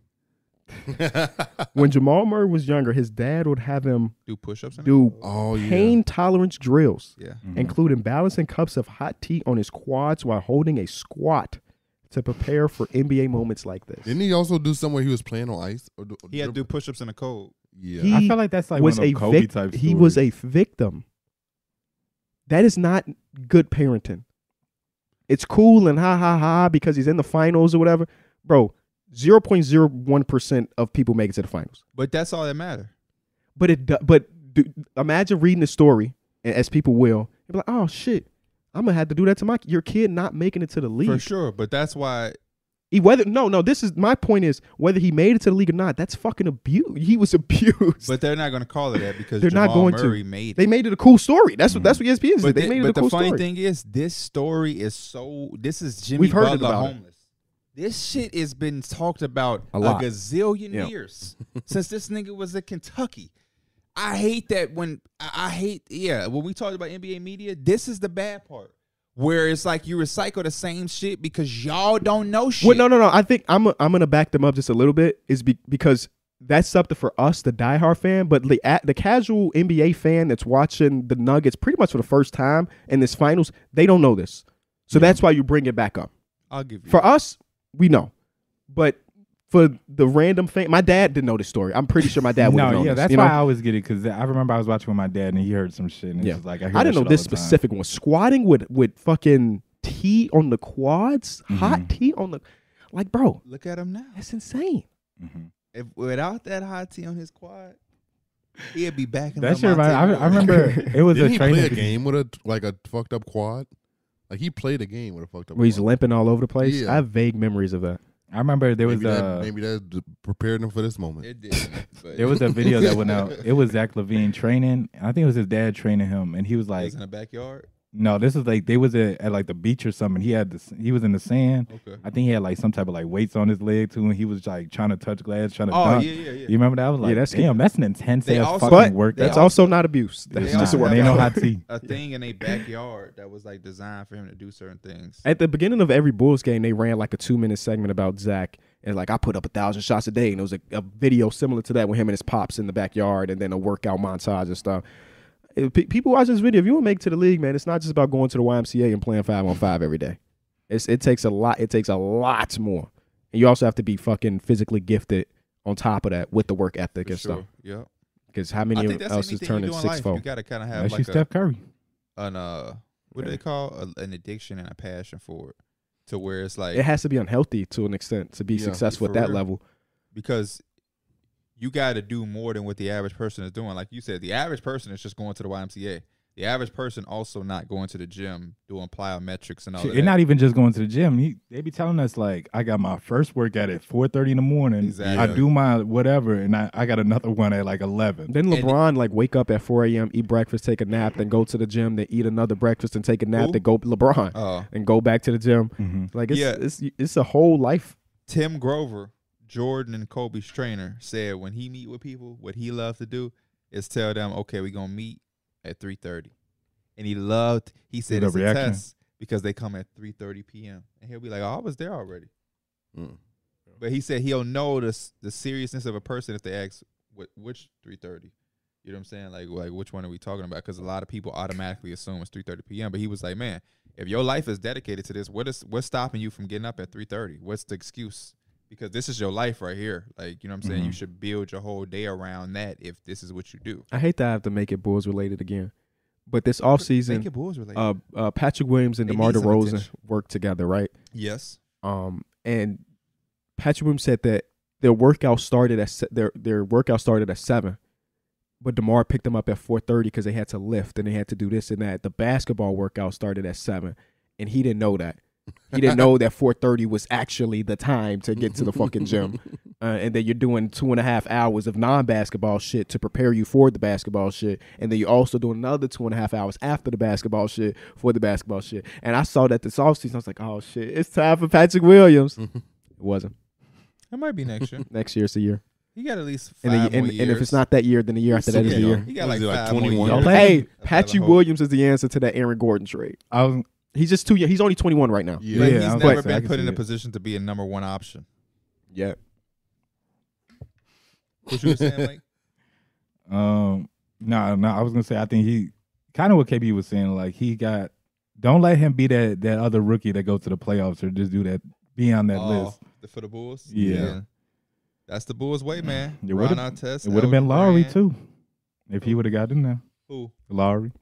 When Jamal Murray was younger, his dad would have him Do push-ups. and do oh yeah. pain tolerance drills, Yeah. Mm-hmm. including balancing cups of hot tea on his quads while holding a squat to prepare for NBA moments like this. Didn't he also do somewhere he was playing on ice? Or do, He had to do push-ups in the cold. Yeah. He I feel like that's like was one of a Kobe vic- type. he was stories. a victim. That is not good parenting. It's cool and ha ha ha because he's in the finals or whatever. Bro, 0.01% of people make it to the finals. But that's all that matter. But it do- but do, imagine reading the story and as people will, and be like, oh shit, I'm gonna have to do that to my your kid not making it to the league. For sure. But that's why He- whether no no this is my point is whether he made it to the league or not, that's fucking abuse. He was abused. but they're not gonna call it that because They're not Jamal going to. Murray made it. they made it a cool story. That's what E that's what ESPN said. Mm. But, They the- made it but a cool the funny story. thing is, this story is so. This is Jimmy We've heard it Butler about it. homeless. This shit has been talked about A a, lot. gazillion Yeah. years since this nigga was in Kentucky. I hate that when I, I hate yeah when we talked about NBA media. This is the bad part where it's like you recycle the same shit because y'all don't know shit. Well, no no no. I think I'm I'm gonna back them up just a little bit is be, because that's something for us, the diehard fan, but the a- the casual NBA fan that's watching the Nuggets pretty much for the first time in this finals, they don't know this. So that's why you bring it back up. I'll give you. For us, we know, but for the random fan, my dad didn't know this story. I'm pretty sure my dad would no, have known yeah, this, that's you why know? I always get it because I remember I was watching with my dad and he heard some shit and it's Yeah. just like I, hear I, didn't know shit this all the time. specific one. Squatting with with fucking tea on the quads, Mm-hmm. hot tea on the, like, bro, Look at him now. that's insane. Mm-hmm. If, without that hot tea on his quad, he'd be back in That shit. Lamonte Remind, I, Moore. I remember it was Didn't a he training play a game with a like a fucked up quad? Like he played a game with a fucked up. Where he's quad. limping all over the place. Yeah. I have vague memories of that. I remember there was maybe uh, that, a maybe that d- prepared him for this moment. It did. but there was a video that went out. It was Zach Levine training. and I think it was his dad training him, and he was it like, was in the backyard. No, this is like they was at, at like the beach or something. He had this. He was in the sand. Okay. I think he had like some type of like weights on his leg too, and he was like trying to touch glass, trying to Oh dunk. yeah, yeah, yeah. You remember that? I was Yeah, like, that's- damn, that's an intense They ass also- fucking But work. That's there. also not abuse. They That's also just a have word. They know how to see. A thing in a backyard that was like designed for him to do certain things. At the beginning of every Bulls game, they ran like a two minute segment about Zach. And like I put up a thousand shots a day, and it was a, a video similar to that with him and his pops in the backyard, and then a workout montage and stuff. If pe- people watch this video. If you want to make it to the league, man, it's not just about going to the YMCA and playing five on five every day. It's it takes a lot. It takes a lot more, and you also have to be fucking physically gifted on top of that with the work ethic For and stuff. sure. Yeah. Because how I many think of that's us anything is you turning do in six life. You fold? gotta kind of have That's you, like a, Steph Curry. an uh, what do Yeah. they call a, an addiction and a passion for it, to where it's like It has to be unhealthy to an extent to be Yeah, successful at for that real. level. because you got to do more than what the average person is doing. Like you said, the average person is just going to the YMCA. The average person also not going to the gym, doing plyometrics and all Shit, of You're that. not even just going to the gym. You, they be telling us like, I got my first workout at 4:30 in the morning. Exactly. I Yeah. do my whatever, and I, I got another one at like 11. Then And- LeBron like wake up at 4 a.m., eat breakfast, take a nap, then go to the gym, then eat another breakfast and take a nap, Who? then go LeBron uh, and go back to the gym. Mhm. Like it's Yeah. it's it's a whole life. Tim Grover, Jordan and Kobe's trainer, said when he meet with people, what he loves to do is tell them, "Okay, we're gonna meet at 3.30. and he loved. He said The it's a reaction. test because they come at 3:30 p.m. and he'll be like, oh, "I was there already." Mm. But he said he'll know the s- the seriousness of a person if they ask wh- which three thirty. You know what I'm saying? Like like which one are we talking about? Because a lot of people automatically assume it's three thirty p.m. But he was like, man, if your life is dedicated to this, what is what's stopping you from getting up at three thirty? What's the excuse? Because this is your life right here. Like you know what I'm saying? Mm-hmm. You Mhm. should build your whole day around that if this is what you do. I hate that I have to make it Bulls related again. But this Make offseason, it Bulls related. uh, uh Patrick Williams and They DeMar need some DeRozan attention. worked together, right? yes. Um and Patrick Williams said that their workout started at se- their their workout started at 7. But DeMar picked them up at 4:30 cuz they had to lift and they had to do this and that. The basketball workout started at 7 and he didn't know that. He didn't know that 4:30 was actually the time to get to the fucking gym, uh, and then you're doing two and a half hours of non-basketball shit to prepare you for the basketball shit, and then you're also doing another two and a half hours after the basketball shit for the basketball shit. And I saw that this offseason, I was like, oh shit, it's time for Patrick Williams. Mm-hmm. it wasn't. That might be next year. Next year it's a year, You got at least five and then you, more and, years. and if it's not that year, then the year after that is Yeah, the no. year. You got What like, is it, like five more 21? years. Y'all Hey, That's Patrick not a hope. Williams is the answer to that Aaron Gordon trade. I was He's just two years. He's only 21 right now. Yeah. Yeah, But he's I was never about to say, I been can put see in a it. position to be a number one option. Yeah. What you were saying, Mike? Um, no, no, I was gonna say I think he kind of what KB was saying. Like he got, don't let him be that that other rookie that goes to the playoffs or just do that. Be on that Oh, list. the- for the Bulls. Yeah. that's the Bulls' way, man. It Ron would've- Artest. It would have Elton been Lowry Brand. too, if he would have got in there. Who? Lowry,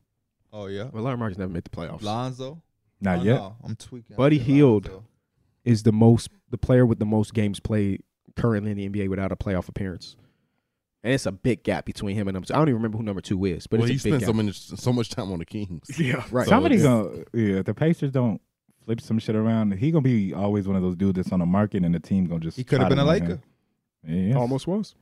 Oh yeah, Well, Larry Marcus never made the playoffs. Lonzo. not Oh, yet. no, I'm tweaking. I Buddy said Hield. Lonzo. is the most the player with the most games played currently in the NBA without a playoff appearance. And it's a big gap between him and him. So I don't even remember who number two is, but well, he it's a big spent gap. so many so much time on the Kings. yeah, right. So Somebody's it's- gonna yeah. if The Pacers don't flip some shit around. He gonna be always one of those dudes that's on the market, and the team gonna just He could have try been a to win Laker. him. Yeah, almost was.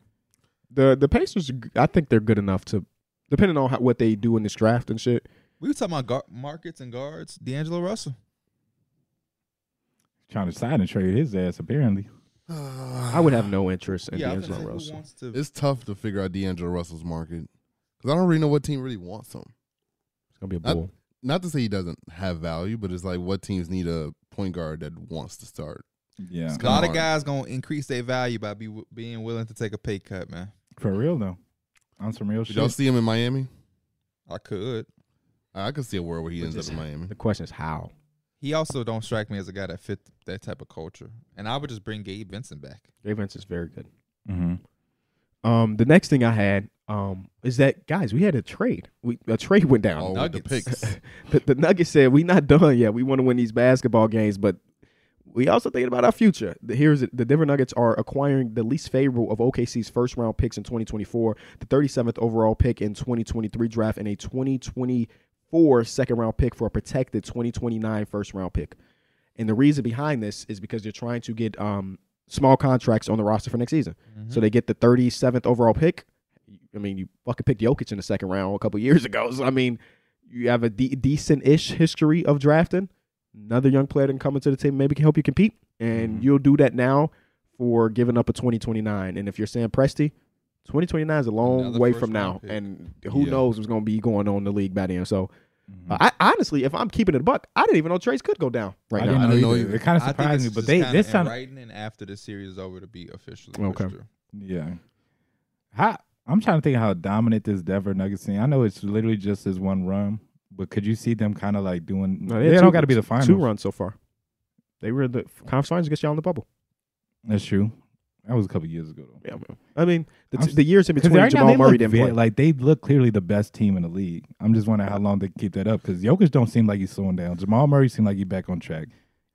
The the Pacers, I think they're good enough to, depending on how, what they do in this draft and shit. We were talking about guard, markets and guards. D'Angelo Russell. trying to sign and trade his ass. Apparently, I would have no interest in yeah, I was D'Angelo gonna say, Russell. Who wants to? It's tough to figure out D'Angelo Russell's market because I don't really know what team really wants him. It's gonna be a I- bull. Not to say he doesn't have value, but it's like what teams need a point guard that wants to start. yeah, a lot Come on. of guys gonna increase their value by be, being willing to take a pay cut, man. for real though. On some real Did y'all shit. see him in Miami? I could. I I could see a world where he But ends up just- in Miami. The question is how. He also don't strike me as a guy that fit that type of culture. And I would just bring Gabe Vincent back. Gabe Vincent's very good. Mm-hmm. Um, the next thing I had um is that guys, we had a trade. We a trade went Oh, down. All with the Nuggets. picks. the, the Nuggets said, "We not done yet. We want to win these basketball games, but we also thinking about our future." The, here's the Denver Nuggets are acquiring the least favorable of OKC's first round picks in 2024, the 37th overall pick in 2023 draft, and a 2024 second round pick for a protected 2029 first round pick. And the reason behind this is because they're trying to get um, small contracts on the roster for next season. Mm-hmm. So they get the 37th overall pick. I mean, you fucking picked Jokic in the second round a couple years ago. So I mean, you have a de- decent-ish history of drafting, another young player that can come into the team maybe can help you compete, and Mm-hmm. Mhm. you'll do that now for giving up a 2029. And if you're saying Presti, 2029 is a long Another way first from now, round pick. and who Yeah. Mm-hmm. knows what's going to be going on in the league by then. So, uh, I honestly, if I'm keeping it a buck, I didn't even know Trace could go down right I now. didn't know, I didn't know either. either. It kind of I think surprised me, it's but just they kinda this in time, writing and after the series is over to be officially Okay. pushed through. yeah. How I'm trying to think how dominant this Denver Nuggets team. I know it's literally just this one run, but could you see them kind of like doing? No, they had two- don't got to be the finals. Two runs so far. They were in the conference finals against y'all in the bubble. That's true. That was a couple years ago. though. Yeah, man. I mean, the, I'm t- the years in Because between right now Jamal they Murray look didn't ve- play. like they look clearly the best team in the league. I'm just wondering how long they can keep that up because Jokic don't seem like he's slowing down. Jamal Murray seems like he's back on track.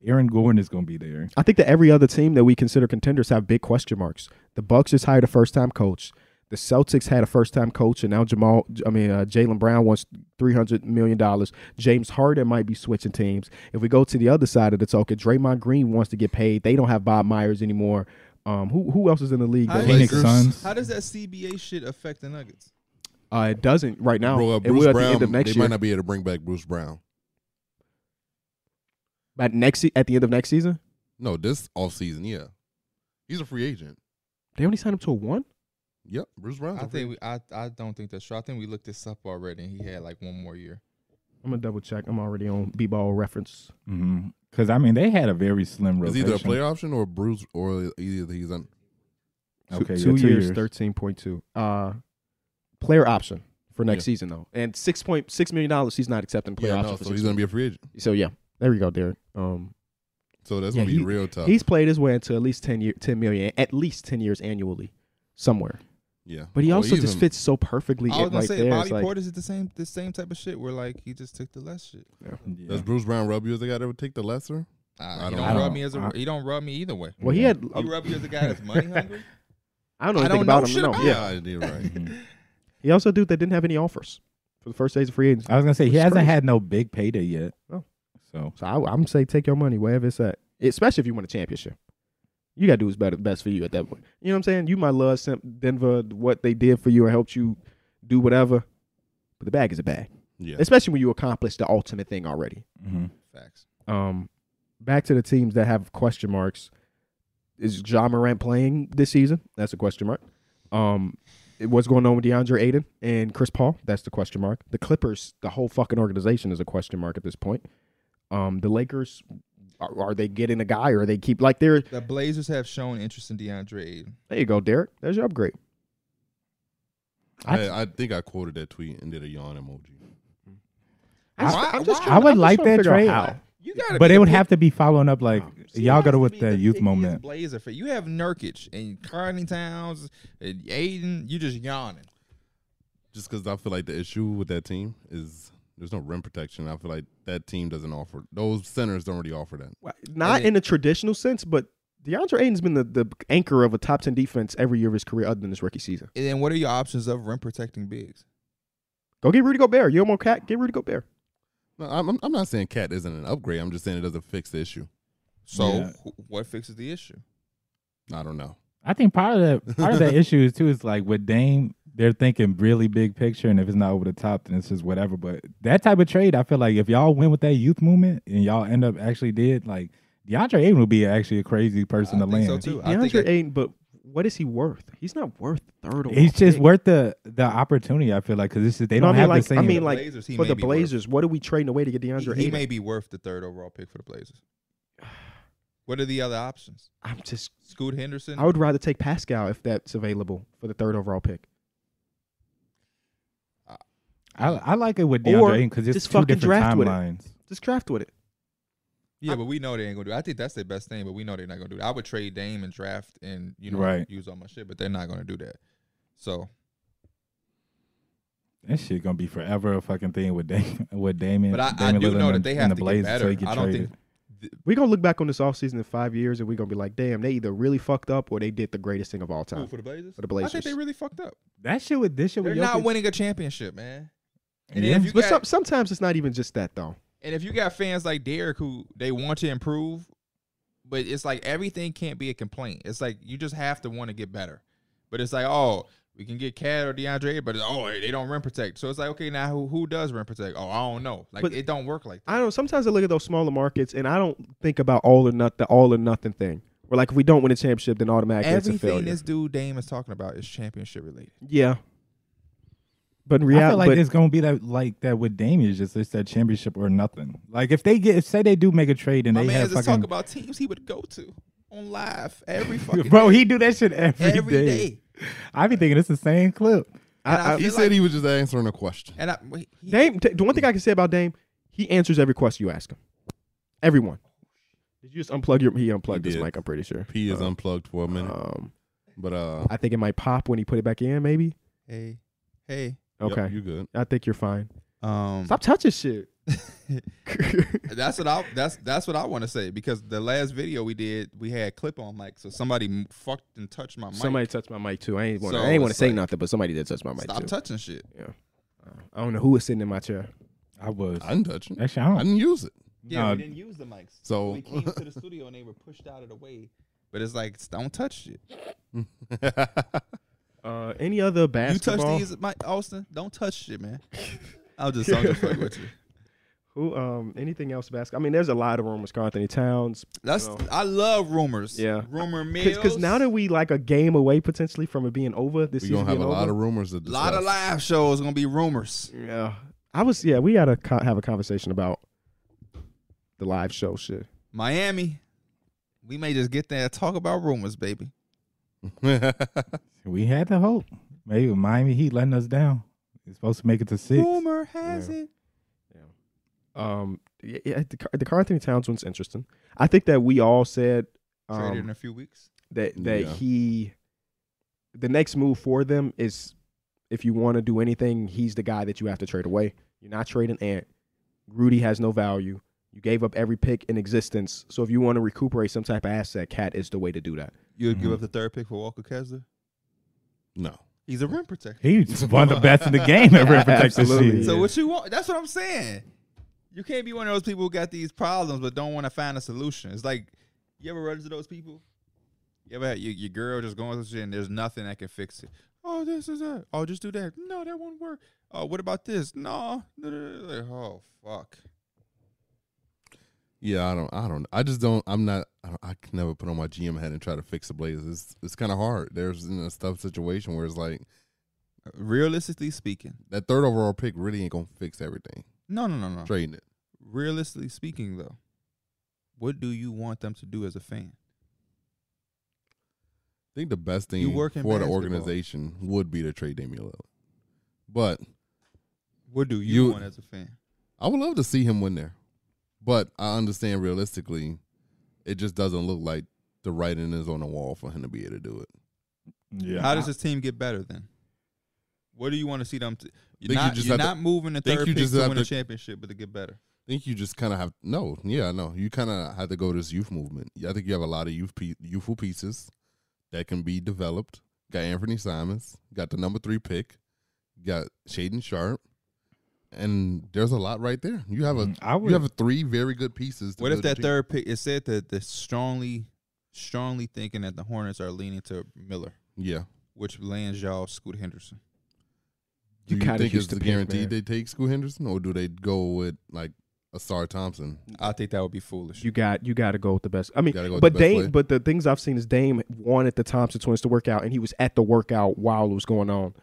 Aaron Gordon is going to be there. I think that every other team that we consider contenders have big question marks. The Bucks just hired a first time coach. The Celtics had a first time coach, and now Jamal, I mean, uh, Jalen Brown wants $300 million. James Harden might be switching teams. If we go to the other side of the token, Draymond Green wants to get paid. They don't have Bob Myers anymore. Um, who, who else is in the league? How that- does- Phoenix Suns. How does that CBA shit affect the Nuggets? Uh, it doesn't right now. Bro, uh, it will Bruce at the end of Brown. next They year. might not be able to bring back Bruce Brown. But next se- at the end of next season, No, this offseason, yeah. He's a free agent. they only signed him to a one. Yep, Bruce Brown. I think we, I I don't think that's true. I think we looked this up already. and He had like one more year. I'm gonna double check. I'm already on b-ball reference. Because Mm-hmm. I mean, they had a very slim it's rotation. either a player option or Bruce, or either he's on. Two- Okay, yeah, two, two years, years. thirteen point two. Uh, player option for next season though, and six point six million dollars. He's not accepting player Yeah, option. no, for so six he's gonna be a free agent. million. so yeah, there you go, Derek. Um, So that's Yeah, gonna be he- real tough. he's played his way into at least ten year, ten million, at least ten years annually, somewhere. Yeah, But he Well, also Oh, he's just in- fits so perfectly. I was in gonna right say there. Bobby It's like, Portis is the same the same type of shit where like he just took the less shit. Yeah. Does Bruce Brown rub you as the guy that would take the lesser? I, I he don't don't know. rub me as a I- he don't rub me either way. well, he had. He rub you as a guy that's money hungry. Um, I don't know I anything don't about know him. shit no. about yeah, yeah, I did right. Mhm. he also a dude that didn't have any offers for the first days of free agency. I was gonna say he Which is hasn't crazy. had no big payday yet. No. So So I, I'm say take your money wherever it's at, especially if you win a championship. You gotta do what's better, best for you at that point. You know what I'm saying? You might love Sim- Denver, what they did for you and helped you do whatever, but the bag is a bag, Yeah, especially when you accomplish the ultimate thing already. mhm. Facts. Um, back to the teams that have question marks. Is John Morant playing this season? That's a question mark. Um, it- what's going on with DeAndre Aiden and Chris Paul? That's the question mark. The Clippers, the whole fucking organization is a question mark at this point. Um, the Lakers, are, are they getting a guy or they keep like they're The Blazers have shown interest in DeAndre Aiden. there you go, Derek. There's your upgrade. I- I, I think I quoted that tweet and did a yawn emoji. I'm Why- just- I'm just why- trying- I would I'm just like trying to that figure out trade. how. You gotta but be it the would pick- have to be Oh, following up like See, y'all has got to to with be the youth pickiest moment. Blazer for you have Nurkic and Carney Towns and Aiden. You just yawning. Just because I feel like the issue with that team is there's no rim protection. I feel like that team doesn't offer those centers don't really offer that. Well, Not And it- in a traditional sense, but DeAndre Ayton's been the, the anchor of a top 10 defense every year of his career, other than his rookie season. And then what are your options of rim protecting bigs? Go get Rudy Gobert. You don't want cat? Get Rudy Gobert. No, I'm I'm- I'm not saying Cat isn't an upgrade. I'm just saying it doesn't fix the issue. So Yeah. wh- what fixes the issue? I don't know. I think part of that part of that issue is too is like with Dame, they're thinking really big picture, and if it's not over the top, then it's just whatever. But that type of trade, I feel like if y'all went with that youth movement and y'all end up actually did like DeAndre Ayton would be actually a crazy person I to think land. so too. I think DeAndre it- Ayton, but what is he worth? He's not worth third. overall He's just pick. worth the the opportunity. I feel like because this is they No, don't I mean, have like- the same. I mean, like Blazers, he for may the be worth- Blazers. What are we trading away to get DeAndre he, he Ayton? may be worth the third overall pick for the Blazers. What are the other options? I'm just. Scoot Henderson. I would rather take Pascal if that's available for the third overall pick, I, I like it with Or DeAndre Ayton because it's just two fucking different draft with it. timelines. just draft with it. yeah, but we know they ain't gonna do. It. I think that's their best thing, but we know they're not gonna do it. I would trade Dame and draft and you know Right. use all my shit, but they're not gonna do that. So That shit gonna be forever a fucking thing with Dame with Damon. But I- I Damon do Lillard know and that they and have the to get Blazers till better. he get I don't think- traded. We're gonna look back on this offseason in five years, and we're gonna be like, "Damn, they either really fucked up or they did the greatest thing of all Who, time." for the Blazers, For the I think Blazers. they really fucked up. that shit with this shit They're with not Jokic- winning a championship, man. And Yeah. if you But got, some, sometimes it's not even just that, though. and if you got fans like Derek who they want to improve, but it's like everything can't be a complaint. It's like you just have to want to get better. But it's like, oh, We can get Cat or DeAndre, but oh, they don't rim protect. So it's like, okay, now who, who does rim protect? Oh, I don't know. Like But- it don't work like that. I don't. Sometimes I look at those smaller markets and I don't think about all or not the all or nothing thing. Or like if we don't win a championship, then automatically it's a Everything failure. this dude Dame is talking about is championship related. yeah. But in I feel reality, like but it's gonna be that like that with Damian. It's just it's that championship or nothing. Like if they get, if, say they do make a trade and My they man have just talk fucking about teams he would go to on live every fucking bro, day. he do that shit every day. I be thinking it's the same clip. I- And I, I- He feel said like- he was just answering a question. and I, he- Dame, t- the one thing I can say about Dame, he answers every question you ask him. Everyone. Did you just unplug your? He unplugged He his did. mic. I'm pretty sure. P is Uh, unplugged for a minute, Um, but uh, oh. I think it might pop when he put it back in. Maybe. hey, hey, yep, Okay. you good? I think you're fine. um, Stop touching shit. that's what I that's that's what I want to say because the last video we did we had clip on mic so somebody m- fucked and touched my mic. somebody touched my mic too. I ain't want. to So I ain't want to it's say like- nothing, but somebody did touch my mic stop too. touching shit. I don't know who was sitting in my chair. I was I didn't touch it. actually I I don't. didn't use it. Yeah, Nah. we didn't use the mics. So- we came to the studio and they were pushed out of the way. But it's like don't touch shit. Uh, any other You basketball? touch these, Mike Austin. Don't touch shit, man. I'll just I'm just fuck with you. Who? Um, anything else basketball? I mean, there's a lot of rumors. Carl Anthony Towns. That's No. I love rumors. Yeah. rumor mills. Because now that we like a game away potentially from it being over, this We're season gonna have a being lot over. of rumors. To a lot of discuss. live shows gonna be rumors. yeah, I was. Yeah, we gotta co- have a conversation about the live show shit. Miami, we may just get there and talk about rumors, baby. We had the hope. Maybe Miami Heat letting us down. It's supposed to make it to six. Rumor has Yeah. it. Um, yeah, yeah, the, Car- the Carl Anthony Towns one's interesting. I think that we all said Traded um, in a few weeks. that that Yeah. he the next move for them is if you want to do anything, he's the guy that you have to trade away. You're not trading Ant. Rudy has no value. You gave up every pick in existence. So if you want to recuperate some type of asset, Cat is the way to do that. You would give mm-hmm. Mhm. up the third pick for Walker Kessler. no. He's a rim protector. He's one of the best in the game at rim protection. Absolutely. shit. So Yeah. what you want? That's what I'm saying. You can't be one of those people who got these problems but don't want to find a solution. It's like you ever run into those people. You ever had your, your girl just going through shit and there's nothing that can fix it. Oh, this is that. Oh, just do that. No, that won't work. Oh, what about this? No. no, no, no, no. Oh, fuck. Yeah, I don't. I don't. I just don't. I'm not. I, don't, I can never put on my GM hat and try to fix the Blazers. It's it's kind of hard. There's in a tough situation where it's like Realistically speaking, that third overall pick really ain't gonna fix everything. no, no, no, no. Trading it. Realistically speaking, though, what do you want them to do as a fan? I think the best thing You work in for the basketball. organization would be to trade Damian Lillard, but What do you, You- want as a fan? I would love to see him win there. But I understand realistically, it just doesn't look like the writing is on the wall for him to be able to do it. Yeah. How does this team get better then? What do you want to see them? To, you're Think you not, just you are have not moving the think third you pick just to have win a to- championship, but to get better. I think you just kind of have no, yeah, I know. You kind of have to go to this youth movement. I think you have a lot of youth pe- youthful pieces that can be developed. Got Anthony Simons, got the number three pick, got Shaden Sharp, and there's a lot right there. You have a Mm-hmm. I Mm-hmm. would. you have three very good pieces. to What if build your that team. third pick? It said that the strongly, strongly thinking that the Hornets are leaning to Miller, Yeah, which lands y'all Scoot Henderson. do You you, kinda think used it's to pick, guaranteed man. they take School Henderson, or do they go with like a Star Thompson? I think that would be foolish. You got you got to go with the best. I mean, Gotta go with but the best Dame. player. But the things I've seen is Dame wanted the Thompson twins to work out, and he was at the workout while it was going on.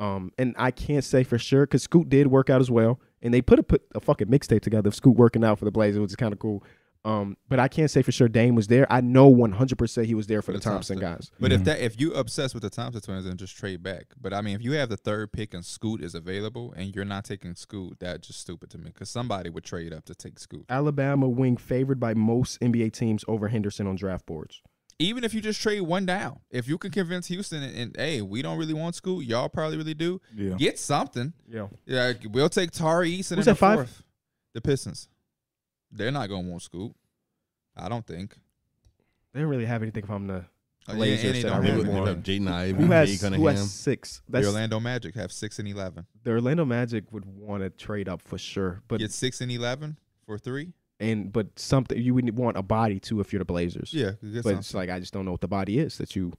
Um, and I can't say for sure because Scoot did work out as well, and they put a put a fucking mixtape together of Scoot working out for the Blazers, which is kind of cool. Um, but I can't say for sure Dame was there. I know one hundred percent he was there for the, The Thompson, Thompson. guys. but if that if you obsessed with the Thompson twins and just trade back, but I mean if you have the third pick and Scoot is available and you're not taking Scoot, that's just stupid to me because somebody would trade up to take Scoot. Alabama wing favored by most NBA teams over Henderson on draft boards. even if you just trade one down, if you can convince Houston and, and, hey, we don't really want school, y'all probably really do. Yeah. Get something. Yeah, Yeah, we'll take Tari Eason Who's in the at five? fourth. The Pistons. They're not gonna want Scoop. I don't think. they don't really have anything from the Uh, Blazers and they that I don't They really have would want. end anything. up Jaden Ivey, who Kay has who Cunningham. has six. The That's Orlando Magic have six and eleven. the Orlando Magic would want to trade up for sure, but Get six and eleven for three. and but something you would want a body too if you're the Blazers. Yeah, get but something. it's like I just don't know what the body is that you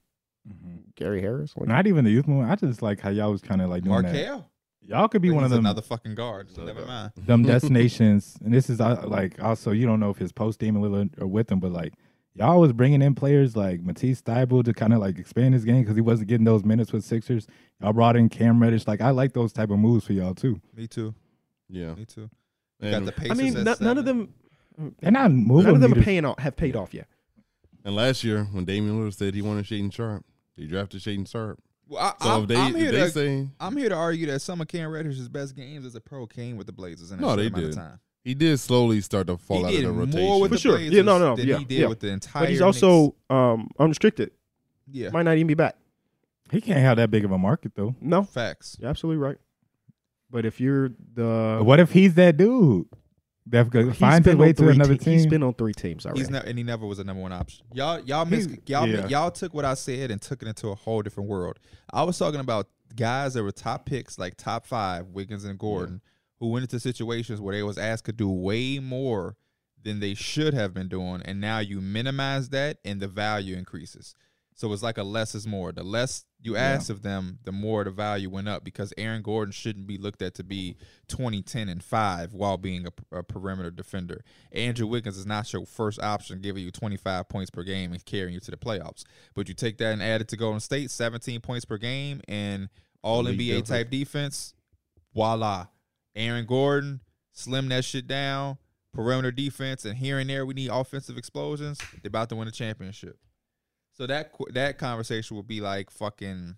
Mhm. Gary Harris. Like, Not even the youth movement. I just like how y'all was kind of like doing that. Markel. Y'all could be He's one of them another fucking guard. So never mind. them destinations. And this is uh, like also you don't know if his post team will- are with him, but like y'all was bringing in players like Matisse Thybulle to kind of like expand his game because he wasn't getting those minutes with Sixers. Y'all brought in Cam Reddish. Like I like those type of moves for y'all too. Me too. Yeah. Me too. You got And, the I Pacers. mean, at no- none of seven. them, They're not moving. none of them are meters. paying off, have paid off yet. and last year when Damian Lillard said he wanted Shaden Sharp, they drafted Shaden Sharp. Well, I, So I'm, if they, I'm here if they to say I'm here to argue that some of Cam Reddish's best games as a pro came with the Blazers in a No, short they amount did. of time. he did slowly start to fall out he of did the rotation. more with For the sure. Blazers Yeah, no, no, than yeah, he did yeah. with the entire. But he's also um, unrestricted. Knicks. yeah, Might not even be back. He can't have that big of a market though. No, facts. you're absolutely right. But if you're the what if he's that dude? That could He's find his been way on to three another te- He's team. been on three teams already. He's never and he never was a number one option. Y'all y'all mis- He- y'all yeah. y'all took what I said and took it into a whole different world. I was talking about guys that were top picks, like top five, Wiggins and Gordon, who went into situations where they was asked to do way more than they should have been doing, and now you minimize that and the value increases. So it's like a less is more. The less you ask of them, the more the value went up because Aaron Gordon shouldn't be looked at to be 20, 10, and 5 while being a, a perimeter defender. Andrew Wiggins is not your first option, giving you 25 points per game and carrying you to the playoffs. But you take that and add it to Golden State, 17 points per game and all Elite NBA type defense. Voila. Aaron Gordon, slim that shit down, perimeter defense, and here and there we need offensive explosions. They're about to win a championship. So that qu- that conversation would be like fucking,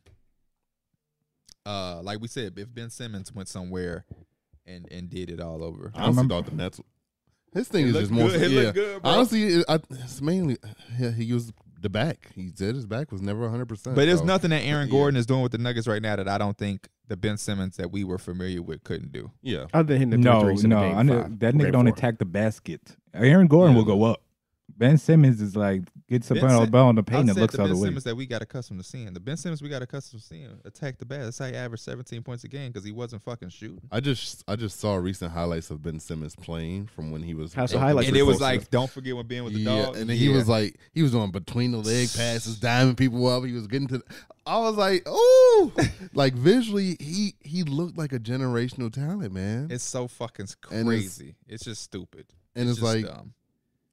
uh, like we said, if Ben Simmons went somewhere and and did it all over. I honestly remember- thought the Nets. His thing It is looked just more. good. It yeah. looked good, bro. Honestly, it, I, it's mainly yeah, he used the back. He said his back was never 100. percent But there's nothing that Aaron yeah. Gordon is doing with the Nuggets right now that I don't think the Ben Simmons that we were familiar with couldn't do. Yeah, Other than hitting the no, three threes in no, the game I know, five, that nigga game don't four. attack the basket. Aaron Gordon Yeah. will go up. Ben Simmons is like gets the Ben ball, Sim- ball on the I paint and said looks the the Ben other way. Simmons that we got accustomed to seeing. The Ben Simmons we got accustomed to seeing attack the basket. That's how he averaged 17 points a game because he wasn't fucking shooting. I just I just saw recent highlights of Ben Simmons playing from when he was. House of up Highlights with and it was Colts. like, don't forget when being with the yeah, dog. and then he was like he was on between the leg passes, diming people up. He was getting to. The, I was like, oh, like visually, he he looked like a generational talent, man. it's so fucking And it's- crazy. It's, just stupid. and it's, just like dumb.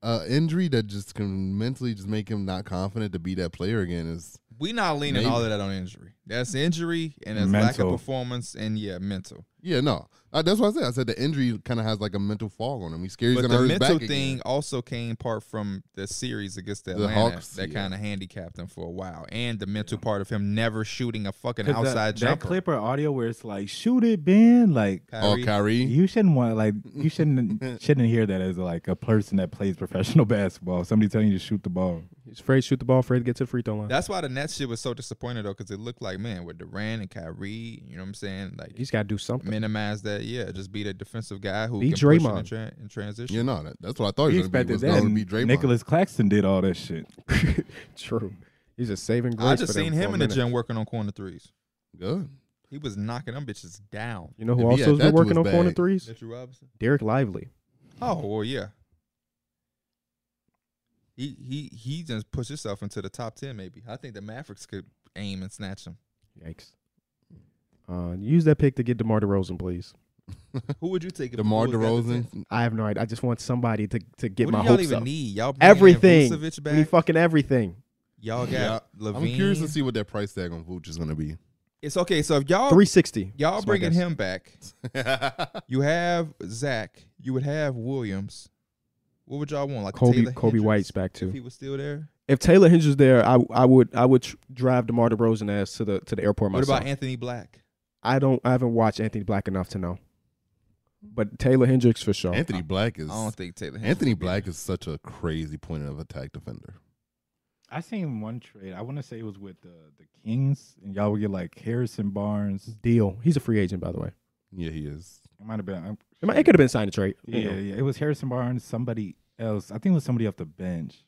uh, injury that just can mentally just make him not confident to be that player again is we not leaning Maybe. all of that on injury. That's injury and that's lack of Mental. performance and yeah, mental. yeah no Uh, that's what I said I said the injury kind of has like a mental fall on him he's scared he's but gonna the hurt his mental back thing again. also also came part from the series against the The Atlanta Hawks, that yeah. kind of handicapped him for a while, and the mental part of him never shooting a fucking 'Cause that- outside that, jumper. Clipper audio where it's like, shoot it, Ben. Like oh Kyrie, Kyrie you shouldn't want like you shouldn't shouldn't hear that as like a person that plays professional basketball. Somebody telling you to shoot the ball. He's afraid to shoot the ball, afraid to get to the free throw line. That's why the Nets shit was so disappointed though, because it looked like man with Durant and Kyrie, you know what I'm saying? Like He's got to do something. minimize that, yeah. Just be the defensive guy who Be can push in the Draymond. tra- in transition. yeah no that, that's what I thought You he was gonna be, expected was that. gonna be and Draymond Nicholas Claxton did all that shit. True. He's a saving grace. I for just them seen for him a in the minute. gym working on corner threes. good He was knocking them bitches down. You know who If he also had has that been to working his on corner bag. threes? Mitchell Robinson. Derek Lively. Oh well, yeah. He he he just pushed himself into the top ten. Maybe I think the Mavericks could aim and snatch him. Yikes. Uh, use that pick to get DeMar DeRozan, please. Who would you take? if DeMar the Bulls got the 10? DeRozan I have no idea. I just want somebody to, to get what my do y'all hopes even up. need? Y'all bringing in everything. Vucevic We need back. fucking everything. y'all got Yeah, Levine. I'm curious to see what that price tag on Vooch is gonna be It's okay. So if y'all 360. y'all That's my bringing guess. him back, you have Zach. You would have Williams. What would y'all want? Like Kobe Taylor Kobe Hendricks, White's back if he too. was still there. If Taylor Hinge is there, I I would I would tr- drive DeMar DeRozan ass to the to the airport What myself. about Anthony Black? I don't I haven't watched Anthony Black enough to know. But Taylor Hendricks for sure. Anthony Black I is don't think Taylor. Hendricks Anthony would be Black is such a crazy point of attack defender I seen one trade. I want to say it was with the the Kings, and y'all would get like Harrison Barnes. Deal. He's a free agent by the way. yeah he is It might have been. I'm, It, might- it could have been signed a trade. you Yeah, know. yeah. It was Harrison Barnes, somebody else. I think it was somebody off the bench.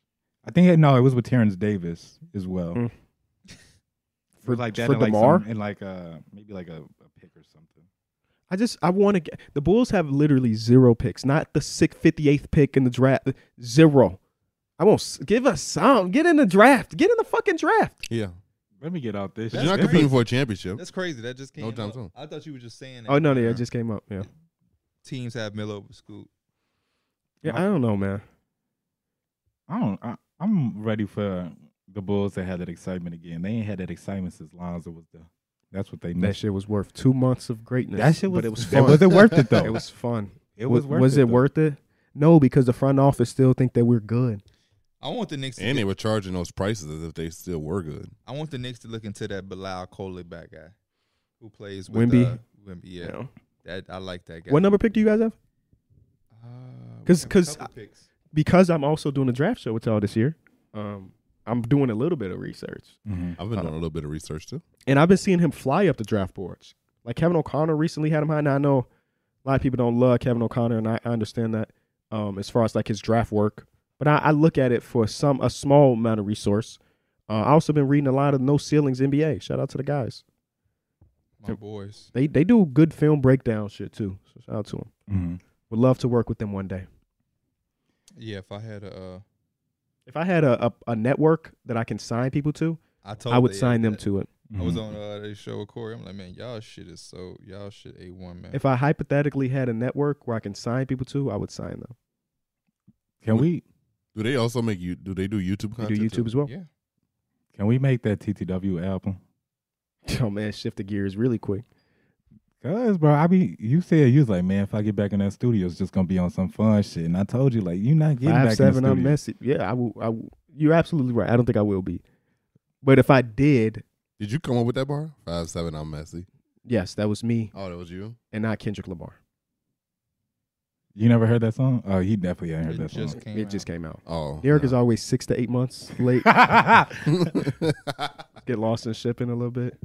I think no, it was with Terrence Davis as well. Mm. For like that for and like DeMar? some- and like uh maybe like a, a pick or something. I just I want to get the Bulls have literally zero picks, not the six- 58th pick in the draft, zero. I won't give us some. Get in the draft. Get in the fucking draft. yeah Let me get out this. You're That's not great. competing for a championship. That's crazy. That just came. No time up. soon. I thought you were just saying. That Oh no, no, yeah, Uh, it just came up. Yeah, teams have Melo over Scoot. yeah. I don't know, man. I don't. I, I'm ready for the Bulls to have that excitement again. They ain't had that excitement since Lonzo was there. That's what they That missed. shit was worth two months of greatness. but it was fun. It wasn't worth it though. It was fun. It was. Wa- worth was it, it though. worth it? No, because the front office still think that we're good. I want the Knicks. To And get- they were charging those prices as if they still were good. I want the Knicks to look into that Bilal Koleback guy, who plays with Wemby? Uh, Wimby, yeah. You know? That I like that guy. What number pick do you guys have? Uh, we 'Cause- have a 'cause couple I- picks. Because I'm also doing a draft show with y'all this year. Um, I'm doing a little bit of research, Mhm. I've been doing a little bit of research too. and I've been seeing him fly up the draft boards. Like Kevin O'Connor recently had him high. Now I know a lot of people don't love Kevin O'Connor, and I I understand that um, as far as like his draft work. But I, I look at it for some a small amount of resource. Uh, I also been reading a lot of No Ceilings NBA. Shout out to the guys. my boys. They they do good film breakdown shit too. So shout out to them. Mhm. Would love to work with them one day. Yeah, if I had a, uh, If I had a, a, a network that I can sign people to, I told I would the- sign them that- to it. I was Mhm. Mm-hmm. on uh, the show with Corey. I'm like, man, y'all shit is so y'all shit a one man. If I hypothetically had a network where I can sign people to, I would sign them. Can we? Do they also make you? Do they do YouTube You content? do YouTube as well. yeah, Can we make that TTW album? Oh man, shift the gears really quick. Cause, bro, I be you said you was like, man, if I get back in that studio, it's just gonna be on some fun shit. And I told you, like, you not getting Five back in seven, the I'm studio. messy. Yeah, I will. I will. You're absolutely right. I don't think I will be, but if I did, Did you come up with that bar? Five seven. I'm messy. yes, that was me Oh, that was you. and not Kendrick Lamar. you never heard that song? Oh, he definitely ain't heard It that song. just came. it just came out. Oh, Derek is always six to eight months late. is. Get lost in shipping a little bit.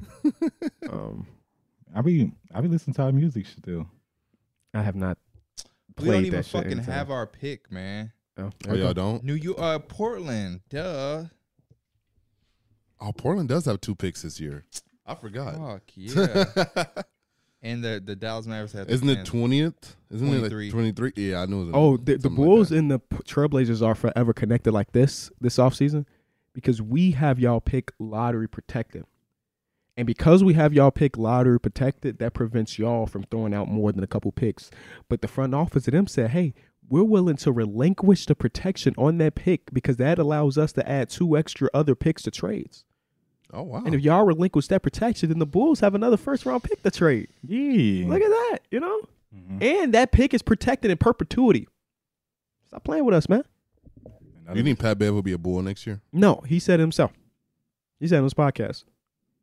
Um, I be I be listening to our music still. I have not We don't played even that shit. fucking anytime. have our pick, man. Oh, oh, there we y'all go. don't. New York, uh, Portland, duh. Oh, Portland does have two picks this year. I forgot. Fuck yeah. and the the Dallas Mavericks had the Isn't it chance. twentieth? Isn't it 23. like twenty three? Yeah, I knew. It was Oh, the, the something like Bulls that. and the P- Trailblazers are forever connected like this this offseason because we have y'all pick lottery protected. And because we have y'all pick lottery protected, that prevents y'all from throwing out more than a couple picks. But the front office of them said, hey, we're willing to relinquish the protection on that pick because that allows us to add two extra other picks to trades. Oh wow. And if y'all relinquish that protection, then the Bulls have another first round pick to trade. Yeah. Look at that, you know? Mhm. And that pick is protected in perpetuity. Stop playing with us, man. Another- you think Pat Bev will be a Bull next year? No, he said it himself. He said it on his podcast.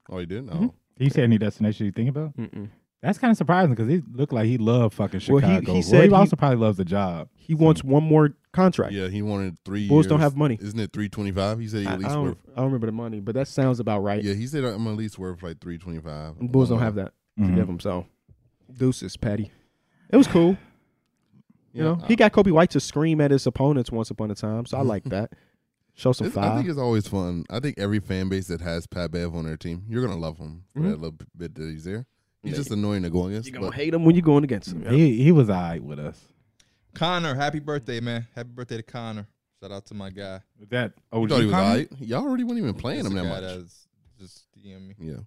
Oh, he did. No. Mhm. he said any destination you think about? Mm-mm. That's kind of surprising because he looked like he loved fucking Well, Chicago. he- he Roy said he- Boston probably loves the job. He wants one more contract. Yeah, he wanted three. Bulls don't years. have money. Isn't it three twenty five? He said he I, I at least don't, worth. I don't remember the money, but that sounds about right. Yeah, he said I'm at least worth like three twenty five. Bulls don't have that. Mm-hmm. Forgive him. So, deuces, Patty. It was cool. You know, he got Kobe White to scream at his opponents once upon a time, so I like that. Show some It's- I fire. think it's always fun. I think every fan base that has Pat Bev on their team, you're gonna love him for Mhm. that little bit that he's there. He's Yeah. just annoying to go against. You're going but to hate him when you're going against him. He he was all right with us. Connor, happy birthday, man. Happy birthday to Connor. Shout out to my guy. That you OG thought he was comment? all right. Y'all already weren't even playing It's him the that guy much. that's Just DM me. yeah.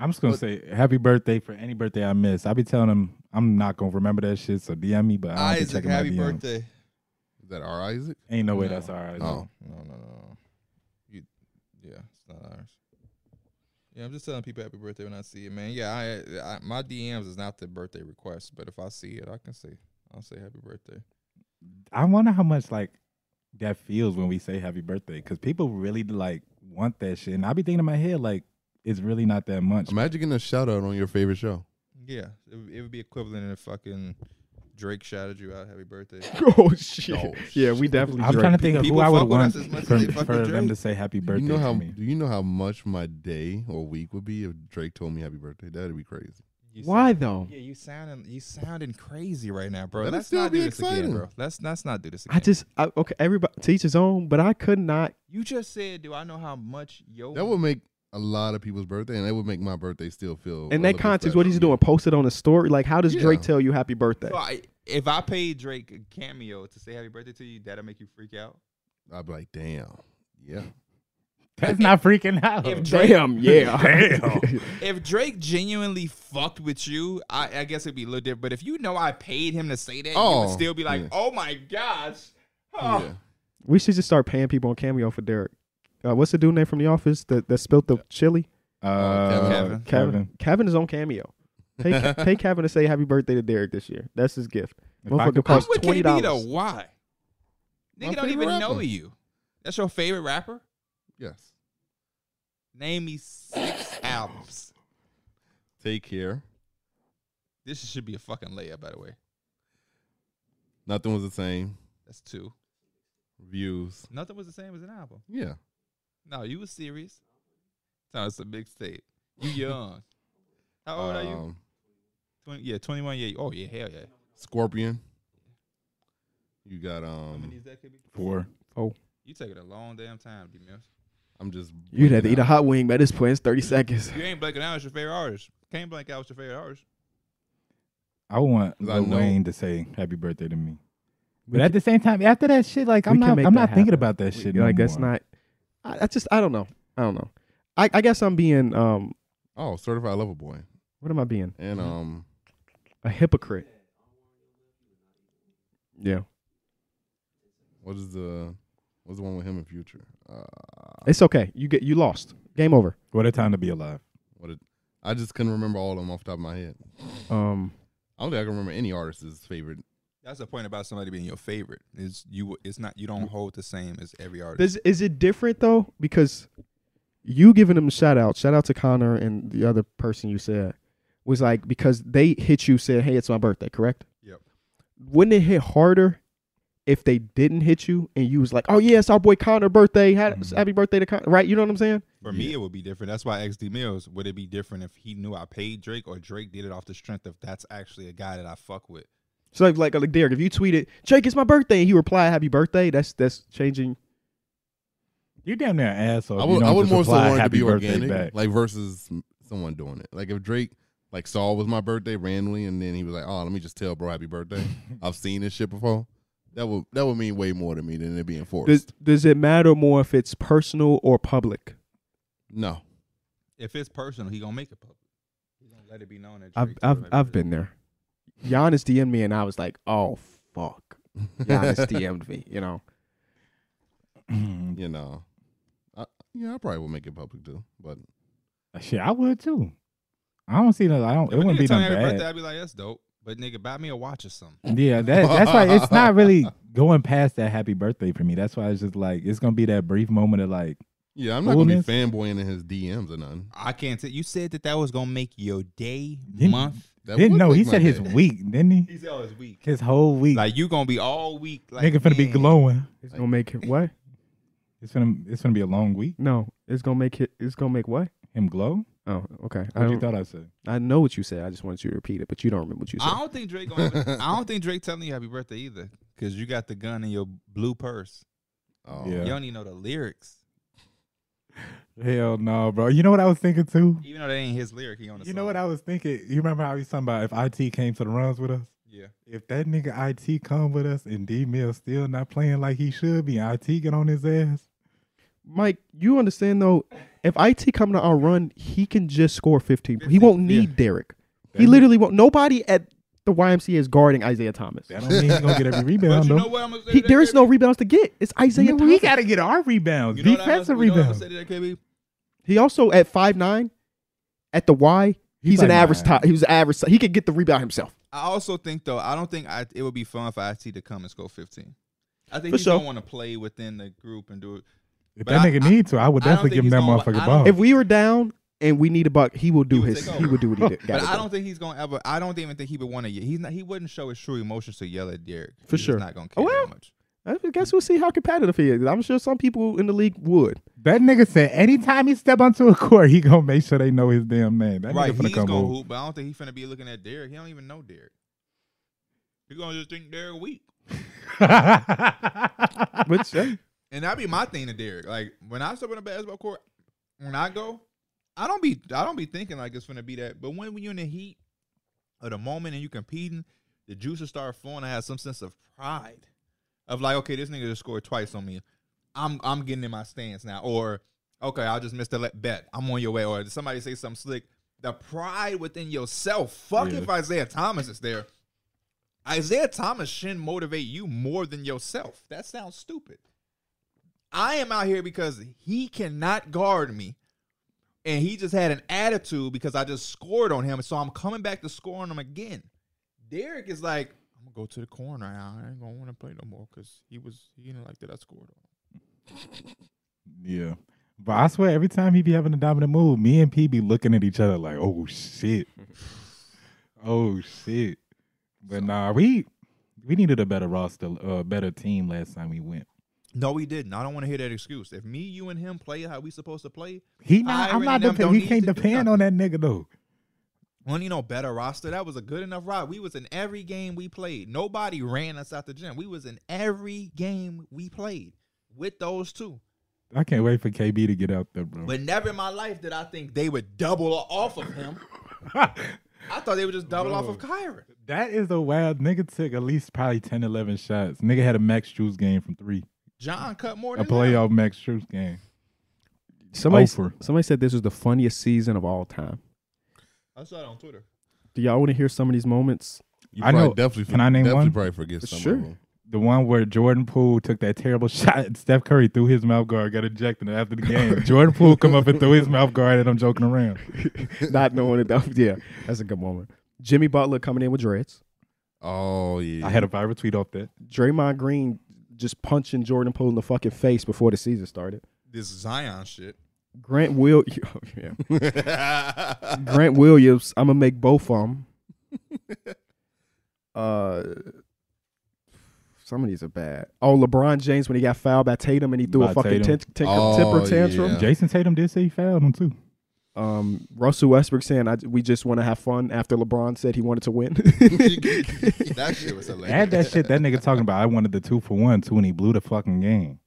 I'm just gonna But- say happy birthday for any birthday I miss. I be telling him I'm not gonna remember that shit, so DM me. But I don't be Isaac, checking my happy DMs. birthday. Is that our Isaac? Ain't no way No. that's all right. Oh. No, no, no. You, yeah, it's not ours. Yeah, I'm just telling people happy birthday when I see it, man. Yeah, I, I my DMs is not the birthday request, but if I see it, I can say I'll say happy birthday. I wonder how much like that feels when we say happy birthday because people really like want that shit, and I be thinking in my head like it's really not that much. Imagine getting a shout out on your favorite show. Yeah, it, would- it would be equivalent if fucking Drake shouted you out happy birthday. oh, shit. Oh, yeah, we definitely I'm Drake. trying to think of who People I would fuck with want us as much as they for, fuck for with them Drake. to say happy Do birthday you know how to me. do you know how much my day or week would be if Drake told me happy birthday? That'd be crazy. You Why, sound- though? Yeah, you sounding you sounding crazy right now, bro. Let it let's still not be do this exciting. again, bro. Let's let's not do this again. I just, I, okay, everybody, teach his own, but I could not. you just said, do I know how much yo? That would make a lot of people's birthday, and that would make my birthday still In feel. a that little context, what special. he's doing, post it on a story. Like, how does Yeah. Drake tell you happy birthday? So I, if I paid Drake a cameo to say happy birthday to you, that'll make you freak out. I'd be like, damn, yeah. That's not freaking out. If Drake, Oh, Damn, yeah. Damn. if Drake genuinely fucked with you, I, I guess it'd be a little different. But if you know I paid him to say that, you Oh, would still be like, yeah. "Oh my gosh." Oh. Yeah. we should just start paying people on Cameo for Derek. Uh, what's the dude name from The Office that, that spilled the chili? Uh, Kevin. Kevin. Kevin is on Cameo. Pay, Ke- pay Kevin to say happy birthday to Derek this year. That's his gift. If I Motherfucker could- I'm cost with twenty KB though. dollars. Why? My Nigga don't favorite even know rapper. you. That's your favorite rapper? Yes. Name me six albums. Take care. This should be a fucking layup, by the way. Nothing was the same. That's two. Views. Nothing was the same as an album. Yeah. No, you was serious. No, it's a mixtape. You young. How old are you? Um, 20, yeah, 21 years. Oh, yeah, hell yeah. Scorpion. You got How many um. is that, KB? Four. You taking a long damn time, d Mills. I'm just. You'd have to blanking eat a out. hot wing by this point. It's thirty seconds. You ain't blanking out. It's your favorite artist. Can't blank out. It's your favorite artist. I want 'Cause I Lil know- Wayne to say happy birthday to me. We But at the same time, after that shit, like I'm We can not, make I'm that not thinking happen. about that shit. You're like no that's more. not. I, I just I don't know. I don't know. I, I guess I'm being um. Oh, certified lover boy, What am I being? and um, A hypocrite. Yeah, what is the what's the one with him in future? Uh, it's okay. You get you lost. Game over. What a time to be alive. what it, I just couldn't remember all of them off the top of my head. Um, I don't think I can remember any artist's favorite. That's the point about somebody being your favorite. Is you? It's not. You don't hold the same as every artist. does is it different though? Because you giving them a shout out, shout out to Connor and the other person you said was like because they hit you said, hey, it's my birthday, correct? Yep. Wouldn't it hit harder if they didn't hit you and you was like, oh yeah, it's our boy Connor birthday, Ha- Mhm. happy birthday to Connor, right? You know what I'm saying? For me, it would be different. That's why XD Mills would it be different if he knew I paid Drake or Drake did it off the strength of that's actually a guy that I fuck with. So if, like like Derek, if you tweeted, Jake, it's my birthday, and he replied, happy birthday, that's that's changing. You damn near an asshole. I if would, you I don't would just more so reply, want it to "Happy be birthday organic, back." like versus someone doing it. Like if Drake, like Saul was my birthday randomly, and then he was like, "Oh, let me just tell bro happy birthday." Uh, I've seen this shit before. That would that would mean way more to me than it being forced. Does does it matter more if it's personal or public? no, If it's personal, he gonna make it public. He gonna let it be known that I've Drake I've doing it. I've been there. Giannis DM'd me, and I was like, oh fuck. Giannis DM'd me, you know. you know, I, yeah, I probably would make it public too, but shit, I would too. I don't see that. I don't. If a it wouldn't nigga be tell me that happy bad. birthday, I'd be like, that's dope. But nigga, buy me a watch or something. Yeah, that, that's why it's not really going past that happy birthday for me. That's why it's just like it's gonna be that brief moment of like, yeah, I'm not gonna be Coolness. fanboying in his DMs or nothing. I can't. T- you said that that was gonna make your day, Didn't- month. That didn't would know he make my said his day. week, didn't he? He said, "Oh, it's week." His whole week, Like you gonna be all week. Like, nigga finna be man. glowing. It's gonna make it what? It's gonna it's gonna be a long week. No, it's gonna make it. It's gonna make what? Him glow. Oh, okay. I, What you don't, thought I said? I know what you said. I just wanted you to repeat it, but you don't remember what you said. I don't think Drake. Gonna, I don't think Drake telling you happy birthday either, because you got the gun in your blue purse. Oh, Yeah. You don't even know the lyrics, Hell no, bro. You know what I was thinking too. even though that ain't his lyric. He on the. You know what I was thinking? You remember how he was talking about if IT came to the runs with us? Yeah. If that nigga IT come with us and D Mill still not playing like he should be, and IT get on his ass. Mike, you understand though? If IT come to our run, he can just score 15. He won't need Derek. He literally won't. Nobody at the YMCA is guarding Isaiah Thomas. That don't mean he gonna get every But rebound you though. know what I'm gonna say? He, to that, there is no KB? rebounds to get. It's Isaiah Nigga, we Thomas. gotta get our rebounds, You know what I'm defensive gonna- you know what I'm rebounds. gonna say to that, KB? He also at five nine, at the Y, he's, He's an like average nine. top. He was average. He could get the rebound himself. I also think though, I don't think I, it would be fun for IT to come and score 15. I think For he's sure. gonna want to play within the group and do it. If But that I- nigga I- need to, I would I don't definitely think give him he's that gonna- I motherfucker don't ball. If we were down and we need a buck, he will do would his. take He over. would do what he did. But gotta I do. don't think he's gonna ever. I don't even think he would want to. He's not. He wouldn't show his true emotions to yell at Derek. For He's sure. Not gonna Oh, care well. that much. I guess we'll see how competitive he is. I'm sure some people in the league would. that nigga said anytime he step onto a court, he gonna make sure they know his damn name. That Right. nigga finna He's come gonna over. hoop, but I don't think he's finna be looking at Derek. He don't even know Derek. He gonna just think Derek weak. Which uh, And that'd be my thing to Derek. Like when I step on a basketball court, when I go, I don't be I don't be thinking like it's gonna be that. But when, when you're in the heat of the moment and you competing, the juices start flowing. I have some sense of pride of like, okay, this nigga just scored twice on me. I'm I'm getting in my stance now, or Okay, I'll just miss the le- bet. I'm on your way. Or did somebody say something slick? The pride within yourself. Fuck Yeah. if Isaiah Thomas is there. Isaiah Thomas shouldn't motivate you more than yourself. That sounds stupid. I am out here because he cannot guard me. And he just had an attitude because I just scored on him. So I'm coming back to score on him again. Derek is like, I'm gonna go to the corner. I ain't gonna want to play no more because he was he didn't like that I scored on. him." Yeah. But I swear, every time he be having a dominant move, me and P be looking at each other like, "Oh shit, oh shit." But nah, we we needed a better roster, a better team last time we went. No, we didn't. I don't want to hear that excuse. If me, you, and him play how we supposed to play, He not, I'm Iron not and them depend. don't We need can't to do depend on that nigga though. when you know better roster, that was a good enough ride. We was in every game we played. Nobody ran us out the gym. We was in every game we played with those two. I can't wait for KB to get out there, bro. Mm-hmm. But never in my life did I think they would double off of him. I thought they would just double off of Kyron. that is a wild nigga. Took at least probably 10, 11 shots. Nigga had a Max Juice game from three, John cut more a than them. playoff Max Juice game. Somebody, Over. somebody said this was the funniest season of all time. I saw it on Twitter. Do y'all want to hear some of these moments? You I probably know- Definitely, can I name definitely one? Probably forget some Sure. of them. The one where Jordan Poole took that terrible shot and Steph Curry threw his mouth guard, got ejected after the game. Jordan Poole come up and threw his mouth guard, and I'm joking around. Not knowing it. That, yeah, that's a good moment. Jimmy Butler coming in with dreads. Oh yeah, I had a viral tweet off that. Draymond Green just punching Jordan Poole in the fucking face before the season started. This Zion shit. Grant Will, yeah. Grant Williams. I'm gonna make both of them. Uh, some of these are bad. Oh, LeBron James when he got fouled by Tatum and he threw By a fucking Tatum. tin- tin- Oh, temper tantrum. Yeah. Jason Tatum did say he fouled him too. Um, Russell Westbrook saying, I, "We just want to have fun." After LeBron said he wanted to win, That shit was Add hilarious. that shit that nigga talking about. I wanted the two for one too, and he blew the fucking game.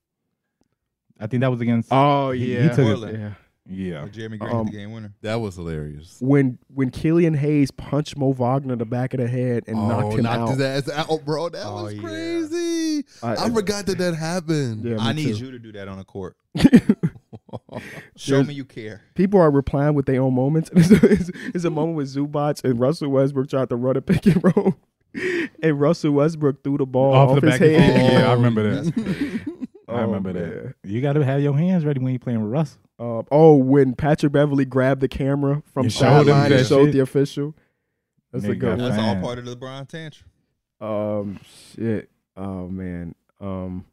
I think that was against. oh He- he yeah, took it. yeah. yeah, With Jeremy Green Um, the game winner. that was hilarious. When when Killian Hayes punched Mo Wagner in the back of the head and oh, knocked him out. his ass out, bro. That Oh, was yeah. crazy. I- I, forgot that that happened. Oh. Yeah, me I need too. you to do that on the court. Show There's- me you care. People are replying with their own moments. It's, it's- it's a moment with Zubats and Russell Westbrook tried to run a pick and roll, and Russell Westbrook threw the ball off, Off the his back of- head. Yeah, I remember that. That's crazy. I Oh, remember man. that. You got to have your hands ready when you playing with Russell. Um, oh, when Patrick Beverly grabbed the camera from And showed him sideline and that showed shit. the official. That's a Nigga good got That's all Man. part of the LeBron tantrum. Um, shit. Oh man. Um,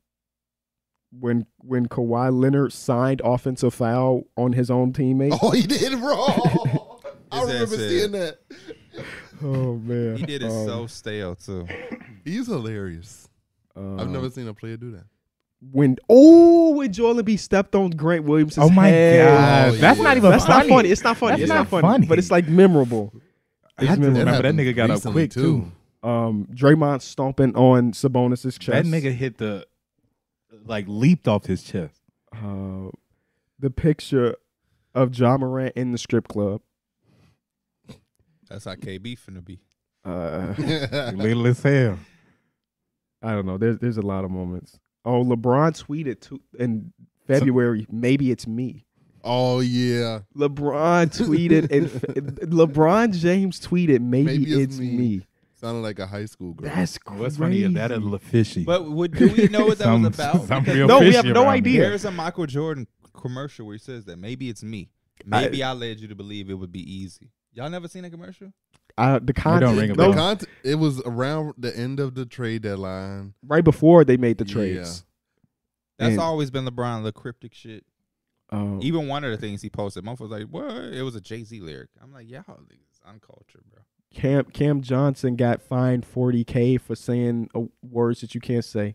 when when Kawhi Leonard signed offensive foul on his own teammate. Oh, he did, bro. I His ass remember said- seeing that. Oh man. He did it Um, so stale too. He's hilarious. um, I've never seen a player do that. when oh when Joel Embiid stepped on Grant Williams. Oh my head. god, that's Oh, not yeah. even That's funny. not funny. It's not funny. That's it's not not funny, funny. But it's like memorable. I just That remember that happened nigga got up recently, quick too. Um, Draymond stomping on Sabonis's That chest. nigga hit the like leaped off his chest. Uh, the picture of John Morant in the strip club. That's how KB finna be. Uh, Little as hell. I don't know. There's there's a lot of moments. Oh, LeBron tweeted to, in February. Maybe it's me. oh yeah, LeBron tweeted and LeBron James tweeted. Maybe, Maybe it's, it's me. me. sounded like a high school girl. That's crazy. What's funny is that is li- fishy. But would, do we know what that Some- was about? some Because real No, we fishy have no around idea. here. There's a Michael Jordan commercial where he says that maybe it's me. Maybe I, led you to believe it would be easy. Y'all never seen that commercial? I, the content. ring a those- The bell. cont- it was around the end of the trade deadline. right before they made the Yeah. trades. That's And- always been LeBron, the cryptic shit. E Oh. Um, Even one of the things he posted, motherfuckers was like, "What?" It was a Jay Z lyric. I'm like, "Y'all niggas uncultured, bro." Cam Cam Johnson got fined 40k for saying uh, words that you can't say.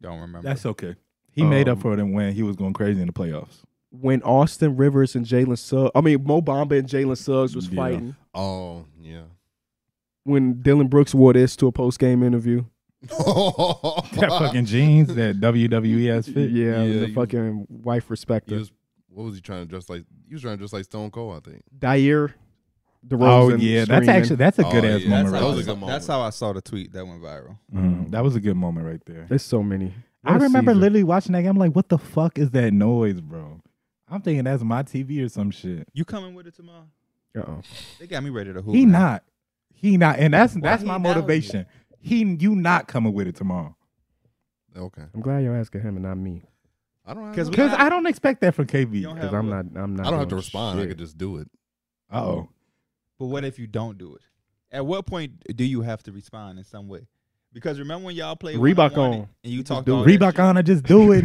Don't remember. That's okay. He made up Um, for it when he was going crazy in the playoffs. When Austin Rivers and Jalen Suggs, I mean Mo Bamba and Jalen Suggs was Yeah. fighting. Oh yeah. When Dylan Brooks wore this to a post game interview. That fucking jeans, that WWE ass fit. Yeah, Yeah, the you- fucking wife He respecter. was, what was he trying to dress like? He was trying to dress like Stone Cold, I think. Dyer, Oh DeRozan. yeah, that's screaming. actually that's a Oh, good ass yeah, moment. That's, That Right how, was a I there. saw, good that's moment. how I saw the tweet that went viral. Mhm, that was a good moment right there. There's so many. I What a remember season. literally watching that game. I'm like, what the fuck is that noise, bro? I I'm thinking that's my TV or some shit. You coming with it tomorrow? Uh-oh. They got me ready to hoop. He not. He not. And that's that's he my not with it? motivation. He you not coming with it tomorrow. Okay. I'm glad you're asking him and not me I don't have. 'Cause no- we- Because not- I don't expect that from You don't KB. have- because I'm not. I'm not. I don't have to doing respond. I shit. could just do it. Oh, But what if you don't do it? At what point do you have to respond in some way? Because remember when y'all played Reebok one-on-one on. and you Just talked do all it. that Reebok shit? on I just do it,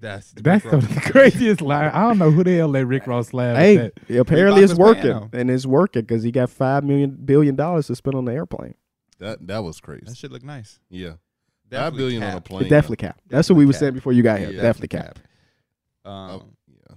That's That's the craziest line. I don't know who the hell let Rick Ross laugh. at Hey, that. apparently Reebok it's was playing working, though. and it's working because he got five million billion dollars to spend on the airplane. That that was crazy. that shit look nice. yeah. Five Definitely billion on a cap. plane. It definitely cap. That's what we were cap. saying before you got here. Yeah, definitely cap. cap. Um, Oh, yeah.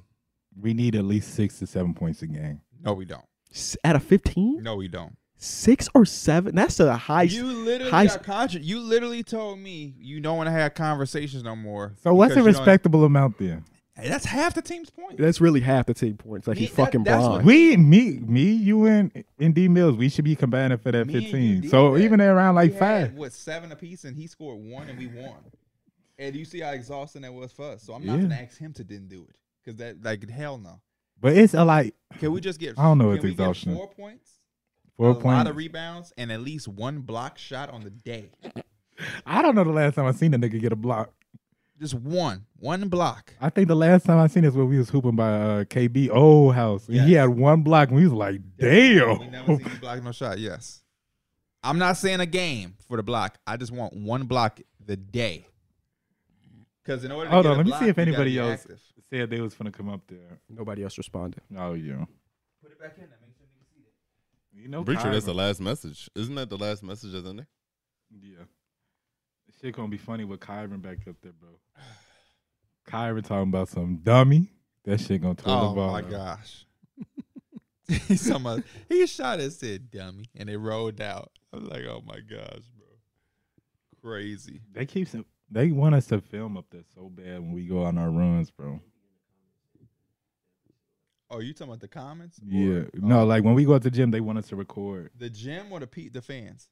We need at least six to seven points a game. No, we don't. S- Out of 15, No, we don't. six or seven. That's a high. s- you literally high got contra- You literally told me you don't want to have conversations no more. So what's a because you don't- respectable amount there? Hey, that's half the team's point. that's really half the team points. Like Me- he that- fucking that's blind. what- We, me, me, you, and and D Mills, we should be combining for that Me and you fifteen. did So that. even at around like We five, had, what seven apiece, and he scored one, and we won. And you see how exhausting that was for us. So I'm not Yeah. gonna ask him to didn't do it because that like hell no. but it's a like Can we just get? I don't know, Can it's we get exhaustion. Four points, four a lot points. of rebounds, and at least one block shot on the day. I don't know the last time I seen a nigga get a block. Just one, one block. I think the last time I seen this when we was hooping by uh, KB Old House. And He Yes. had one block, and we was like, We damn. never seen you block no shot. Yes. I'm not saying a game for the block. I just want one block the day. Because in order to Hold get on, a let me block, see if you gotta anybody be else- active. Said they was finna come up there. Nobody else responded. Oh yeah, Put it back in. there. Make sure niggas see that. you know. I'm pretty sure Kyrie- that's the last message. Isn't that the last message that's in there? Yeah. Shit gonna be funny with Kyron back up there, bro. Kyron talking about some dummy. That shit gonna twirl Oh the ball. my gosh. He's talking about- he shot and said dummy, and it rolled out. I was like, oh my gosh, bro. Crazy. They keep some, they want us to film up there so bad when we go on our runs, bro. Oh, you talking about the comments? or- Yeah. oh, No, like when we go to the gym, they want us to record. the gym or the pe- the fans?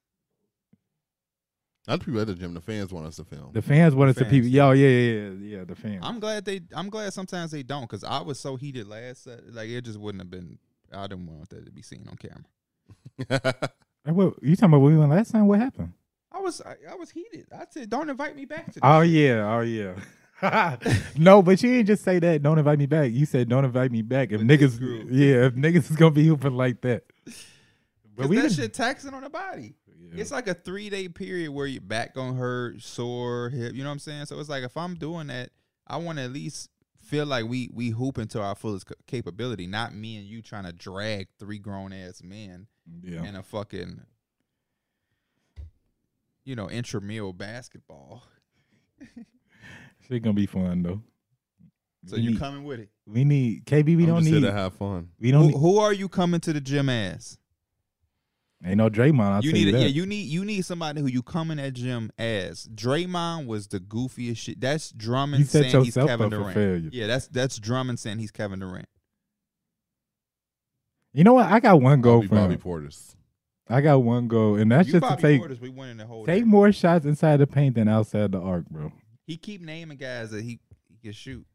Not the people at the gym. The fans want us to film. The fans want us to Fans. people. Yo, yeah, yeah, yeah, yeah. The fans. I'm glad they. I'm glad sometimes they don't because I was so heated last. set, Like it just wouldn't have been. I didn't want that to be seen on camera. Like, what, you talking about when we went last time? What happened? I was. I, I was heated. I said, "Don't invite me back to." This. Oh yeah, oh yeah. no, but you didn't just say that. Don't invite me back. You said don't invite me back. If With this niggas, group. yeah, if niggas is gonna be hooping like that. 'Cause we that been- shit taxing on the body. Yeah. It's like a three day period where your back gonna hurt, sore, hip. You know what I'm saying? So it's like if I'm doing that, I want to at least feel like we we hooping to our fullest c- capability. Not me and you trying to drag three grown ass men yeah. in a fucking, you know, intramural basketball. Shit gonna be fun though. So we you need, coming with it? we need KB. We I'm don't just here need. to have fun. We don't. Who, Need, who are you coming to the gym as? ain't no Draymond. I'll you tell need you a- that. yeah, you need you need somebody who you come in that gym as. Draymond was the goofiest shit. That's Drummond You set saying he's yourself Kevin up for Durant. failure. Yeah, that's that's Drummond saying he's Kevin Durant. You know what? I got one Go goal be from. Bobby it. Portis. I got one goal, and that's you just Bobby to take Portis, we winning the whole take thing. more shots inside the paint than outside the arc, bro. He keep naming guys that he, he can shoot.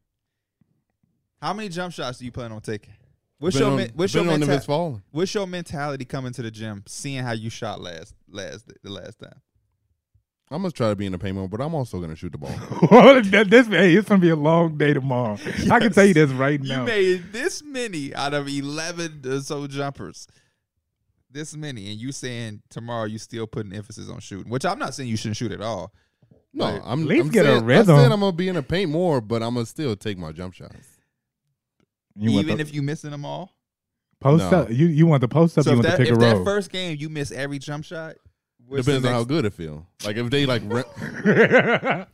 How many jump shots do you plan on taking? What's your Depending men- on, what's your depending on if menta- it's falling? what's your mentality coming to the gym, seeing how you shot last last the last time? I'm gonna try to be in the payment, but I'm also gonna shoot the ball. That- this hey, it's gonna be a long day tomorrow. I can Yes. tell you this right now. You made this many out of eleven or so jumpers. This many, and you saying tomorrow you still putting emphasis on shooting, which I'm not saying you shouldn't shoot at all. No, Like, I'm at least I'm get a saying, rhythm. I said I'm gonna be in the paint more, but I'm gonna still take my jump shots. You want even the if you missing them all. post No. up, you you want the post up, So you want if, the that, pick if and that roll. first game you miss every jump shot, what's the Depends on next- how good it feel. Like if they like, re- I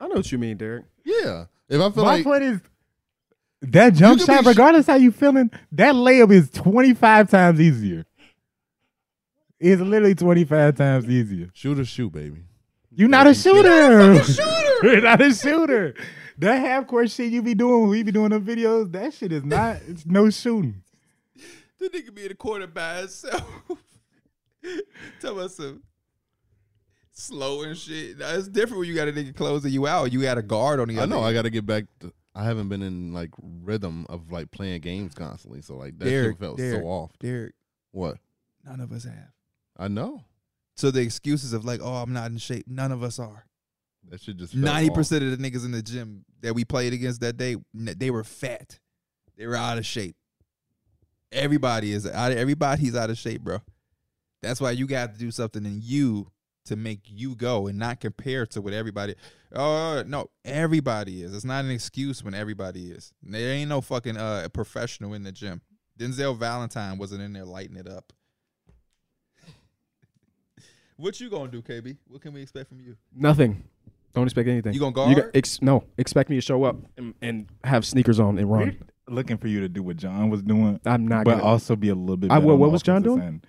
know what you mean, Derek. yeah. If I My feel like point is that jump You could shot, be sh- regardless how you feeling, that layup is twenty five times easier. It's literally twenty five times easier. shoot or shoot, baby. You're not a shooter. You're not a shooter. That half court shit you be doing, we be doing the videos. That shit is not. It's no shooting. The nigga be in the corner by himself. Tell us some slow and shit. Now, it's different when you got a nigga closing you out. You got a guard on the I other. know I end. got to get back to I haven't been in like rhythm of like playing games constantly. So like that Derek, shit felt Derek. so off. Derek, What? none of us have. I know. So the excuses of like, oh, I'm not in shape. None of us are. That shit just felt Ninety off. percent of the niggas in the gym that we played against that day, n- they were fat. They were out of shape. Everybody is out. Everybody's out of shape, bro. That's why you got to do something in you to make you go and not compare to what everybody. Oh no, everybody is. It's not an excuse when everybody is. There ain't no fucking uh professional in the gym. Denzel Valentine wasn't in there lighting it up. what you gonna do, KB? What can we expect from you? Nothing. Don't expect anything. You gonna You guard? got- ex- no, expect me to show up and, and have sneakers on and run. Looking for you to do what John was doing, I'm not but gonna. also be a little bit. I- better what- on what the was John offensive doing? end.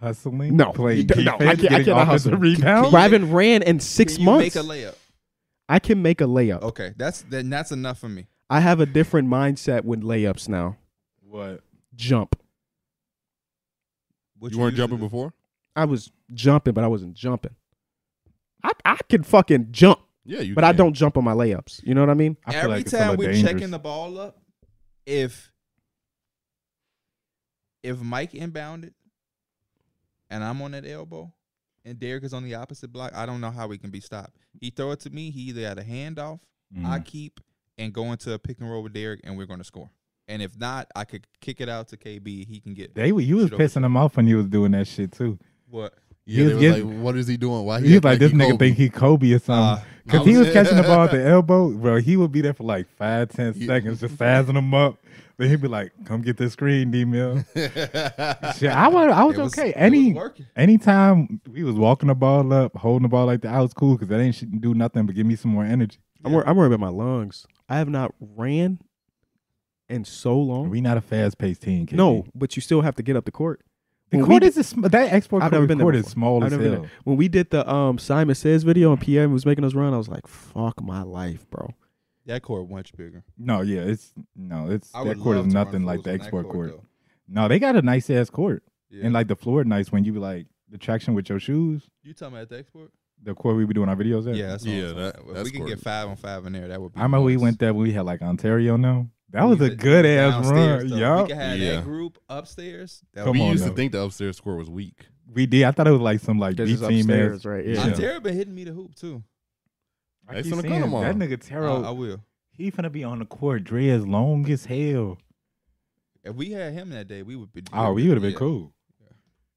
Hustling, No, playing d- no, I defense, can't- I getting cannot offensive hustle. rebounds. Bro, I haven't ran in six Can you months. Make a Oh. layup. I can make a layup. Okay, that's then that's enough for me. I have a different mindset with layups now. What? Jump. What You weren't used to jumping do- before? I was jumping, but I wasn't jumping. I, I can fucking jump, Yeah, you. but I can. don't jump on my layups. You know what I mean? I feel Every like it's a time little we're dangerous. checking the ball up, if if Mike inbounded and I'm on that elbow and Derek is on the opposite block, I don't know how he can be stopped. He throw it to me. He either had a handoff, Mhm. I keep, and go into a pick and roll with Derek, and we're going to score. And if not, I could kick it out to KB. He can get They were you was Shoot over. pissing him off when you was doing that shit too. what? Yeah, He they was was getting- like, "What is he doing? Why He was act like, this he nigga Kobe?" think he Kobe or something. Uh, Cause he I was was- catching the ball at the elbow, bro. He would be there for like five, ten Yeah. seconds, just sizing him up. Then he'd be like, "Come get this screen, D Mill." Shit, I was, I was, It was- okay. it was Any, working. anytime we was walking the ball up, holding the ball like that, I was cool because that ain't shit do nothing but give me some more energy. I'm, wor- I'm worried about my lungs. I have not ran in so long. We not a fast paced team. KB. Oh. no, but you still have to get up the court. the When court we- is a sm- that export I've court never been there court is before. small I've as never been hell. there. When we did the um, Simon Says video and PM was making us run, I was like, "Fuck my life, bro." That court much bigger. No, yeah, it's no, it's I that would court love is to run nothing like fools the on that export court. though. No, they got a nice ass court Yeah. and like the floor nice when you be like the traction with your shoes. You talking about the export? The court we be doing our videos at. Yeah, that's Yeah, yeah. that- if that's we can get gorgeous. five on five in there, that would be. I remember we nice. went there when we had like Ontario now. That We was a could- good ass downstairs, run. though. Yeah, we could have Yeah. that group upstairs. That Come would we be- on used now. to think the upstairs score was weak. we did. I thought it was like some like 'Cause B it's team ass. upstairs, right? Yeah. Yeah. Ontario been hitting me the hoop too. I Hey, keep son of seeing Gunnamar. that nigga I, Taro, I will. he finna be on the court, Dre as long as hell. If we had him that day, we would be. Oh, we would have been yeah. cool.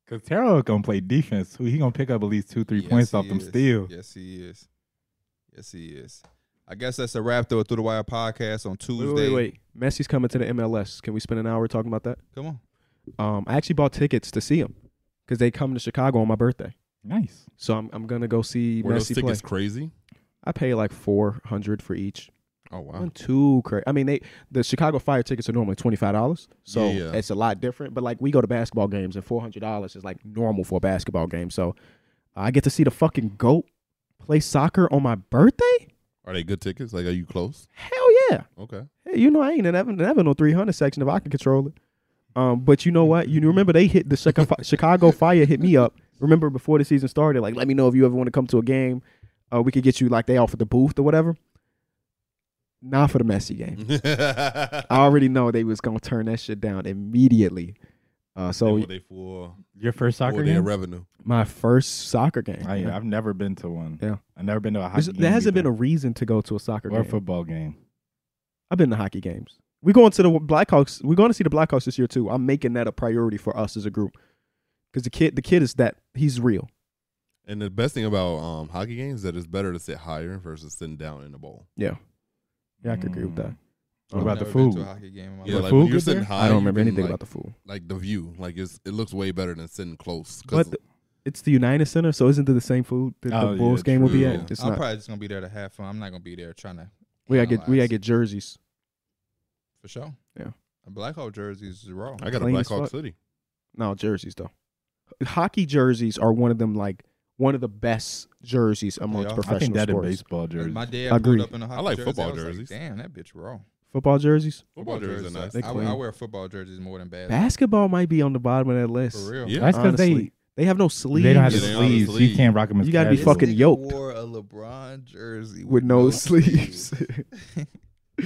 Cause Taro gonna play defense too. He gonna pick up at least two, three Yes, points he off them is. still. Yes, he is. Yes, he is. I guess that's a wrap though. Through the wire podcast on Tuesday. Wait, wait, wait. Messi's coming to the MLS. Can we spend an hour talking about that? Come on. Um, I actually bought tickets to see him because they come to Chicago on my birthday. Nice. So I'm I'm gonna go see Were those Messi play. tickets crazy? I pay like four hundred for each. Oh wow. One too crazy. I mean, they the Chicago Fire tickets are normally twenty five dollars, so Yeah. it's a lot different. But like we go to basketball games, and four hundred dollars is like normal for a basketball game. So I get to see the fucking goat play soccer on my birthday. Are they good tickets? Like, are you close? Hell yeah! Okay. Hey, you know I ain't in ever, never no three hundred section if I can control it. Um, but you know what? You remember they hit the Chica- Chicago Fire hit me up. Remember before the season started, like let me know if you ever want to come to a game. Uh, we could get you like they offered the booth or whatever. Not for the Messi game. I already know they was gonna turn that shit down immediately. Uh, so they for Your first for soccer their game? revenue. my first soccer game. I, I've never been to one. Yeah. I've never been to a hockey There's- game. there hasn't either. been a reason to go to a soccer or a game. football game. I've been to hockey games. We're going to the Blackhawks. We're going to see the Blackhawks this year too. I'm making that a priority for us as a group because the kid, the kid is that he's real. And the best thing about um, hockey games is that it's better to sit higher versus sitting down in the bowl. Yeah, yeah, I could agree with that. Mm. What Um, about the Never been to a food? hockey game in my Yeah, The life. like food when you're good sitting there? high, I don't you remember can, anything like, about the food, like the view. Like it's it looks way better than sitting close. 'cause but the, it's the United Center, so isn't it the same food that Oh, the yeah, Bulls game will be true. at? It's I'm not. probably just gonna be there to have fun. I'm not gonna be there trying to we gotta get we gotta analyze. get jerseys. for sure. Yeah. A Blackhawk jerseys is raw. I got a clean as Blackhawk fuck. City. No jerseys though. Hockey jerseys are one of them like one of the best jerseys amongst are. I think professional I think that in sports. baseball jersey. My dad Agreed. pulled up in a hockey like jersey. football I was like, jerseys. Damn, that bitch raw. Football jerseys, Football jerseys are nice. They I, clean. I wear football jerseys more than basketball. basketball might be on the bottom of that list. For real. Yeah. That's because they Honestly. They have no sleeves. they don't have Yeah, the they don't have the sleeves. You sleeves. can't rock them. As You gotta be casual. This fucking nigga yoked. Wore a LeBron jersey with no sleeves. Yeah.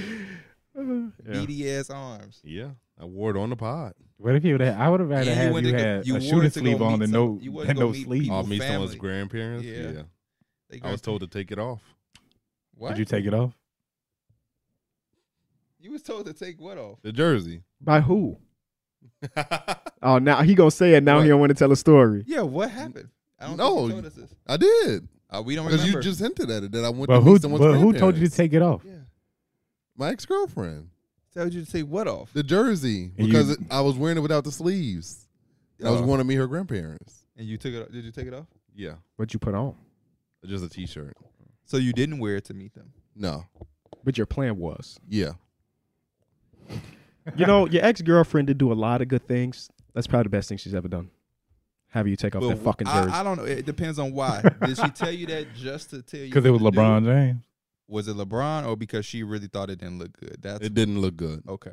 Meaty ass arms. Yeah, I wore it on the pod. What if you would have? I would have rather And had went you to go- had a wanted shooter to go sleeve on meet than some- no you wasn't than gonna no meet sleeve. people. Oh, me someone's family. grandparents. Yeah. Yeah. They I was got- told to take it off. What? Did you take it off? You was told to take what off? The jersey. By who? Oh, now he gonna say it. Now What? he don't want to tell a story. Yeah, what happened? I don't No, think you you- told us this. I did Uh, we don't because remember. you just hinted at it that I went But to who? meet someone's But who told you to grandparents. take it off? yeah. My ex girlfriend told you to take what off? the jersey And you- Uh. because it, I was wearing it without the sleeves. And I was Oh. going to meet her grandparents. And you took it off. Did you take it off? Yeah, What you put on? just a T-shirt. So you didn't wear it to meet them. No, But your plan was. yeah, You know, your ex girlfriend did do a lot of good things. That's probably the best thing she's ever done. Having you take off Well, that fucking jersey. I, I don't know. It depends on why. Did she tell you that just to tell you? Because it was what to do? LeBron James. Was it LeBron or because she really thought it didn't look good? That's it didn't look good. okay.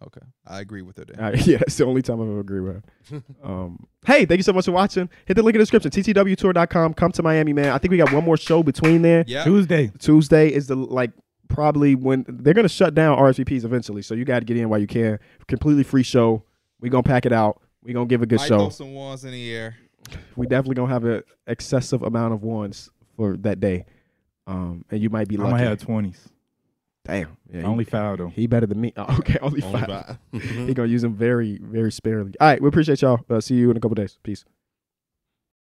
Okay, I agree with her. Then. All right, yeah, that's the only time I've ever agreed with her. Um, hey, thank you so much for watching. Hit the link in the description, ttwtour.com. Come to Miami, man. I think we got one more show between there. Yeah. Tuesday. Tuesday is the like probably when they're gonna shut down RSVPs eventually, so you got to get in while you can. Completely free show. We gonna pack it out. We gonna give a good Might show. throw some wands in the air. We definitely gonna have an excessive amount of ones for that day. Um, and you might be I'm gonna lucky. have twenties. Damn, yeah, I he- only fouled him. he, better than me. Oh, okay, only, Only five. by- He gonna use them very, very sparingly. All right, we appreciate y'all. Uh, see you in a couple days. Peace.